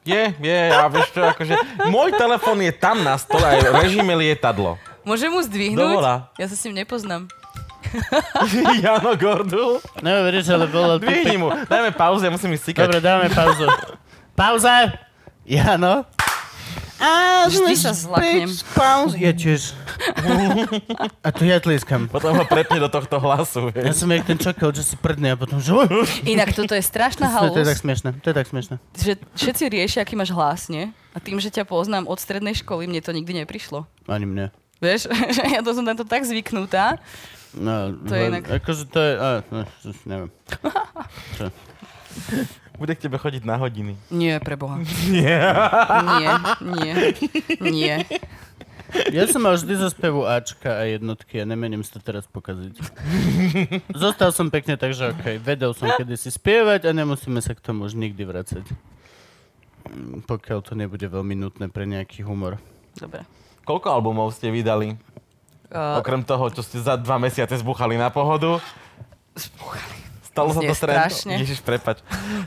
Je, je, a vieš čo, akože... Môj telefón je tam na stole a je v režime lietadlo. Môžem mu zdvihnúť? Dovolá. Ja sa s ním nepoznám. Jano Gordu. Neuveríš, ale bolo... Dvihni mu. Dajme pauzu, ja musím ísť síkať. Dobre, dáme pauzu. Pauza! no? Jano? A Vždy sa zlaknem. Pauza. Ja tiež. A tu ja tlieskam. Potom ho prepni do tohto hlasu, Ja vieš. som jak ten čokol, že si prdne a potom, že... Inak toto je strašná To je tak halus, smiešne, to je tak smiešne. že všetci riešia, aký máš hlas, nie? A tým, že ťa poznám od strednej školy, mne to nikdy neprišlo. Ani mne. Vieš, že ja to som na to tak zvyknutá. No, To je len- inak. Akože to je... A, no, neviem. Bude k tebe chodiť na hodiny. Nie, preboha. Nie. Nie, nie, nie. Ja som mal vždy zo spevu Ačka a jednotky a nemením si to teraz pokaziť. Zostal som pekne, takže okej. Vedel som kedy si spievať a nemusíme sa k tomu už nikdy vracať. Mm, Pokiaľ to nebude veľmi nutné pre nejaký humor. Dobre. Koľko albumov ste vydali? Uh, Okrem toho, čo ste za dva mesiace zbuchali na pohodu. Stalo sa Znie to trend. strašne. Ježiš, prepač.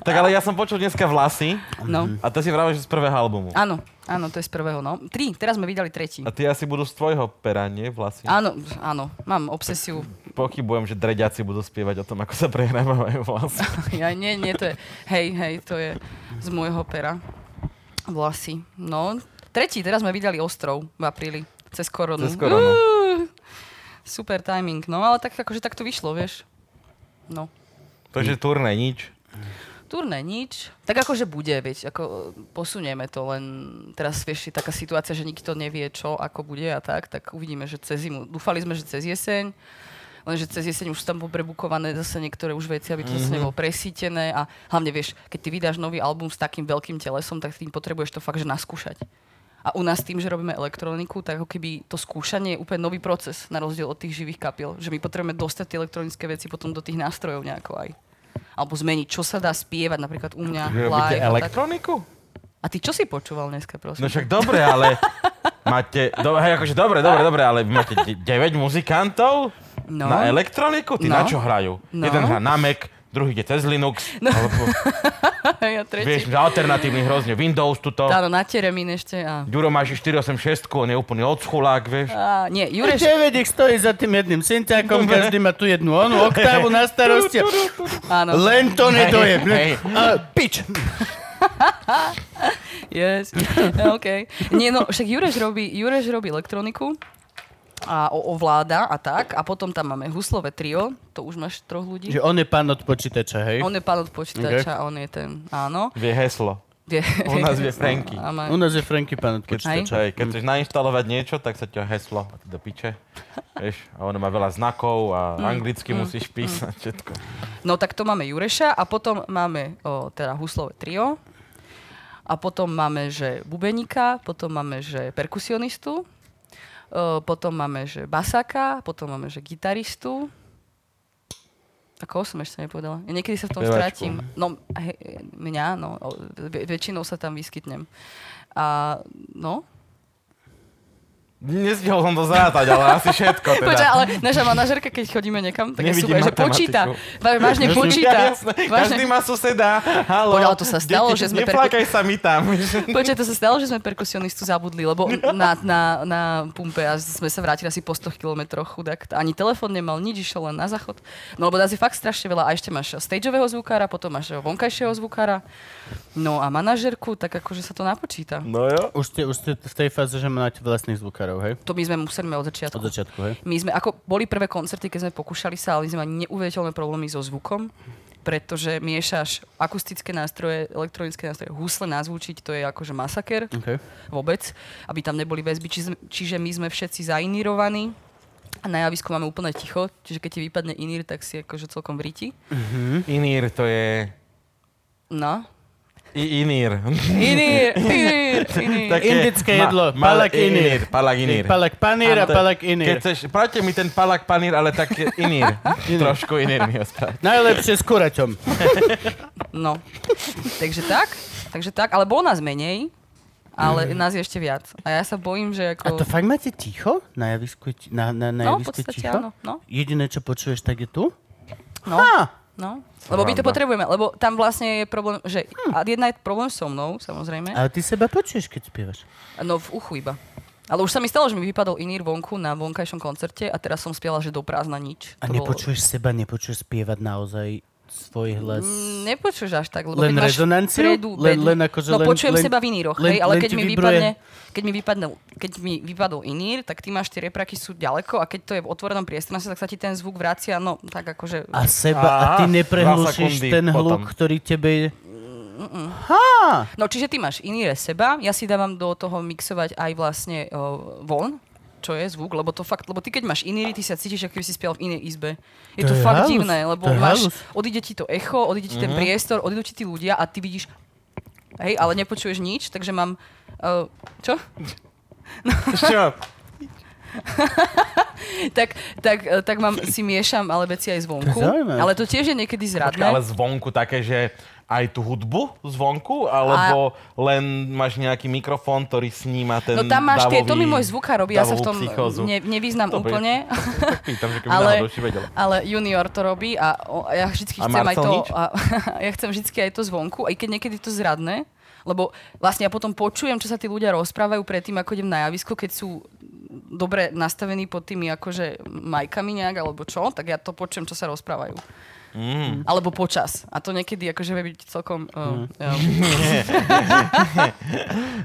Tak ale ja som počul dneska vlasy no. a to si vravel, že z prvého albumu. Áno, áno, to je z prvého, no. Tri, teraz sme vydali tretí. A ty asi budú z tvojho pera, nie? Vlasy. Áno, áno, mám obsesiu. Pochybujem, že dreďáci budú spievať o tom, ako sa prehrávajú vlasy. Ja, nie, nie, to je, hej, hej, to je z môjho pera. Vlasy. No, tretí, teraz sme vydali Ostrov v apríli, cez koronu. Cez koronu. Uú, super timing, no, ale tak akože tak to vyšlo, vieš. No. Takže turné, nič. Turné nič. Tak akože bude, vieť, ako e, posunieme to, len teraz vieš, je taká situácia, že nikto nevie čo, ako bude a tak, tak uvidíme, že cez zimu. Dúfali sme, že cez jeseň, lenže cez jeseň už sú tam prebukované zase niektoré už veci, aby to zase nebolo presítené a hlavne vieš, keď ty vydáš nový album s takým veľkým telesom, tak tým potrebuješ to fakt, že naskúšať. A u nás tým, že robíme elektroniku, tak ako keby to skúšanie je úplne nový proces, na rozdiel od tých živých kapiel. Že my potrebujeme dostať tie elektronické veci potom do tých nástrojov nejako aj. Alebo zmeniť, čo sa dá spievať napríklad u mňa Že live. robíte a tak. elektroniku? A ty čo si počúval dneska, prosím? No však dobre, ale máte... Do, hej, akože dobre, dobre, dobre, ale vy máte de- 9 muzikantov? No. Na elektroniku? Ty No. na čo hrajú? No. Jeden hrá na Mac, druhý ide cez Linux, alebo ja vieš, no. tretí. že alternatívny hrozne Windows tuto. Áno, na teremín ešte. A... Ďuro máš 486, on je úplný odschulák, vieš. A, nie, Jureš... Jureš, 9 ich stojí za tým jedným synťakom, každý má tu jednu onu oktávu na starosti. áno. Len to nedojeb. hej. A, pič. Yes, OK. Nie, no, však Jureš robí, Jureš robí elektroniku a o, ovláda a tak. A potom tam máme huslové trio, to už máš troch ľudí. Že on je pán od počítača, hej? On je pán od počítača, on je ten, áno. Vie heslo. Je, U nás je Franky. A má, U nás je Franky pán od počítača. Hej. Čo je, keď chceš nainštalovať niečo, tak sa ťa heslo a ty do piče. Vieš, a ono má veľa znakov a Mm. anglicky musíš písať všetko. no tak to máme Jureša a potom máme o, teda huslové trio. A potom máme, že bubeníka, potom máme, že perkusionistu, o, potom máme, že basaka, potom máme, že gitaristu. A koho som ešte nepovedala? Ja niekedy sa v tom Speváčku. strátim. No, he, mňa, no, o, vä- väčšinou sa tam vyskytnem. A, no, Nestihol som to zrátať, ale asi všetko teda. Počkaj, ale naša manažerka, keď chodíme niekam, tak je Nevidí super, že matematiku. počíta. Vá- Vážne Jasné, počíta. jasné. Každý Vážne. má suseda. Halo. Poď, ale to sa stalo, že sme perku- Neplakaj sa mi tam. Počkaj, to sa stalo, že sme perkusionistu zabudli, lebo na, na, na pumpe a sme sa vrátili asi po 100 kilometroch chudák. Ani telefón nemal, nič išiel len na záchod. No lebo nás je fakt strašne veľa. A ešte máš stageového zvukára, potom máš vonkajšieho zvukára. No a manažerku, tak akože sa to napočíta. No jo. Už ste, už ste v tej fáze, že máte vlastných zvukárov, hej? To my sme museli mať od začiatku. Od začiatku, hej? My sme, ako boli prvé koncerty, keď sme pokúšali sa, ale my sme mali neuveriteľné problémy so zvukom, pretože miešaš akustické nástroje, elektronické nástroje, husle nazvučiť, to je akože masaker OK. vôbec, aby tam neboli väzby, či, sme- čiže my sme všetci zainírovaní a na javisku máme úplne ticho, čiže keď ti vypadne inír, tak si akože celkom vríti. Inír to je... No, I inír. Iný, iný, iný. Také Indické jedlo, palak inír. Palak inír. Palak panír a Áno, to je- palak Keď inír. chceš, pravte mi ten palak panír, ale tak inír. Trošku inír mi ho spravte. Najlepšie s kuraťom. No. Takže tak, takže tak, ale bolo nás menej, ale nás je ešte viac. A ja sa bojím, že Mm. A ako... to fakt máte ticho? Na javisku je, ti- na, na, na no, v javisku je podstate ticho? áno. No, Jediné, čo počuješ, tak je tu? no. Á, No, lebo my to Sranda. potrebujeme, lebo tam vlastne je problém, že Hm. a jedna je problém so mnou, samozrejme, ale ty seba počuješ, keď spievaš. no v uchu iba. Ale už sa mi stalo, že mi vypadol inír vonku na vonkajšom koncerte a teraz som spievala, že do prázdna nič. A To bolo- nepočuješ seba, nepočuješ spievať naozaj svoj hlas. Mm, Nepočuješ až tak, lebo keď Len máš rezonanciu? vpredu Len- bedu- len akože no len- počujem len- seba v iníroch, len- hej, ale len keď ti mi, vibruje- vypadne, keď mi vypadne, keď mi vypadol inír, tak ty máš tie repraky sú ďaleko a keď to je v otvorenom priestranstve, tak sa ti ten zvuk vracia, no tak akože... A seba, a ty Á, neprehlušíš dva sekundy ten potom. hluk, ktorý tebe... No čiže ty máš iníre seba, ja si dávam do toho mixovať aj vlastne o, von, čo je zvuk, lebo to fakt, lebo ty keď máš iný, ty sa cítiš, ako keby si spieval v inej izbe. Je to, To je fakt halus, divné, lebo to je máš, halus. Mhm. odíde ti to echo, odíde ti ten priestor, odídu ti tí ľudia a ty vidíš, hej, ale nepočuješ nič, takže mám, uh, čo? Čo? tak, tak, eh, tak mám, si miešam ale veci aj zvonku, To je zaujímavé. ale to tiež je niekedy Počkaj, zradné. ale zvonku také, že aj tú hudbu zvonku, alebo len máš nejaký mikrofón, ktorý sníma ten No tam máš tie, davový, to mi môj zvukár robí, ja sa v davovú tom psychózu. ne, nevyznám Dobre. úplne. Tak pýtam, že keby Ale- náhodou ešte vedela. Ale junior to robí a, o, a ja vždycky A chcem aj Marcel to, nič? a, ja chcem vždycky aj to zvonku, aj keď niekedy je to zradné, lebo vlastne ja potom počujem, čo sa tí ľudia rozprávajú predtým, ako idem na javisko, keď sú dobre nastavení pod tými akože majkami nejak alebo čo, tak ja to počujem, čo sa rozprávajú. Mm. Alebo počas. A to niekedy akože vie byť celkom... Uh, uh,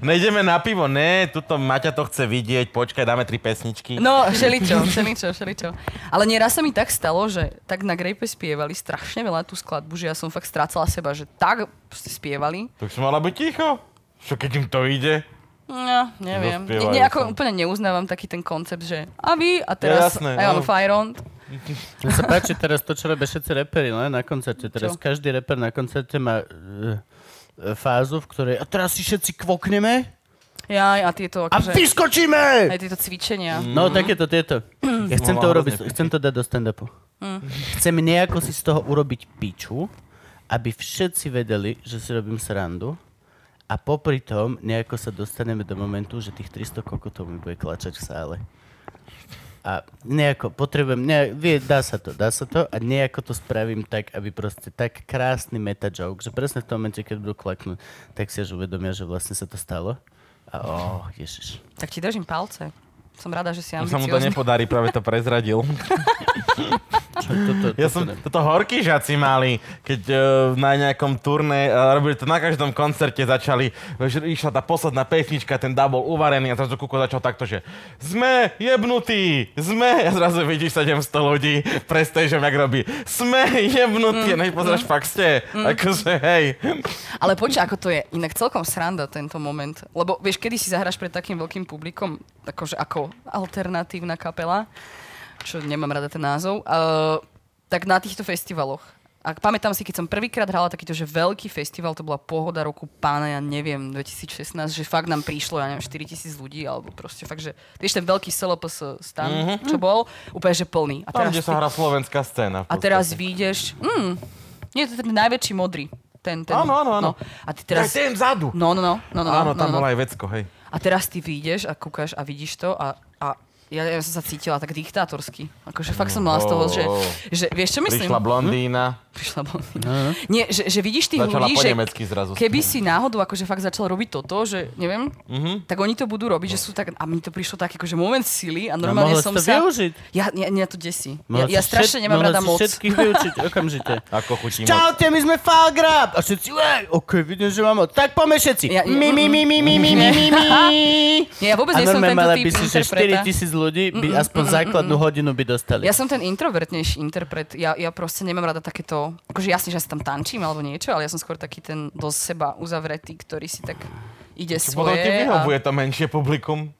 Nejdeme na pivo, ne, tuto Maťa to chce vidieť, počkaj, dáme tri pesničky. no, všeličo, všeličo, všeličo. Ale nieraz sa mi tak stalo, že tak na Grape spievali strašne veľa tú skladbu, že ja som fakt strácala seba, že tak proste spievali, Tak som mala byť ticho. Čo keď im to ide? No, neviem. Ne, Dospievajú ne, ako sa. No, úplne neuznávam taký ten koncept, že a vy a teraz jasné, I on áno. fire on. Mne sa páči teraz to, čo robia všetci reperi, ne? na koncerte. Teraz Čo? každý reper na koncerte má eh, eh, fázu, v ktorej a teraz si všetci kvokneme Jaj, a tieto a akože, vyskočíme! aj tieto cvičenia. Mm. No, takéto tieto. Ja chcem to Mala urobiť, hrozne chcem to dať do stand-upu. Chcem nejako si z toho urobiť piču, aby všetci vedeli, že si robím srandu a popri tom nejako sa dostaneme do momentu, že tých 300 kokotov mi bude klačať v sále. A nejako potrebujem, ne, vie, dá sa to, dá sa to a nejako to spravím tak, aby proste tak krásny meta joke, že presne v tom momente, keď budú klaknúť, tak si až uvedomia, že vlastne sa to stalo. A oh, ježiš. Tak ti držím palce. Som rada, že si Už sa mu to ambiciózny. nepodarí, práve to prezradil. Čo, toto, toto, Ja som, ne- toto horky žaci mali, keď uh, na nejakom turné, uh, robili to na každom koncerte, začali, že išla tá posledná pesnička, ten dá bol uvarený a zrazu Kuko začal takto, že sme jebnutí, sme, a zrazu vidíš 700 ľudí, prestej, že jak robí, sme jebnutí, mm, než pozráš, fakt ste, Mm. akože hej. Ale počkaj, ako to je inak celkom sranda tento moment. Lebo vieš, kedy si zahráš pred takým veľkým publikom, akože ako alternatívna kapela, čo nemám rada ten názov, uh, tak na týchto festivaloch. A pamätám si, keď som prvýkrát hrala takýto, že veľký festival, to bola pohoda roku pána, ja neviem, 2016, že fakt nám prišlo, ja neviem, 4000 ľudí, alebo proste fakt, že, vieš, ten veľký SLPS stan, mm-hmm. čo bol, úplne, že plný. A Mhm. Tam, kde sa ty- hrá slovenská scéna. v a teraz podstate. vyjdeš... Mm, nie, to je ten najväčší modrý. Ten, ten, Áno, áno, áno. No. A ty teraz... Aj ten vzadu. No, no, no. no, no Áno, no, tam no. bola aj vecko, hej. A teraz ty vyjdeš a kúkaš a vidíš to a, a ja, ja som sa cítila tak diktátorsky. Akože fakt som mala z toho, že, že vieš, čo myslím? Prišla blondína, Prišla blondína. Mhm. Nie, že, že vidíš tých začala ľudí, po že nemecky zrazu. keby si náhodou akože fakt začal robiť toto, že neviem, Mhm. tak oni to budú robiť, že sú tak... A mi to prišlo tak, akože moment sily a normálne mohla No, si som to sa... využiť. Ja, ja, ja to desí. Mohla Ja, ja si strašne No, všet- nemám mohla rada si moc. všetkých vyučiť okamžite. Ako chutí moc. Čaute, my sme Falgrab! A všetci, ej, ok, vidím, že mám moc. Tak poďme všetci. Ja- Mi, mi, mi, mi, mi, mi, mi, mi, mi. Nie, ja vôbec A nie som tento normálne mala typ by si, že interpreta. 4000 ľudí by aspoň základnú hodinu by dostali. Ja som ten introvertnejší interpret. Ja, ja proste nemám rada takéto... Akože jasne, že ja si tam tančím alebo niečo, ale ja som skôr taký ten do seba uzavretý, ktorý si tak ide Čo Potom svoje. Mm, ti vyhovuje to menšie publikum.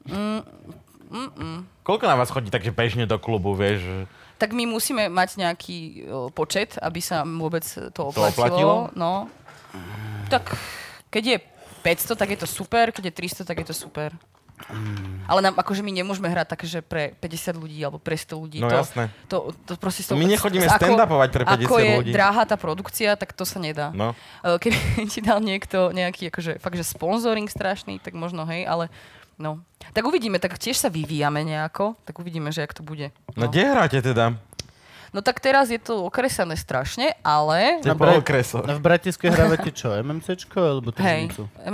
Koľko na vás chodí takže bežne do klubu, vieš? že- Tak my musíme mať nejaký o, počet, aby sa vôbec to oplatilo? oplatilo. No. Tak Keď je 500, tak je to super, keď je 300, tak je to super. Ale nám, akože my nemôžeme hrať také, že pre 50 ľudí alebo pre 100 ľudí. No to, jasné. To, to proste s tou- My s- nechodíme ako- stand-upovať pre 50 Ako je ľudí. drahá tá produkcia, tak to sa nedá. No. E, Keby ti dal niekto nejaký, akože fakt, že sponsoring strašný, tak možno hej, ale no. Tak uvidíme, tak tiež sa vyvíjame nejako, tak uvidíme, že jak to bude. No kde hráte teda? No tak teraz je to okresané strašne, ale... To je po okresoch. A No, v Bratiske hrávate čo? MMCčko alebo Hej, tržnicu? MMCčko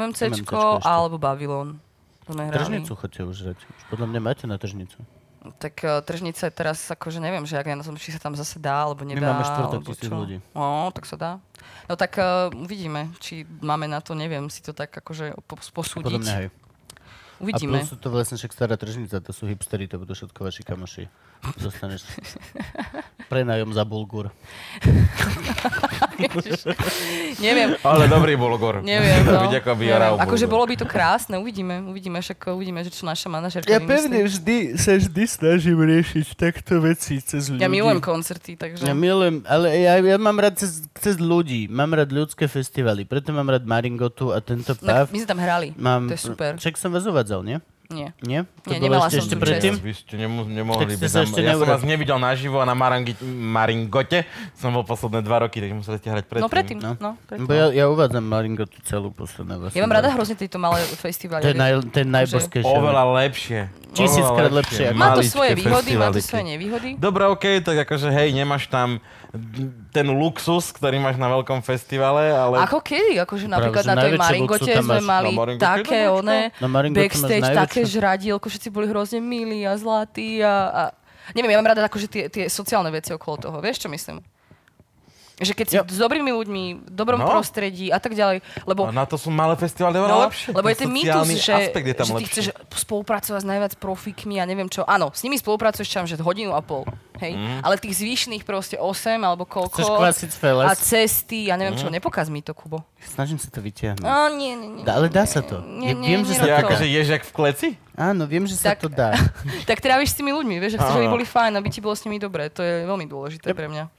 MMCčko ešte. alebo Babylon. To sme hrali. Tržnicu chodte už hrať. Už podľa mňa máte na tržnicu. Tak e, tržnica je teraz, akože neviem, že ak ja na tom, či sa tam zase dá, alebo nedá. máme štvrtok alebo tisíc čo. ľudí. No, tak sa dá. No tak uh, uvidíme, či máme na to, neviem, si to tak akože po- posúdiť. Podľa mňa hej. A Uvidíme. plus sú to vlastne však stará tržnica, to sú hipstery, to budú všetko vaši kamoši. Dostaneš prenájom za bulgur. Neviem, Ale dobrý bulgur. neviem, no. Byť ako by oral neviem. Akože bulgur. bolo by to krásne, uvidíme, uvidíme, však uvidíme, že čo naša manažerka Ja vymyslí. pevne vždy sa vždy snažím riešiť takto veci cez ľudí. Ja milujem koncerty, takže... Ja milujem, ale ja, ja mám rád cez, cez ľudí, mám rád ľudské festivaly, preto mám rád Maringotu a tento No, pav. my sme tam hrali, Mám, to je super. Však som vás uvádzal, nie? Nie. Nie? Nie, nemala som ešte tu predtým? Vy ste nemu, nemohli Tak ste byť sa tam. ešte Ja som neurobili. vás nevidel naživo a na Marangi, Maringote som bol posledné dva roky, takže museli ste hrať No predtým. predtým, No. no. no predtým. Bo ja, ja uvádzam Maringotu celú posledné vlastne. Ja mám rada hrozne tieto malé festivaly. To je, naj, to je najborskejšie. Oveľa lepšie. Tisíckrát Oveľa lepšie. Má to Maličké svoje výhody, má to festivaliky. svoje nevýhody. Dobre, OK, tak akože hej, nemáš tam ten luxus, ktorý máš na veľkom festivale, ale... Ako kedy? Akože Práve, napríklad že na tej najväčší Maringote luxus tam sme máš. mali Na Maringote je také to one, Na Maringote máš backstage, najväčšie. také žradielko, všetci boli hrozne milí a zlatí a, a neviem, ja mám rada akože tie, tie sociálne veci okolo toho, vieš čo myslím? Že keď si Jo. s dobrými ľuďmi, v dobrom No. prostredí a tak ďalej, lebo A na to sú malé festivaly oveľa No, lepšie. lebo je ten mýtus, sociálny že, aspekt je tam že ty lepší. chceš spolupracovať s najviac profikmi a neviem čo. Áno, s nimi spolupracuješ tam, že hodinu a pol. Hej? Mhm. Ale tých zvyšných proste 8 alebo koľko. Chceš klasické a les. cesty a neviem čo. Mhm. Nepokaz mi to, Kubo. Snažím sa to vytiahnuť. No, nie, nie, nie. Da, ale dá sa to. Nie, Ja nie, viem, že sa Ja to akože dá. ježiak v kleci? Áno, viem, že sa Tak- to dá. tak tráviš s tými ľuďmi, vieš, že chceš, aby Áno. boli fajn, aby ti bolo s nimi dobre. To je veľmi dôležité pre mňa.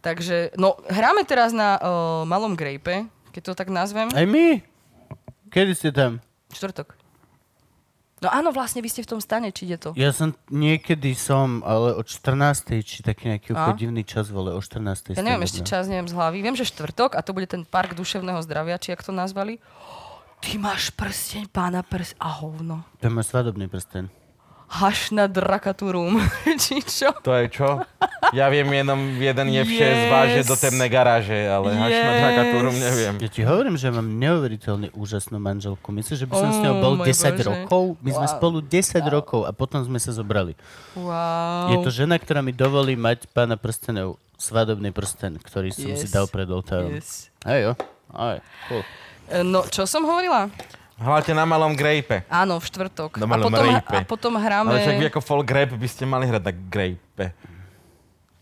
Takže, no, hráme teraz na uh, Malom Grejpe, keď to tak nazvem. Aj my? Kedy ste tam? Štvrtok. No áno, vlastne vy ste v tom stane, či ide to. Ja som niekedy som, ale o 14. či taký nejaký A? úplne divný čas, vole, o 14. Ja neviem ešte čas, neviem z hlavy. Viem, že štvrtok a to bude ten park duševného zdravia, či jak to nazvali. Ty máš prsteň pána prs a hovno. To je môj svadobný prsten. Haš na drakatúrum. či čo? To je čo? Ja viem, jenom, jeden je vše yes. Yes. zváže do temnej garáže, ale yes. až na Yes. Drakatúrum neviem. Ja ti hovorím, že mám neuveriteľne úžasnú manželku. Myslíš, že by som s ňou Ó, bol môj 10 Bože. rokov? My sme Wow. spolu 10 rokov a potom sme sa zobrali. Wow. Je to žena, ktorá mi dovolí mať pána prstenov, svadobný prsten, ktorý som si Yes. dal pred oltárom. eh, Yes. Hej, jo. Aj, cool. E, No, čo som hovorila? Hľadte na malom grejpe. Áno, v štvrtok. Na a, malom potom, rejpe. a potom Ale však vy hráme... ako full grape by ste mali hrať na grejpe.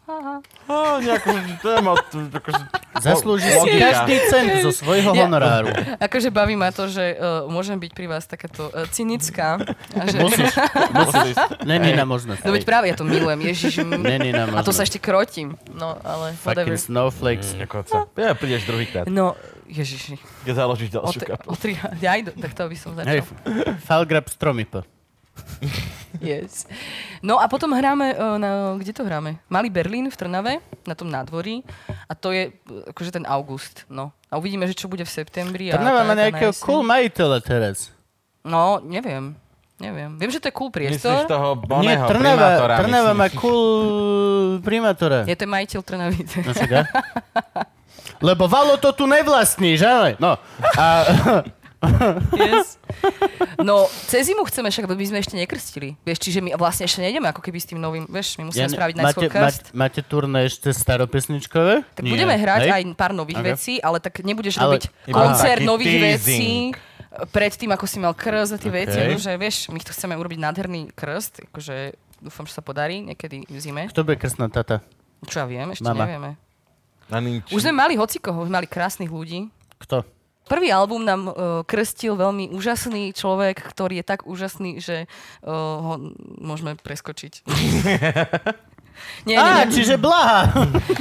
Aha. No, nejakú tému, t- akože... Zaslúži si Logika. každý cent zo svojho Ja- honoráru. Akože baví ma to, že uh, môžem byť pri vás takáto uh, cynická. A že... Musíš, musíš. Není na možnosť. No veď práve ja to milujem, Ježiš. m- Není na A to sa možnosť. ešte krotím. No, ale whatever. Fucking snowflakes. Nekoca. Ja prídeš druhýkrát, No, Ježiši. keď založíš O, ďalšiu te, kapelu. o tri, ja aj do, tak to by som Hej, začal. Falgrab Stromipo. Yes. No a potom hráme, eh, na, kde to hráme? Malý Berlín v Trnave, na tom nádvorí. A to je eh, akože ten august, no. A uvidíme, že čo bude v septembri. a Trnava tá- má tá na nejakého jeseň. cool majiteľa teraz. No, neviem. Neviem. Viem, že to je cool Myslíš priestor. toho boného Nie, primátora, Trnava, Trnava myslíš? má cool primátora. Je to je majiteľ Trnavy. No však, a? Lebo Valo to tu nevlastní, že? ale? No. A, yes. No, cez zimu chceme však, aby sme ešte nekrstili. Vieš, čiže my vlastne ešte nejdeme ako keby s tým novým, vieš, my musíme ne- spraviť máte, najskôr krst. máte, máte turné ešte staropesničkové? Tak budeme hrať hej? aj pár nových Aha. okay. vecí, ale tak nebudeš Ale- robiť Iba koncert taký nových teasing. vecí pred tým, ako si mal krst a tie okay. veci, Okej. no, že vieš, my to chceme urobiť nádherný krst, akože dúfam, že sa podarí niekedy v zime. Kto bude krstná tata? Čo ja viem, ešte Mama. Mama. nevieme. Na nič. Už sme mali hocikoho, už sme mali krásnych ľudí. Kto? Prvý album nám uh, krstil veľmi úžasný človek, eh, ktorý je tak úžasný, že uh, ho môžeme preskočiť. Nie, nie, Á, nie, čiže blaha.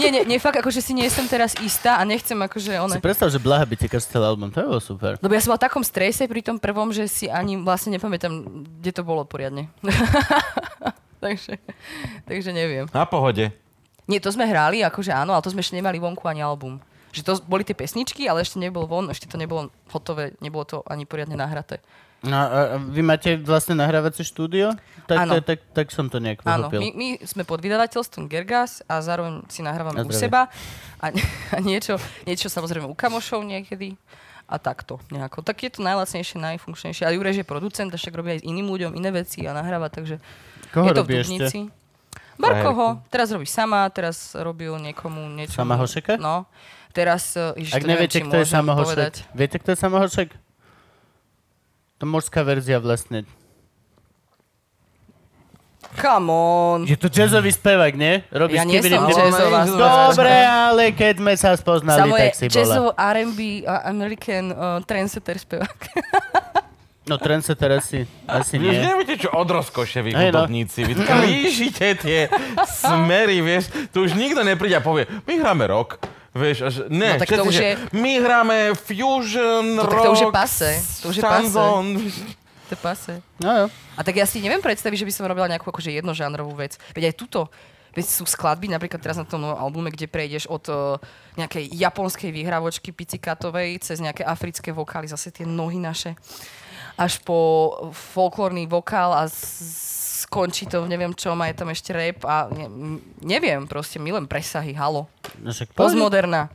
nie, nie, nie, fakt, akože si nie som teraz istá a nechcem akože Si ona... predstav, že blaha by ti každý album, to je bolo super. Lebo ja som bola v takom strese pri tom prvom, že si ani vlastne nepamätám, kde to bolo poriadne. takže, takže neviem. Na pohode. Nie, to sme hrali, akože áno, ale to sme ešte nemali vonku ani album. Že to boli tie pesničky, ale ešte nebol von, ešte to nebolo hotové, nebolo to ani poriadne nahraté. No, a a vy máte vlastne nahrávacie štúdio? Tak, Áno. tak, tak, tak som to nejak Áno, my, pochopil. my sme pod vydavateľstvom Gergas a zároveň si nahrávame u Na zdravie. seba a, a niečo, niečo samozrejme u kamošov niekedy a takto nejako. Tak je to najlacnejšie, najfunkčnejšie. A Jurež je producent, a však robí aj s iným ľuďom iné veci a nahráva, takže Koho je to robí v ešte? Dubnici. Barkoho, teraz robí sama, teraz robil niekomu niečo. Sama Hošeka? No. Teraz, eh, ježiš, Ak to neviem, neviete, či kto je môžem povedať. samohošek, viete, kto je samohošek? To morská verzia vlastne. Come on. Je to jazzový spevák, nie? Robíš Ja nie som kibidi- jazzová Dobre, speváčka. ale keď sme sa spoznali, Samo je tak si bola. jazzovo R&B a American uh, trendsetter spevák. No trend sa teraz si, asi Vy už nie. neviete, čo od rozkoše vy Hej, no. hudobníci. Vy tak líšite tie smery, vieš. Tu už nikto nepríde a povie, my hráme rock. Vieš, až, ne, No tak to všetci, už že je- my hráme fusion, No tak rock, to už je pase, to už je pase. chanson. To je pase. No jo. A tak ja si neviem predstaviť, že by som robila nejakú akože jednožánrovú vec. Veď aj tuto, veď sú skladby, napríklad teraz na tom novom albume, kde prejdeš od uh, nejakej japonskej vyhravočky picikatovej cez nejaké africké vokály, zase tie nohy naše, až po folklórny vokál a s- skončí to v neviem čom a je tam ešte rap a ne, m- neviem, proste milujem presahy, halo. No však poď. Postmoderná.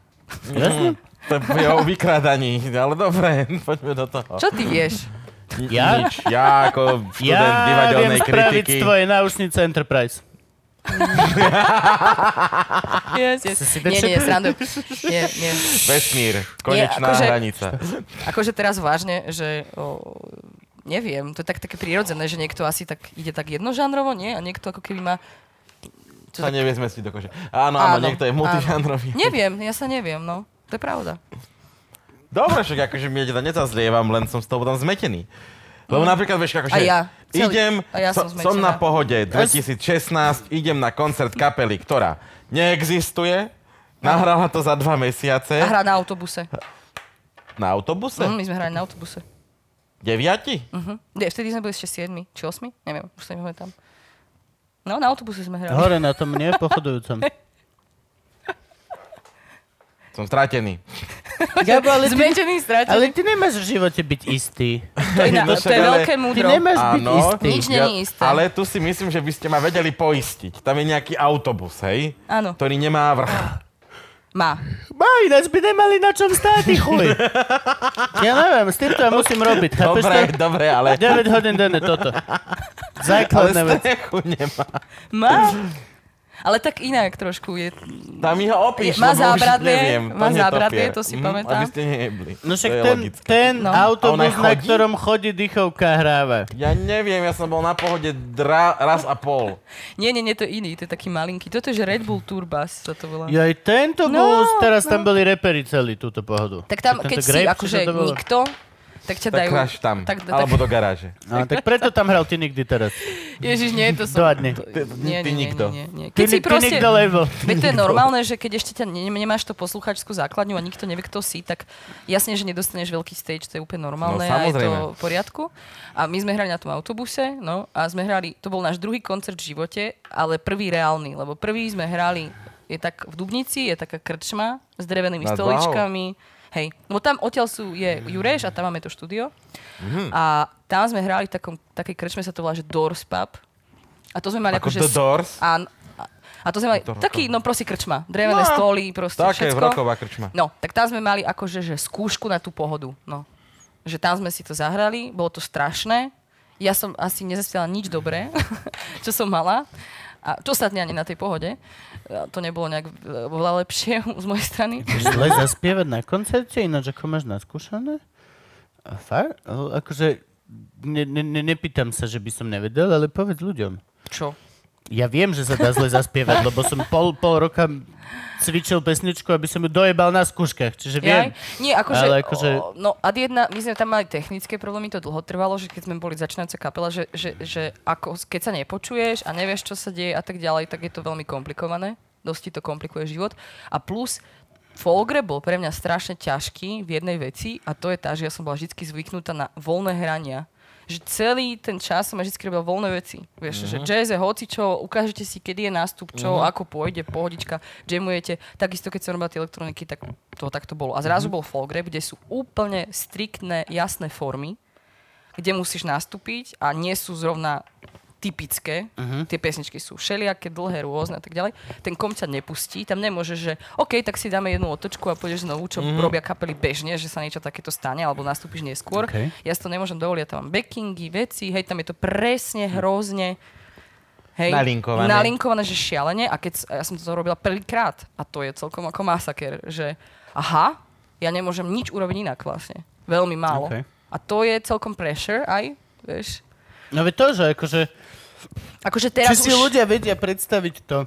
Jasne. To je o vykradaní, ale dobre, poďme do toho. Čo ty vieš? Ja? Nič. Ja ako študent Ja viem divadelnej spraviť kritiky. z tvojej náušnice Enterprise. Yes, yes. Si Nie, nie, dečo- srandujem. Nie, nie. Vesmír, konečná akože- hranica. Akože teraz vážne, že o, neviem, to je tak také prirodzené, že niekto asi tak ide tak jednožánrovo, nie? A niekto ako keby má... Sa nevie zmestiť do kože. Áno, áno, Áno, niekto je áno. multižánrový. Neviem, ja sa neviem, no. To je pravda. Dobre, však akože mi teda nezazlievam, len som z toho potom zmetený. Lebo napríklad, vieš, akože Mhm. A ja. Celý- idem, a ja so, som som zmetená. na pohode 2016, idem na koncert kapely, ktorá neexistuje, nahrala to za dva A mesiace hrá na autobuse. na autobuse, Mm, my sme hrali na autobuse. deviati. Mhm. Nie, vtedy sme boli ešte 7 či 8, neviem, už sa nepamätám. No, na autobuse sme hrali. Hore na tom nepochodujúcom. Som stratený. Gabo, ale ty, Zmetený, stratený. ale ty nemáš v živote byť istý. To je, na, to No je však ale- veľké Ty múdro. nemáš byť istý. Nič není isté. Ale tu si myslím, že by ste ma vedeli poistiť. Tam je nejaký autobus, hej? Áno. Ktorý nemá vrch. Má. Má, ináč by nemali na čom stáť, ty chuj. Ja neviem, s týmto ja musím robiť, chápeš Dobre, to? dobre, ale... 9 hodín denne toto. Ale Základné veci. strechu nemá. Má. Ale tak inak trošku je... Tam mi ho opíš, Má lebo už zábradlie, neviem, má je zábradlie, topier. to si Mhm, pamätám. Aby ste nejebli. No však to je ten, logické. ten No. A ona autobus, aj na chodí? ktorom chodí dýchovka hráva. Ja neviem, ja som bol na pohode dra, raz a pol. Nie, nie, nie, to je iný, to je taký malinký. Toto je že Red Bull Turbas, sa to volá. Ja aj tento No, bus, teraz no. tam boli reperi celý túto pohodu. Tak tam, Tento keď si grape, či akože čo to bolo? nikto, tak ťa Tak dajú... až tam, Tak, tak, alebo do garáže. No, tak preto tam hral ty nikdy teraz. Ježiš, nie, to som... Doadne. No, To, Ty- nie, nie, ty nie, nikto. Nie, nie, nie. Keď Ty, si ni- ty proste... nikto label. Veď to je normálne, že keď ešte ťa ne, nemáš tú posluchačskú základňu a nikto nevie, kto si, tak jasne, že nedostaneš veľký stage, to je úplne normálne a No, je to samozrejme. v poriadku. A my sme hrali na tom autobuse, no, a sme hrali, to bol náš druhý koncert v živote, ale prvý reálny, lebo prvý sme hrali, je tak v Dubnici, je taká krčma s drevenými Nad stoličkami. Hej, lebo tam odtiaľ sú, je Jureš a tam máme to štúdio. Mhm. A tam sme hrali v takom, takej krčme, sa to volá, že Doors Pub. A to sme mali Ako akože... The s- Doors? Áno. A- A to sme mali To rokov. taký, no proste krčma. Drevené No, stoly, proste Také všetko. roková krčma. No, tak tam sme mali akože že skúšku na tú pohodu. No. Že tam sme si to zahrali, bolo to strašné. Ja som asi nezaspiala nič dobré, čo som mala. A to ostatne ani na tej pohode. A To nebolo nejak e, oveľa lepšie z mojej strany. Zle zaspievať na koncerte, ináč ako máš naskúšané? A far? O, Akože, ne, ne, ne, nepýtam sa, že by som nevedel, ale povedz ľuďom. Čo? Ja viem, že sa dá zle zaspievať, lebo som pol, pol roka cvičil pesničku, aby som ju dojebal na skúškach, čiže Jaj? viem. Nie, akože, Ale ale akože- akože... O, no ad jedna, my sme tam mali technické problémy, to dlho trvalo, že keď sme boli začínajúca kapela, že, že, že ako, keď sa nepočuješ a nevieš, čo sa deje a tak ďalej, tak je to veľmi komplikované. Dosť ti to komplikuje život. A plus, folkre bol pre mňa strašne ťažký v jednej veci a to je tá, že ja som bola vždy zvyknutá na voľné hrania že celý ten čas som ja vždy robila voľné veci. Vieš, mm-hmm. že jazz je hocičo, ukážete si, kedy je nástup, čo, mm-hmm. ako pôjde, pohodička, jamujete. Takisto, keď som robila tie elektroniky, tak to takto bolo. A zrazu bol folk rap, kde sú úplne striktné, jasné formy, kde musíš nastúpiť a nie sú zrovna typické. Uh-huh. Tie pesničky sú všelijaké, dlhé, rôzne a tak ďalej. Ten kom ťa nepustí, tam nemôžeš, že OK, tak si dáme jednu otočku a pôjdeš znovu, čo uh-huh. robia kapely bežne, že sa niečo takéto stane, alebo nastúpiš neskôr. OK. Ja si to nemôžem dovoliť, ja tam mám backingy, veci, hej, tam je to presne hrozne Hej, Nalinkované. nalinkované, že šialene. A keď s- ja som to robila prvýkrát, a to je celkom ako masaker, že aha, ja nemôžem nič urobiť inak vlastne. Veľmi málo. Okay. OK. A to je celkom pressure aj, vieš. No veď to, že akože... Akože Či teraz si už ľudia vedia predstaviť to,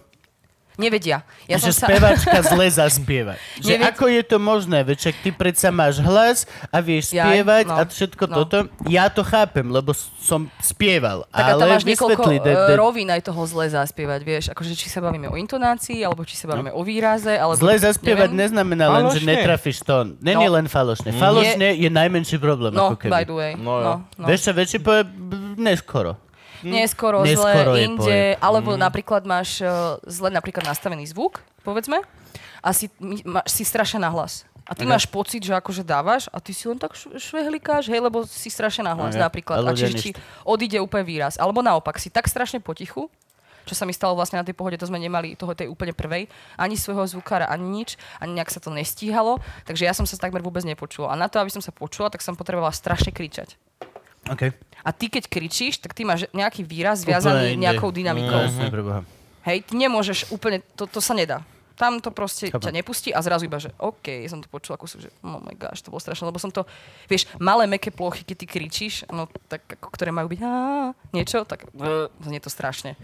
nevedia. Ja som že sa... spevačka zle zaspieva. Že Nevie- ako je to možné? Veď však ty predsa máš hlas a vieš Jaj, spievať no, a všetko no. toto. Ja to chápem, lebo s- som spieval. Tak a tam ale máš niekoľko eh, vysvetli, de, de- de- rovín aj toho zle zaspievať, vieš. Akože či sa bavíme o intonácii, alebo či sa bavíme no. o výraze, alebo... Zle zaspievať neviem. neznamená len, že Falošne. netrafíš tón. Není No. len falošne. Falošne je najmenší problém. No, ako keby. by the way. No No, jo. no, no. Vieš čo, väčší poje b- neskoro. Neskoro, Neskoro je zle, inde, alebo Hm. napríklad máš eh, zle napríklad nastavený zvuk, povedzme, a si, mi- ma, si strašne nahlas. A ty máš pocit, že akože dávaš a ty si len tak š- švehlikáš, hej, lebo si strašne nahlas Aha. napríklad. A Ale ľudia čiže ti odíde úplne výraz. Alebo naopak, si tak strašne potichu, čo sa mi stalo vlastne na tej pohode, to sme nemali toho tej úplne prvej, ani svojho zvukára, ani nič, ani nejak sa to nestíhalo, takže ja som sa takmer vôbec nepočula. A na to, aby som sa počula, tak som potrebovala strašne kričať. Okay. A ty, keď kričíš, tak ty máš nejaký výraz zviazaný nejakou dynamikou. Jasne, pre Boha. Hej, ty nemôžeš úplne, to, to sa nedá. Tam to proste Chápem. ťa nepustí a zrazu iba, že OK, som to počula kusok, že oh my gosh, to bolo strašné, lebo som to, vieš, malé meké plochy, keď ty kričíš, no tak ako, ktoré majú byť "Á", niečo, tak uh, znie to strašne.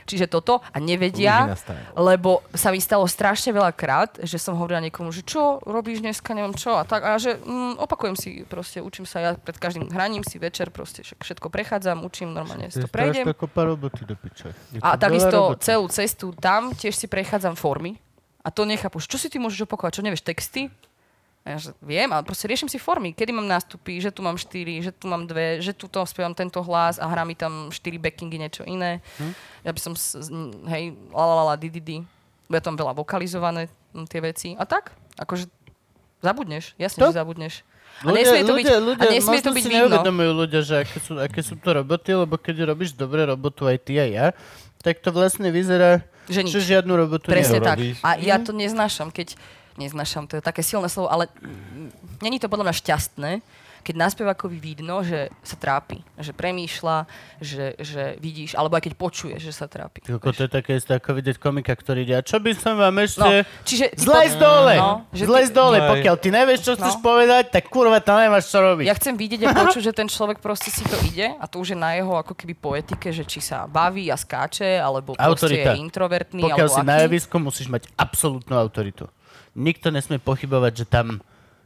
Čiže toto a nevedia, Lúži nastavené. lebo sa mi stalo strašne veľa krát, že som hovorila niekomu, že čo robíš dneska, neviem čo a tak. A ja, že mm, opakujem si, proste učím sa, ja pred každým hraním si večer proste však všetko prechádzam, učím, normálne si to prejdem. kopa roboty do piče. Je A to veľa takisto roboty. celú cestu tam tiež si prechádzam formy. A to nechápu. Čo si ty môžeš opakovať? Čo nevieš? Texty? A ja že viem, ale proste riešim si formy. Kedy mám nástupy, že tu mám štyri, že tu mám dve, že tu to spievam tento hlas a hrá mi tam štyri backingy, niečo iné. Mhm. Hm? Ja by som, s, s- hej, lalalala, di, di, di. Ja tam veľa vokalizované m, tie veci. A tak, akože zabudneš, jasne, To- že zabudneš. A nesmie to byť, a nesmie to možno byť si vidno. neuvedomujú ľudia, že aké sú, aké sú to roboty, lebo keď robíš dobre robotu aj ty a ja, tak to vlastne vyzerá, Že nič. že žiadnu robotu Presne nerobíš. tak. nerobíš. A ja Mhm. to neznášam, keď... Neznášam, to je také silné slovo, ale mm, není to podľa mňa šťastné, keď na spevákovi vidno, že sa trápi, že premýšľa, že, že vidíš, alebo aj keď počuje, že sa trápi. Ako to je také isté, ako vidieť komika, ktorý ide, a čo by som vám ešte... No, čiže... ty Zlej z dole! No, že Zlej z ty- dole, Aj. pokiaľ ty nevieš, čo No. chceš povedať, tak kurva, tam nemáš čo robiť. Ja chcem vidieť a počuť, že ten človek proste si to ide a to už je na jeho ako keby poetike, že či sa baví a skáče, alebo proste Autorita. je introvertný, Pokiaľ alebo si na aký. javisku, musíš mať absolútnu autoritu. Nikto nesmie pochybovať, že tam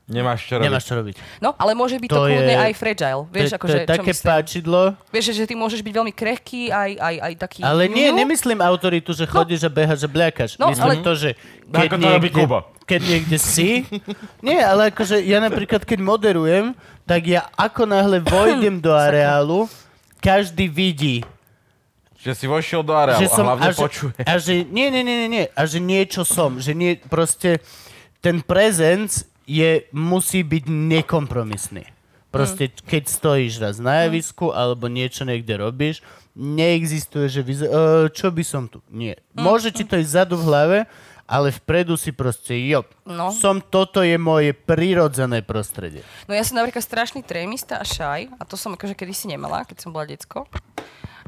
Nemáš čo robiť. nemáš čo robiť. No, ale môže byť to, To je- kľudne aj fragile. Vieš, to, akože, to je čo také myslím? páčidlo, Vieš, že- že ty môžeš byť veľmi krehký, aj, aj, aj taký... Ale nie, ňuňu. nemyslím autoritu, že chodíš a behaš a bliakaš. No, Myslím ale- to, že keď No, Ako to robí niekde, Kubo. keď niekde si... Nie, ale akože ja napríklad, keď moderujem, tak ja ako náhle vojdem do areálu, každý vidí, Že si vošiel do areálu že a som... hlavne a že, počuje. a že, nie, nie, nie, nie, nie. A že niečo som. Že nie, proste ten prezenc je, musí byť nekompromisný. Proste, Mm. keď stojíš raz na javisku alebo niečo niekde robíš, neexistuje, že vyze- e, čo by som tu. Nie. Mm. Môže ti to ísť zadu v hlave, ale vpredu si proste, jo, No. som, toto je moje prirodzené prostredie. No ja som napríklad strašný trémista a šaj, a to som akože kedysi nemala, keď som bola decko.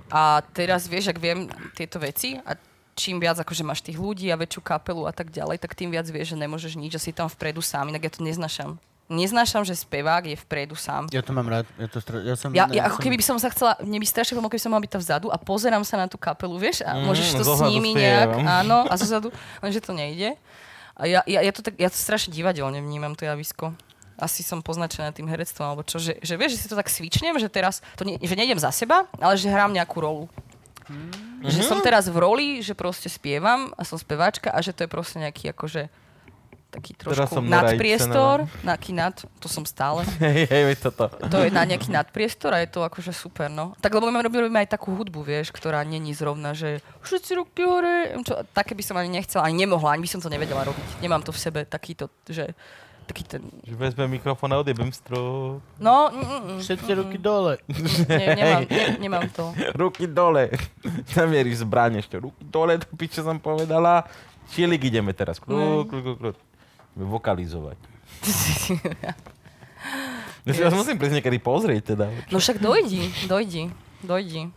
A teraz vieš, ak viem tieto veci a čím viac akože máš tých ľudí a väčšiu kapelu a tak ďalej, tak tým viac vieš, že nemôžeš nič a si tam vpredu sám, inak ja to neznašam. neznášam, že spevák je vpredu sám. Ja to mám rád. Ja, to stro... ja som... Ja, ja ako keby by som sa chcela, mne by strašne pomohlo, keby som mohla byť tam vzadu a pozerám sa na tú kapelu, vieš, a Mm, môžeš to zo s zadu nimi spievam. nejak, áno, a zo zadu, lenže to nejde. A ja, ja, ja, to tak, ja to strašne divadelne vnímam, to javisko. Asi som poznačená tým herectvom, alebo čo, že, že vieš, že si to tak svičnem, že teraz, to nie, že nejdem za seba, ale že hrám nejakú rolu. Mhm. Že som teraz v roli, že proste spievam a som speváčka a že to je proste nejaký akože taký Teraz trošku som Nora nadpriestor, nejaký nad, to som stále. Hej, hej, veď toto. To je na nejaký nadpriestor a je to akože super, no. Tak lebo my robíme, robíme aj takú hudbu, vieš, ktorá není zrovna, že všetci ruky hore, čo, také by som ani nechcela, ani nemohla, ani by som to nevedela robiť. Nemám to v sebe takýto, že taký ten... Že vezmem mikrofón a odjebem strop. No, mm, mm, mm, Všetci ruky dole. ne, nemám, ne, nemám to. Ruky dole. Zamieríš zbraň ešte. Ruky dole, to piče som povedala. Čielik ideme teraz. Mm. Kľú, kľú, kľú, kľú. Vokalizovať. Ja si vás Yes. musím prísť niekedy pozrieť teda. No však dojdi, dojdi, dojdi.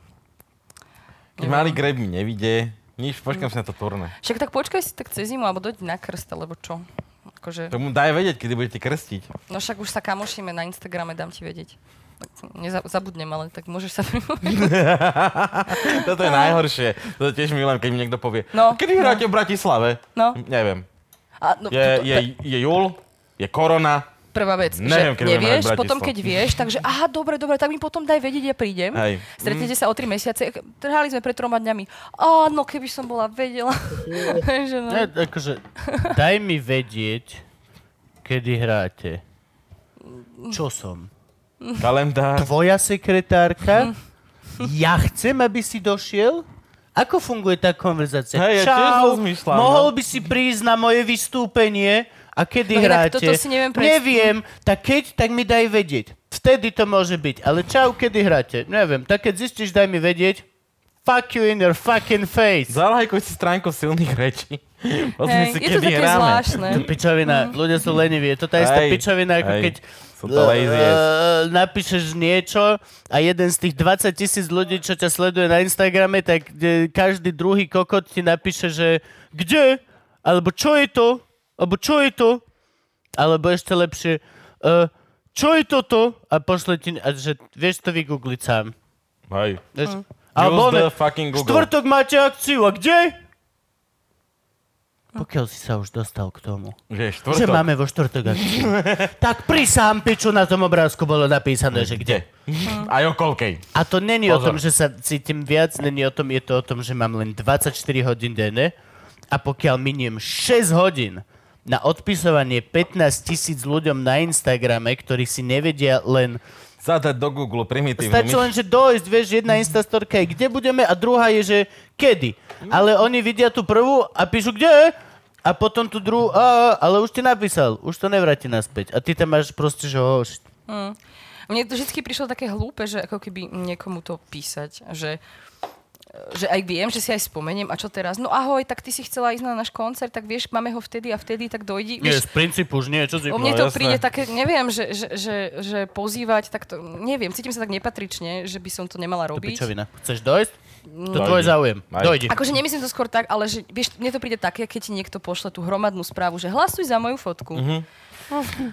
Keď No. malý greb mi nevidie, nič, počkám si na to turné. Však tak počkaj si tak cez zimu, alebo dojdi na krst, alebo čo. Akože, Tomu daj vedieť, kedy budete krstiť. no však už sa kamošíme na Instagrame, dám ti vedieť. Tak Nezabudnem, ale tak môžeš sa pripojiť. Toto je najhoršie. To tiež milujem, keď mi niekto povie. No, kedy no. hráte v Bratislave? No. Neviem. A, no, Je, toto- je, je júl, je korona. prvá vec, že Neviem, kedy budeme mať nevieš, Bratislavu. potom keď vieš, takže aha, dobre, dobre, tak mi potom daj vedieť, ja prídem. Hej. Stretnete sa o tri mesiace, trhali sme pred troma dňami. Áno, keby som bola vedela. že no. Ne, akože, daj mi vedieť, kedy hráte. Čo som? Kalendár. Tvoja sekretárka? Ja chcem, aby si došiel? Ako funguje tá konverzácia? Hej, ja tiež Čau, rozmýšľam, no. mohol by si prísť na moje vystúpenie? A kedy No inak hráte? toto si neviem predstaviť. neviem, tak keď, tak mi daj vedieť. Vtedy to môže byť. Ale čau, kedy hráte? Neviem, tak keď zistíš, daj mi vedieť. Fuck you in your fucking face. Zalajkuj si stránku silných rečí. Pozri Hej, si, je to kedy také hráme. zvláštne. To pičovina, ľudia sú leniví. Je to tá istá Hej, pičovina, ako hej. keď Sú to lazy e, ass. napíšeš niečo a jeden z tých 20 tisíc ľudí, čo ťa sleduje na Instagrame, tak e, každý druhý kokot ti napíše, že kde? Alebo čo je to? Alebo čo je to? Alebo ešte lepšie, e, čo je toto? A pošle ti, a že vieš to vygoogliť sám. Hej. Vieš? Use Alebo the one, fucking Google. štvrtok máte akciu, a kde? Pokiaľ si sa už dostal k tomu. Že je Že štvrtok. máme vo štvrtok akciu. tak pri sám piču na tom obrázku bolo napísané, že Kde? kde. Aj o koľkej? A to není o Pozor. tom, že sa cítim viac, není o tom, je to o tom, že mám len 24 hodín denne a pokiaľ miniem 6 hodín na odpisovanie 15 tisíc ľuďom na Instagrame, ktorí si nevedia len... Zadať do Google primitívne. Stačí len, že dojsť, vieš, jedna Instastorka je, kde budeme a druhá je, že kedy. Ale oni vidia tú prvú a píšu, kde je? A potom tú druhú, a, ale už ti napísal, už to nevráti naspäť. A ty tam máš proste, že ho, shit. Mne to vždy prišlo také hlúpe, že ako keby niekomu to písať, že že aj viem, že si aj spomeniem a čo teraz, no ahoj, tak ty si chcela ísť na náš koncert, tak vieš, máme ho vtedy a vtedy, tak dojdi. Nie, Vieš, z princípu už nie, čo si... O mne No, to jasné. príde také, neviem, že, že, že, že pozývať, tak to, neviem, cítim sa tak nepatrične, že by som to nemala To robiť. pičovina. Chceš dojsť? To Dojdi. tvoj záujem. Aj. Dojdi. Akože nemyslím to skôr tak, ale že, vieš, mne to príde také, keď ti niekto pošle tú hromadnú správu, že hlasuj za moju fotku. Mhm.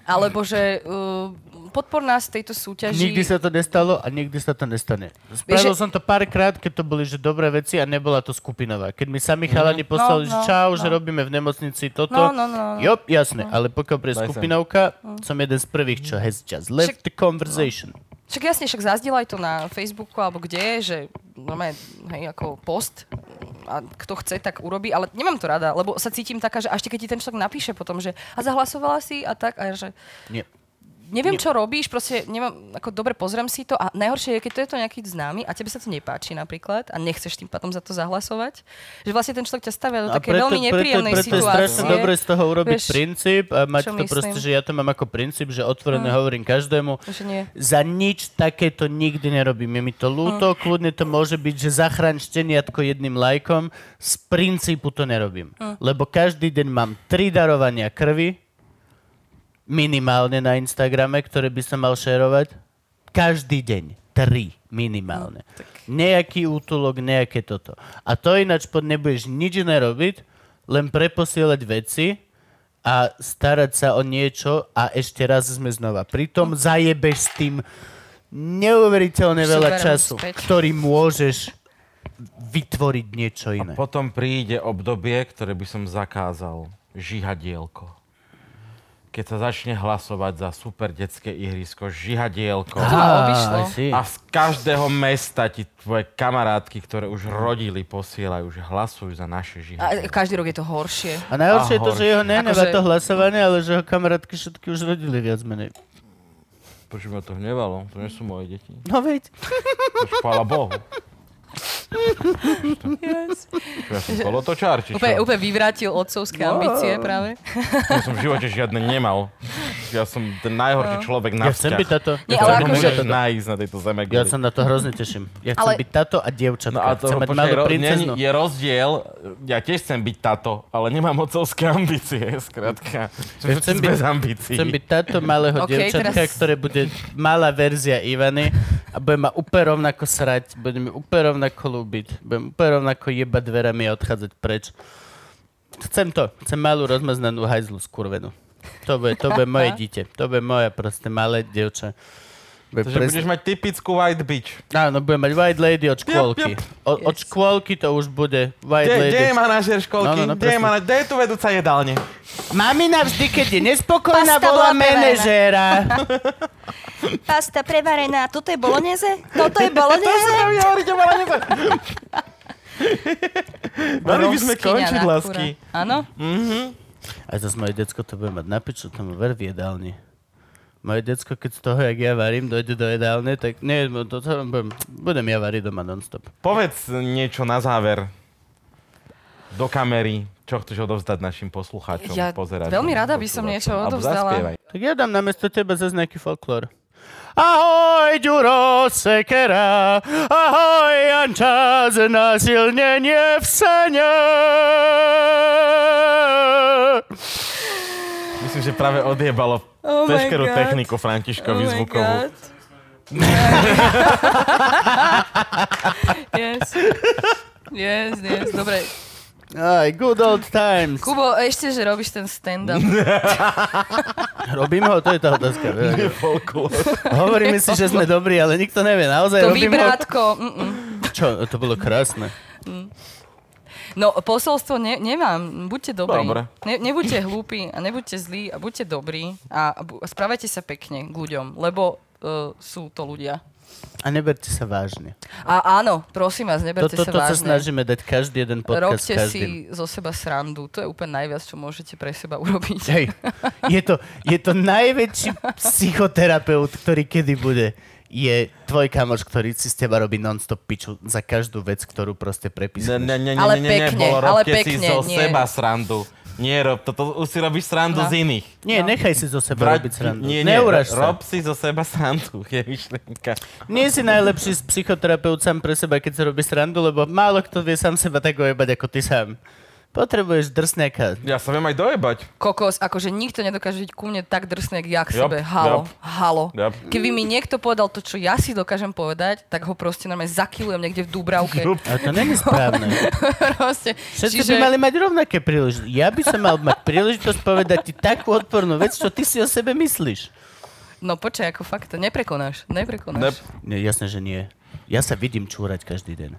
Alebo že uh, podpor nás v tejto súťaži. Nikdy sa to nestalo a nikdy sa to nestane. Spravil že- som to párkrát, keď to boli že dobré veci a nebola to skupinová. Keď mi sami chalani poslali, No, že no, čau, no. že robíme v nemocnici toto. No, no, no, no. Jop, jasné, ale pokiaľ pre Daj sem. skupinovka, som jeden z prvých, čo has just left Však- No. the conversation. Však jasne, však zazdieľaj to na Facebooku alebo kde, že normálne, hej, ako post a kto chce, tak urobí, ale nemám to rada, lebo sa cítim taká, že až keď ti ten človek napíše potom, že a zahlasovala si a tak, a ja, že Nie. Neviem, čo robíš, proste nemám, ako dobre pozriem si to a najhoršie je, keď to je to nejaký známy a tebe sa to nepáči napríklad a nechceš tým potom za to zahlasovať, že vlastne ten človek ťa stavia do A také veľmi nepríjemnej preto je strašne situácie. dobre z toho urobiť Vieš, princíp a mať čo to proste, myslím? No. že ja to mám ako princíp, že otvorené hovorím každému. Že nie. Za nič takéto nikdy nerobím. Je mi to ľúto, kľudne to môže byť, že zachraň šteniatko jedným lajkom. Z princípu to nerobím. Lebo každý deň mám tri darovania krvi, minimálne na Instagrame, ktoré by som mal šerovať. Každý deň. Tri minimálne. Nejaký útulok, nejaké toto. A to ináč pod nebudeš nič iné robiť, len preposielať veci, a starať sa o niečo a ešte raz sme znova. Pritom zajebeš s tým Už si neuveriteľne veľa berem času, späť. ktorý môžeš vytvoriť niečo iné. Potom príde obdobie, ktoré by som zakázal. Žihadielko. Keď sa začne hlasovať za super detské ihrisko, žihadielko. To ma obišlo. I see. A z každého mesta ti tvoje kamarátky, ktoré už rodili, posielajú, že hlasuj za naše A žihadielko. každý rok je to horšie. A najhoršie je to, že jeho neneva Akože- to hlasovanie, ale že ho kamarátky všetky už rodili viac menej. Prečo ma to hnevalo? To nie sú moje deti. No veď, To chvála Bohu. Čo, ja som kolotočár, či čo? Úplne, úplne vyvrátil otcovské ambície práve. Ja som v živote žiadne nemal. Ja som ten najhorší človek na ja chcem byť vzťah. táto. Nie, ale Ja chcem Ktorého byť akože- môžeš táto. nájsť na tejto zeme. Ja kvôli- sa na to hrozne teším. Ja chcem Ale- byť táto a dievčatka. No a to, chcem mať počkaj, malú ro- princeznu. nie, je rozdiel, ja tiež chcem byť táto, ale nemám ocovské ambície, skrátka. Som Ja ja chcem byť- bez ambícií. Chcem byť táto malého Ok, okay, dievčatka, teraz... teraz- ktoré bude malá verzia Ivany a bude ma úplne rovnako srať, bude mi úplne rovnako ľúbiť, budem úplne rovnako jebať dverami a odchádzať preč. Chcem to. Chcem malú rozmaznanú hajzlu skurvenú. To bude, to bude moje dieťa. To bude moje proste malé dievča. Bude Takže budeš mať typickú white bitch. Áno, budem mať White Lady od škôlky. Yep, O, od škôlky to už bude White Kde, Lady. kde je manažer školky? No, no, no, kde, je presne. mana- kde je tu vedúca jedálne? Mamina vždy, keď je nespokojná, Pasta volá bola preverená. manažéra. Pasta prevarená, toto je bolognese? No, Toto je bolognese? Ja hovoríte, mala nebe. Mali by sme Rozkyňa končiť, na lásky. kura. Áno? A zase moje decko to bude mať na piču, to mu ver v jedálni. Moje decko, keď z toho, jak ja varím, dojde do jedálne, tak nie, to, to, budem, budem ja variť doma nonstop. Povedz niečo na záver. Do kamery. Čo chceš odovzdať našim poslucháčom? Ja pozeračom, veľmi rada by som počúvačom? niečo Alebo odovzdala. zaspievaj. Tak ja dám namiesto teba zase nejaký folklór. Ahoj, Ďuro Sekera, ahoj, Janča, znásilnenie v sene. Myslím, že práve odjebalo Oh my veškerú God. techniku Františkovi Oh my zvukovú. God. yes. Yes, yes, dobre. Aj, good old times. Kubo, ešte, že robíš ten stand-up. Robím ho, to je tá otázka. Hovoríme si, že sme dobrí, ale nikto nevie. Naozaj To robím ho. vybrátko. Mm-mm. Čo, to bolo krásne. No, posolstvo ne- nemám. Buďte dobrí. Dobre. Ne- nebuďte hlúpi a nebuďte zlí a buďte dobrí a, bu- a správajte sa pekne k ľuďom, lebo uh, sú to ľudia. A neberte sa vážne. A áno, prosím vás, To, neberte to, sa to, sa vážne. snažíme dať každý jeden podcast Robte každým. si zo seba srandu. To je úplne najviac, čo môžete pre seba urobiť. Hej, je to, je to najväčší psychoterapeut, ktorý kedy bude. Je tvoj kamoš, ktorý si z teba robí non-stop piču za každú vec, ktorú proste Ne, ne, prepisuješ. ne, ne, Ale ne, pekne, nebolo, ale robte si pekne, zo nie. seba srandu. Nie, rob, toto už si robíš srandu No. z iných. Nie, nechaj si zo seba Vrať- robiť srandu. Nie, nie, Neuráž sa. rob si zo seba srandu, je myšlienka. Nie si najlepší psychoterapeut sám pre seba, keď sa robí srandu, lebo málo kto vie sám seba tak ojebať ako ty sám. Potrebuješ drsňaka. Ja sa viem aj dojebať. Kokos, akože nikto nedokáže byť ku mne tak drsný, jak ja k Jop, sebe. Halo, jop. halo. Jop. Keby mi niekto povedal to, čo ja si dokážem povedať, tak ho proste normálne zakilujem niekde v Dúbravke. A to není správne. proste. Všetci Čiže... by mali mať rovnaké príležitosti. Ja by som mal mať príležitosť povedať ti takú odpornú vec, čo ty si o sebe myslíš. No počkaj, ako fakt, to neprekonáš, Ne, neprekonáš. Nie, jasné, že nie. Ja sa vidím čúrať každý deň.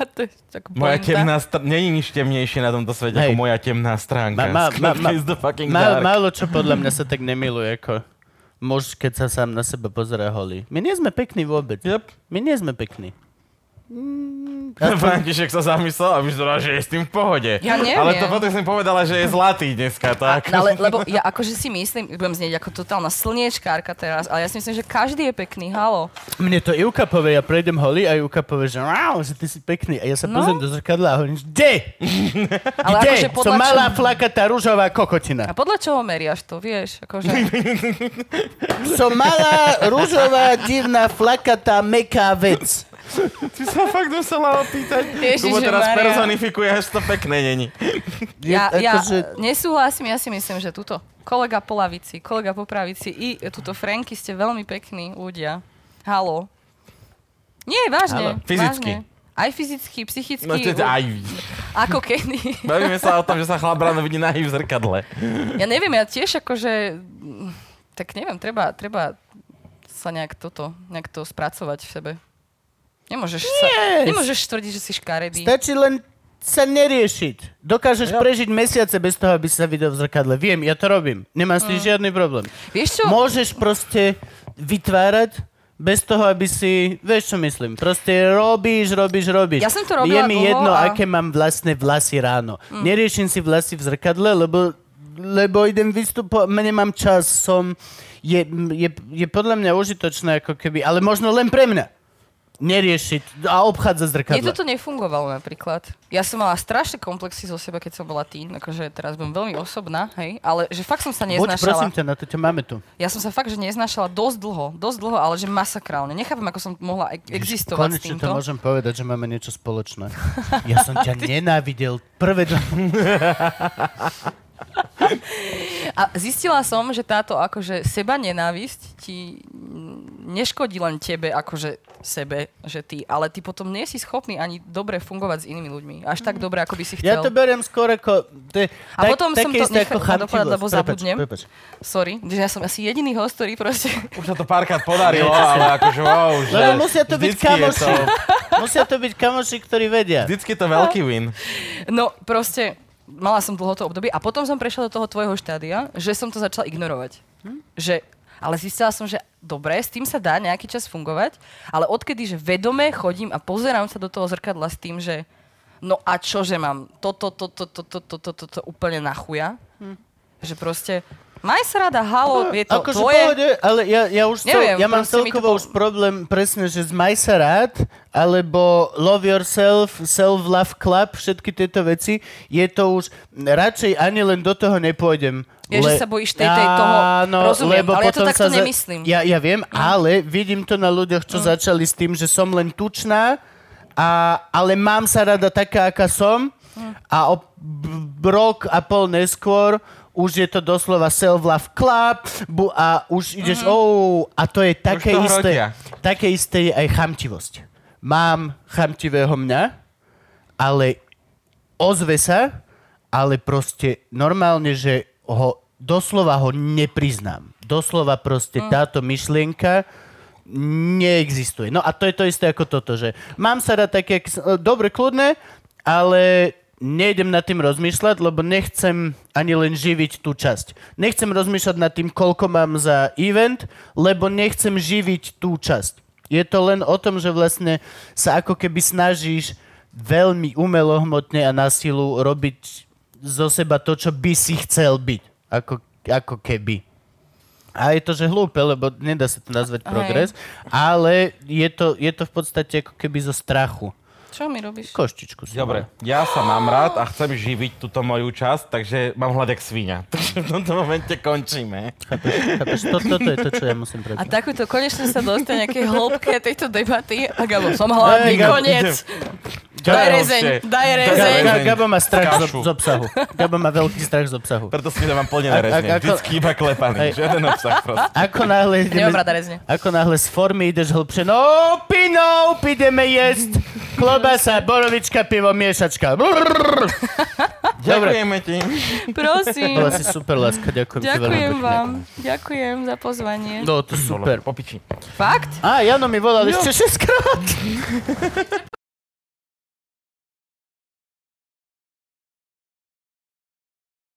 A to je tak moja pointa. temná str- Není nič temnejšie na tomto svete Hej. ako moja temná stránka. Ma- ma- ma- ma- It's the fucking Má, dark. málo čo podľa mňa sa tak nemiluje ako muž, keď sa sám na seba pozerá holý. My nie sme pekní vôbec. Yep. My nie sme pekní. František sa zamyslel a vyzeral, že je s tým v pohode. Ja neviem. Ale to potom som povedala, že je zlatý dneska, tak? No, ale, lebo ja akože si myslím, budem znieť ako totálna slniečkárka teraz, ale ja si myslím, že každý je pekný, halo. Mne to Ivka povie, ja prejdem holý a Ivka povie, že, wow, že ty si pekný. A ja sa No. pozriem do zrkadla a hovorím, kde? Ale kde? akože podľa Som malá čo- flakatá rúžová kokotina. A podľa čoho meriaš to, vieš? Akože, Som malá, rúžová, divná, flakatá, meká vec. Ty sa fakt musela opýtať. Ježiši Kubo teraz Maria. personifikuje, až to pekné není. ja, Je- ja akože- nesúhlasím, ja si myslím, že tuto kolega po lavici, kolega po pravici i tuto Franky ste veľmi pekní ľudia. Halo. Nie, vážne. Halo. Fyzicky. Vážne. Aj fyzicky, psychicky. No, čo, u- aj, Ako kedy. bavíme sa o tom, že sa chlap ráno vidí nahý v zrkadle. Ja neviem, ja tiež akože... mm, Tak neviem, treba, treba sa nejak toto, nejak to spracovať v sebe. Nemôžeš, sa, nemôžeš tvrdiť, že si škaredý. Stačí len sa neriešiť. Dokážeš prežiť mesiace bez toho, aby si sa videl v zrkadle. Viem, ja to robím. Nemám s tým žiadny problém. Vieš Mm. čo? Môžeš proste vytvárať bez toho, aby si... Vieš, čo myslím? Proste robíš, robíš, robíš. Ja som to robila Je mi dlho jedno, a- Mm. aké mám vlastné vlasy ráno. Neriešim si vlasy v zrkadle, lebo lebo idem vystupovať, nemám čas, som... Je, je, je podľa mňa užitočné ako keby, ale možno len pre mňa. Neriešiť a obchádzať zrkadla. Mne toto nefungovalo napríklad. Ja som mala strašné komplexy zo seba, keď som bola teen, akože teraz budem veľmi osobná, hej, ale že fakt som sa Buď, neznašala. prosím ťa, na to ťa máme tu. Ja som sa fakt, že neznašala dosť dlho, dosť dlho, ale že masakrálne. Nechápem, ako som mohla e- existovať s Konečne týmto. to môžem povedať, že máme niečo spoločné. Ja som ťa nenávidel. Prvé dva... A zistila som, že táto akože seba nenávisť ti mm, neškodí len tebe, akože sebe, že ty, ale ty potom nie si schopný ani dobre fungovať s inými ľuďmi. Až tak dobre, ako by si chcel. Ja to beriem skôr ako... To je, A potom som také to no, isté ako nechal dopadať, chamtivosť. lebo Prepač, zabudnem. prepač. Sorry, že ja som asi jediný host, ktorý proste Už sa to párkrát podarilo, ale akože wow, že Lebo musia No, to byť vždycky je kamoši. to- Musia to byť kamoši, ktorí vedia. Vždycky je to veľký win. No proste, mala som dlho to obdobie a potom som prešla do toho tvojho štádia, že som to začala ignorovať. Hm? Že, ale zistila som, že dobre, s tým sa dá nejaký čas fungovať, ale odkedy, že vedome chodím a pozerám sa do toho zrkadla s tým, že no a čo, že mám toto, toto, toto, toto, toto, toto úplne na chuja. Hm? Že proste, maj sa rada, halo, je to akože tvoje... pohode, ale ja, ja už cel, Neviem, ja mám proste mi to celkovo po- už problém presne, že z Maj sa rád, alebo Love Yourself, Self Love Club, všetky tieto veci, je to už, radšej ani len do toho nepôjdem. Ja, že sa bojíš tej- tej toho, rozumiem, ale ja to potom takto sa za- nemyslím. Ja, ja Mm. viem, ale vidím to na ľuďoch, čo začali s tým, že som len tučná, a, ale mám sa rada taká, aká som Mm. a o b- b- rok a pol neskôr už je to doslova self-love club bu, a už ideš, mm-hmm. oh, a to je také to isté, hrotia. také isté je aj chamtivosť. Mám chamtivého mňa, ale ozve sa, ale proste normálne, že ho doslova ho nepriznám. Doslova proste mm. táto myšlienka neexistuje. No a to je to isté ako toto, že mám sa rád také, ak- dobre, kľudné, ale nejdem nad tým rozmýšľať, lebo nechcem ani len živiť tú časť. Nechcem rozmýšľať nad tým, koľko mám za event, lebo nechcem živiť tú časť. Je to len o tom, že vlastne sa ako keby snažíš veľmi umelohmotne a na silu robiť zo seba to, čo by si chcel byť. Ako, ako keby. A je to, že hlúpe, lebo nedá sa to nazvať progres, ale je to, je to v podstate ako keby zo strachu. Čo mi robíš? Koštičku si Dobre, ja sa mám rád a chcem živiť túto moju časť, takže mám hľad jak svinia. Takže v tomto momente končíme. Chápeš, to, toto je to, čo ja musím A prečítať. takúto konečne sa dostane nejaké hĺbke tejto debaty. A Gabo, som hladný, Ej, Gabo, koniec. Daj Ďalšie. rezeň, daj Ga- rezeň. Ga- Rezeň. Gabo má strach z, Kašu. z obsahu. Gabo má veľký strach z obsahu. Preto si to mám A- plne a- nerezne. ako- Vždycky iba klepaný. Hej. Žiaden obsah proste. Ako náhle ideme, Nemám rada rezne. ako náhle z formy ideš hlbšie, no pino, ideme jesť, klobasa, borovička, pivo, miešačka. Brrr. Ďakujeme ti. Prosím. Bola si super, láska, ďakujem, ti Ďakujem veľmi pekne. vám. Ďakujem za pozvanie. No, to super. Popiči. Fakt? Á, Jano mi volal ešte 6 krát.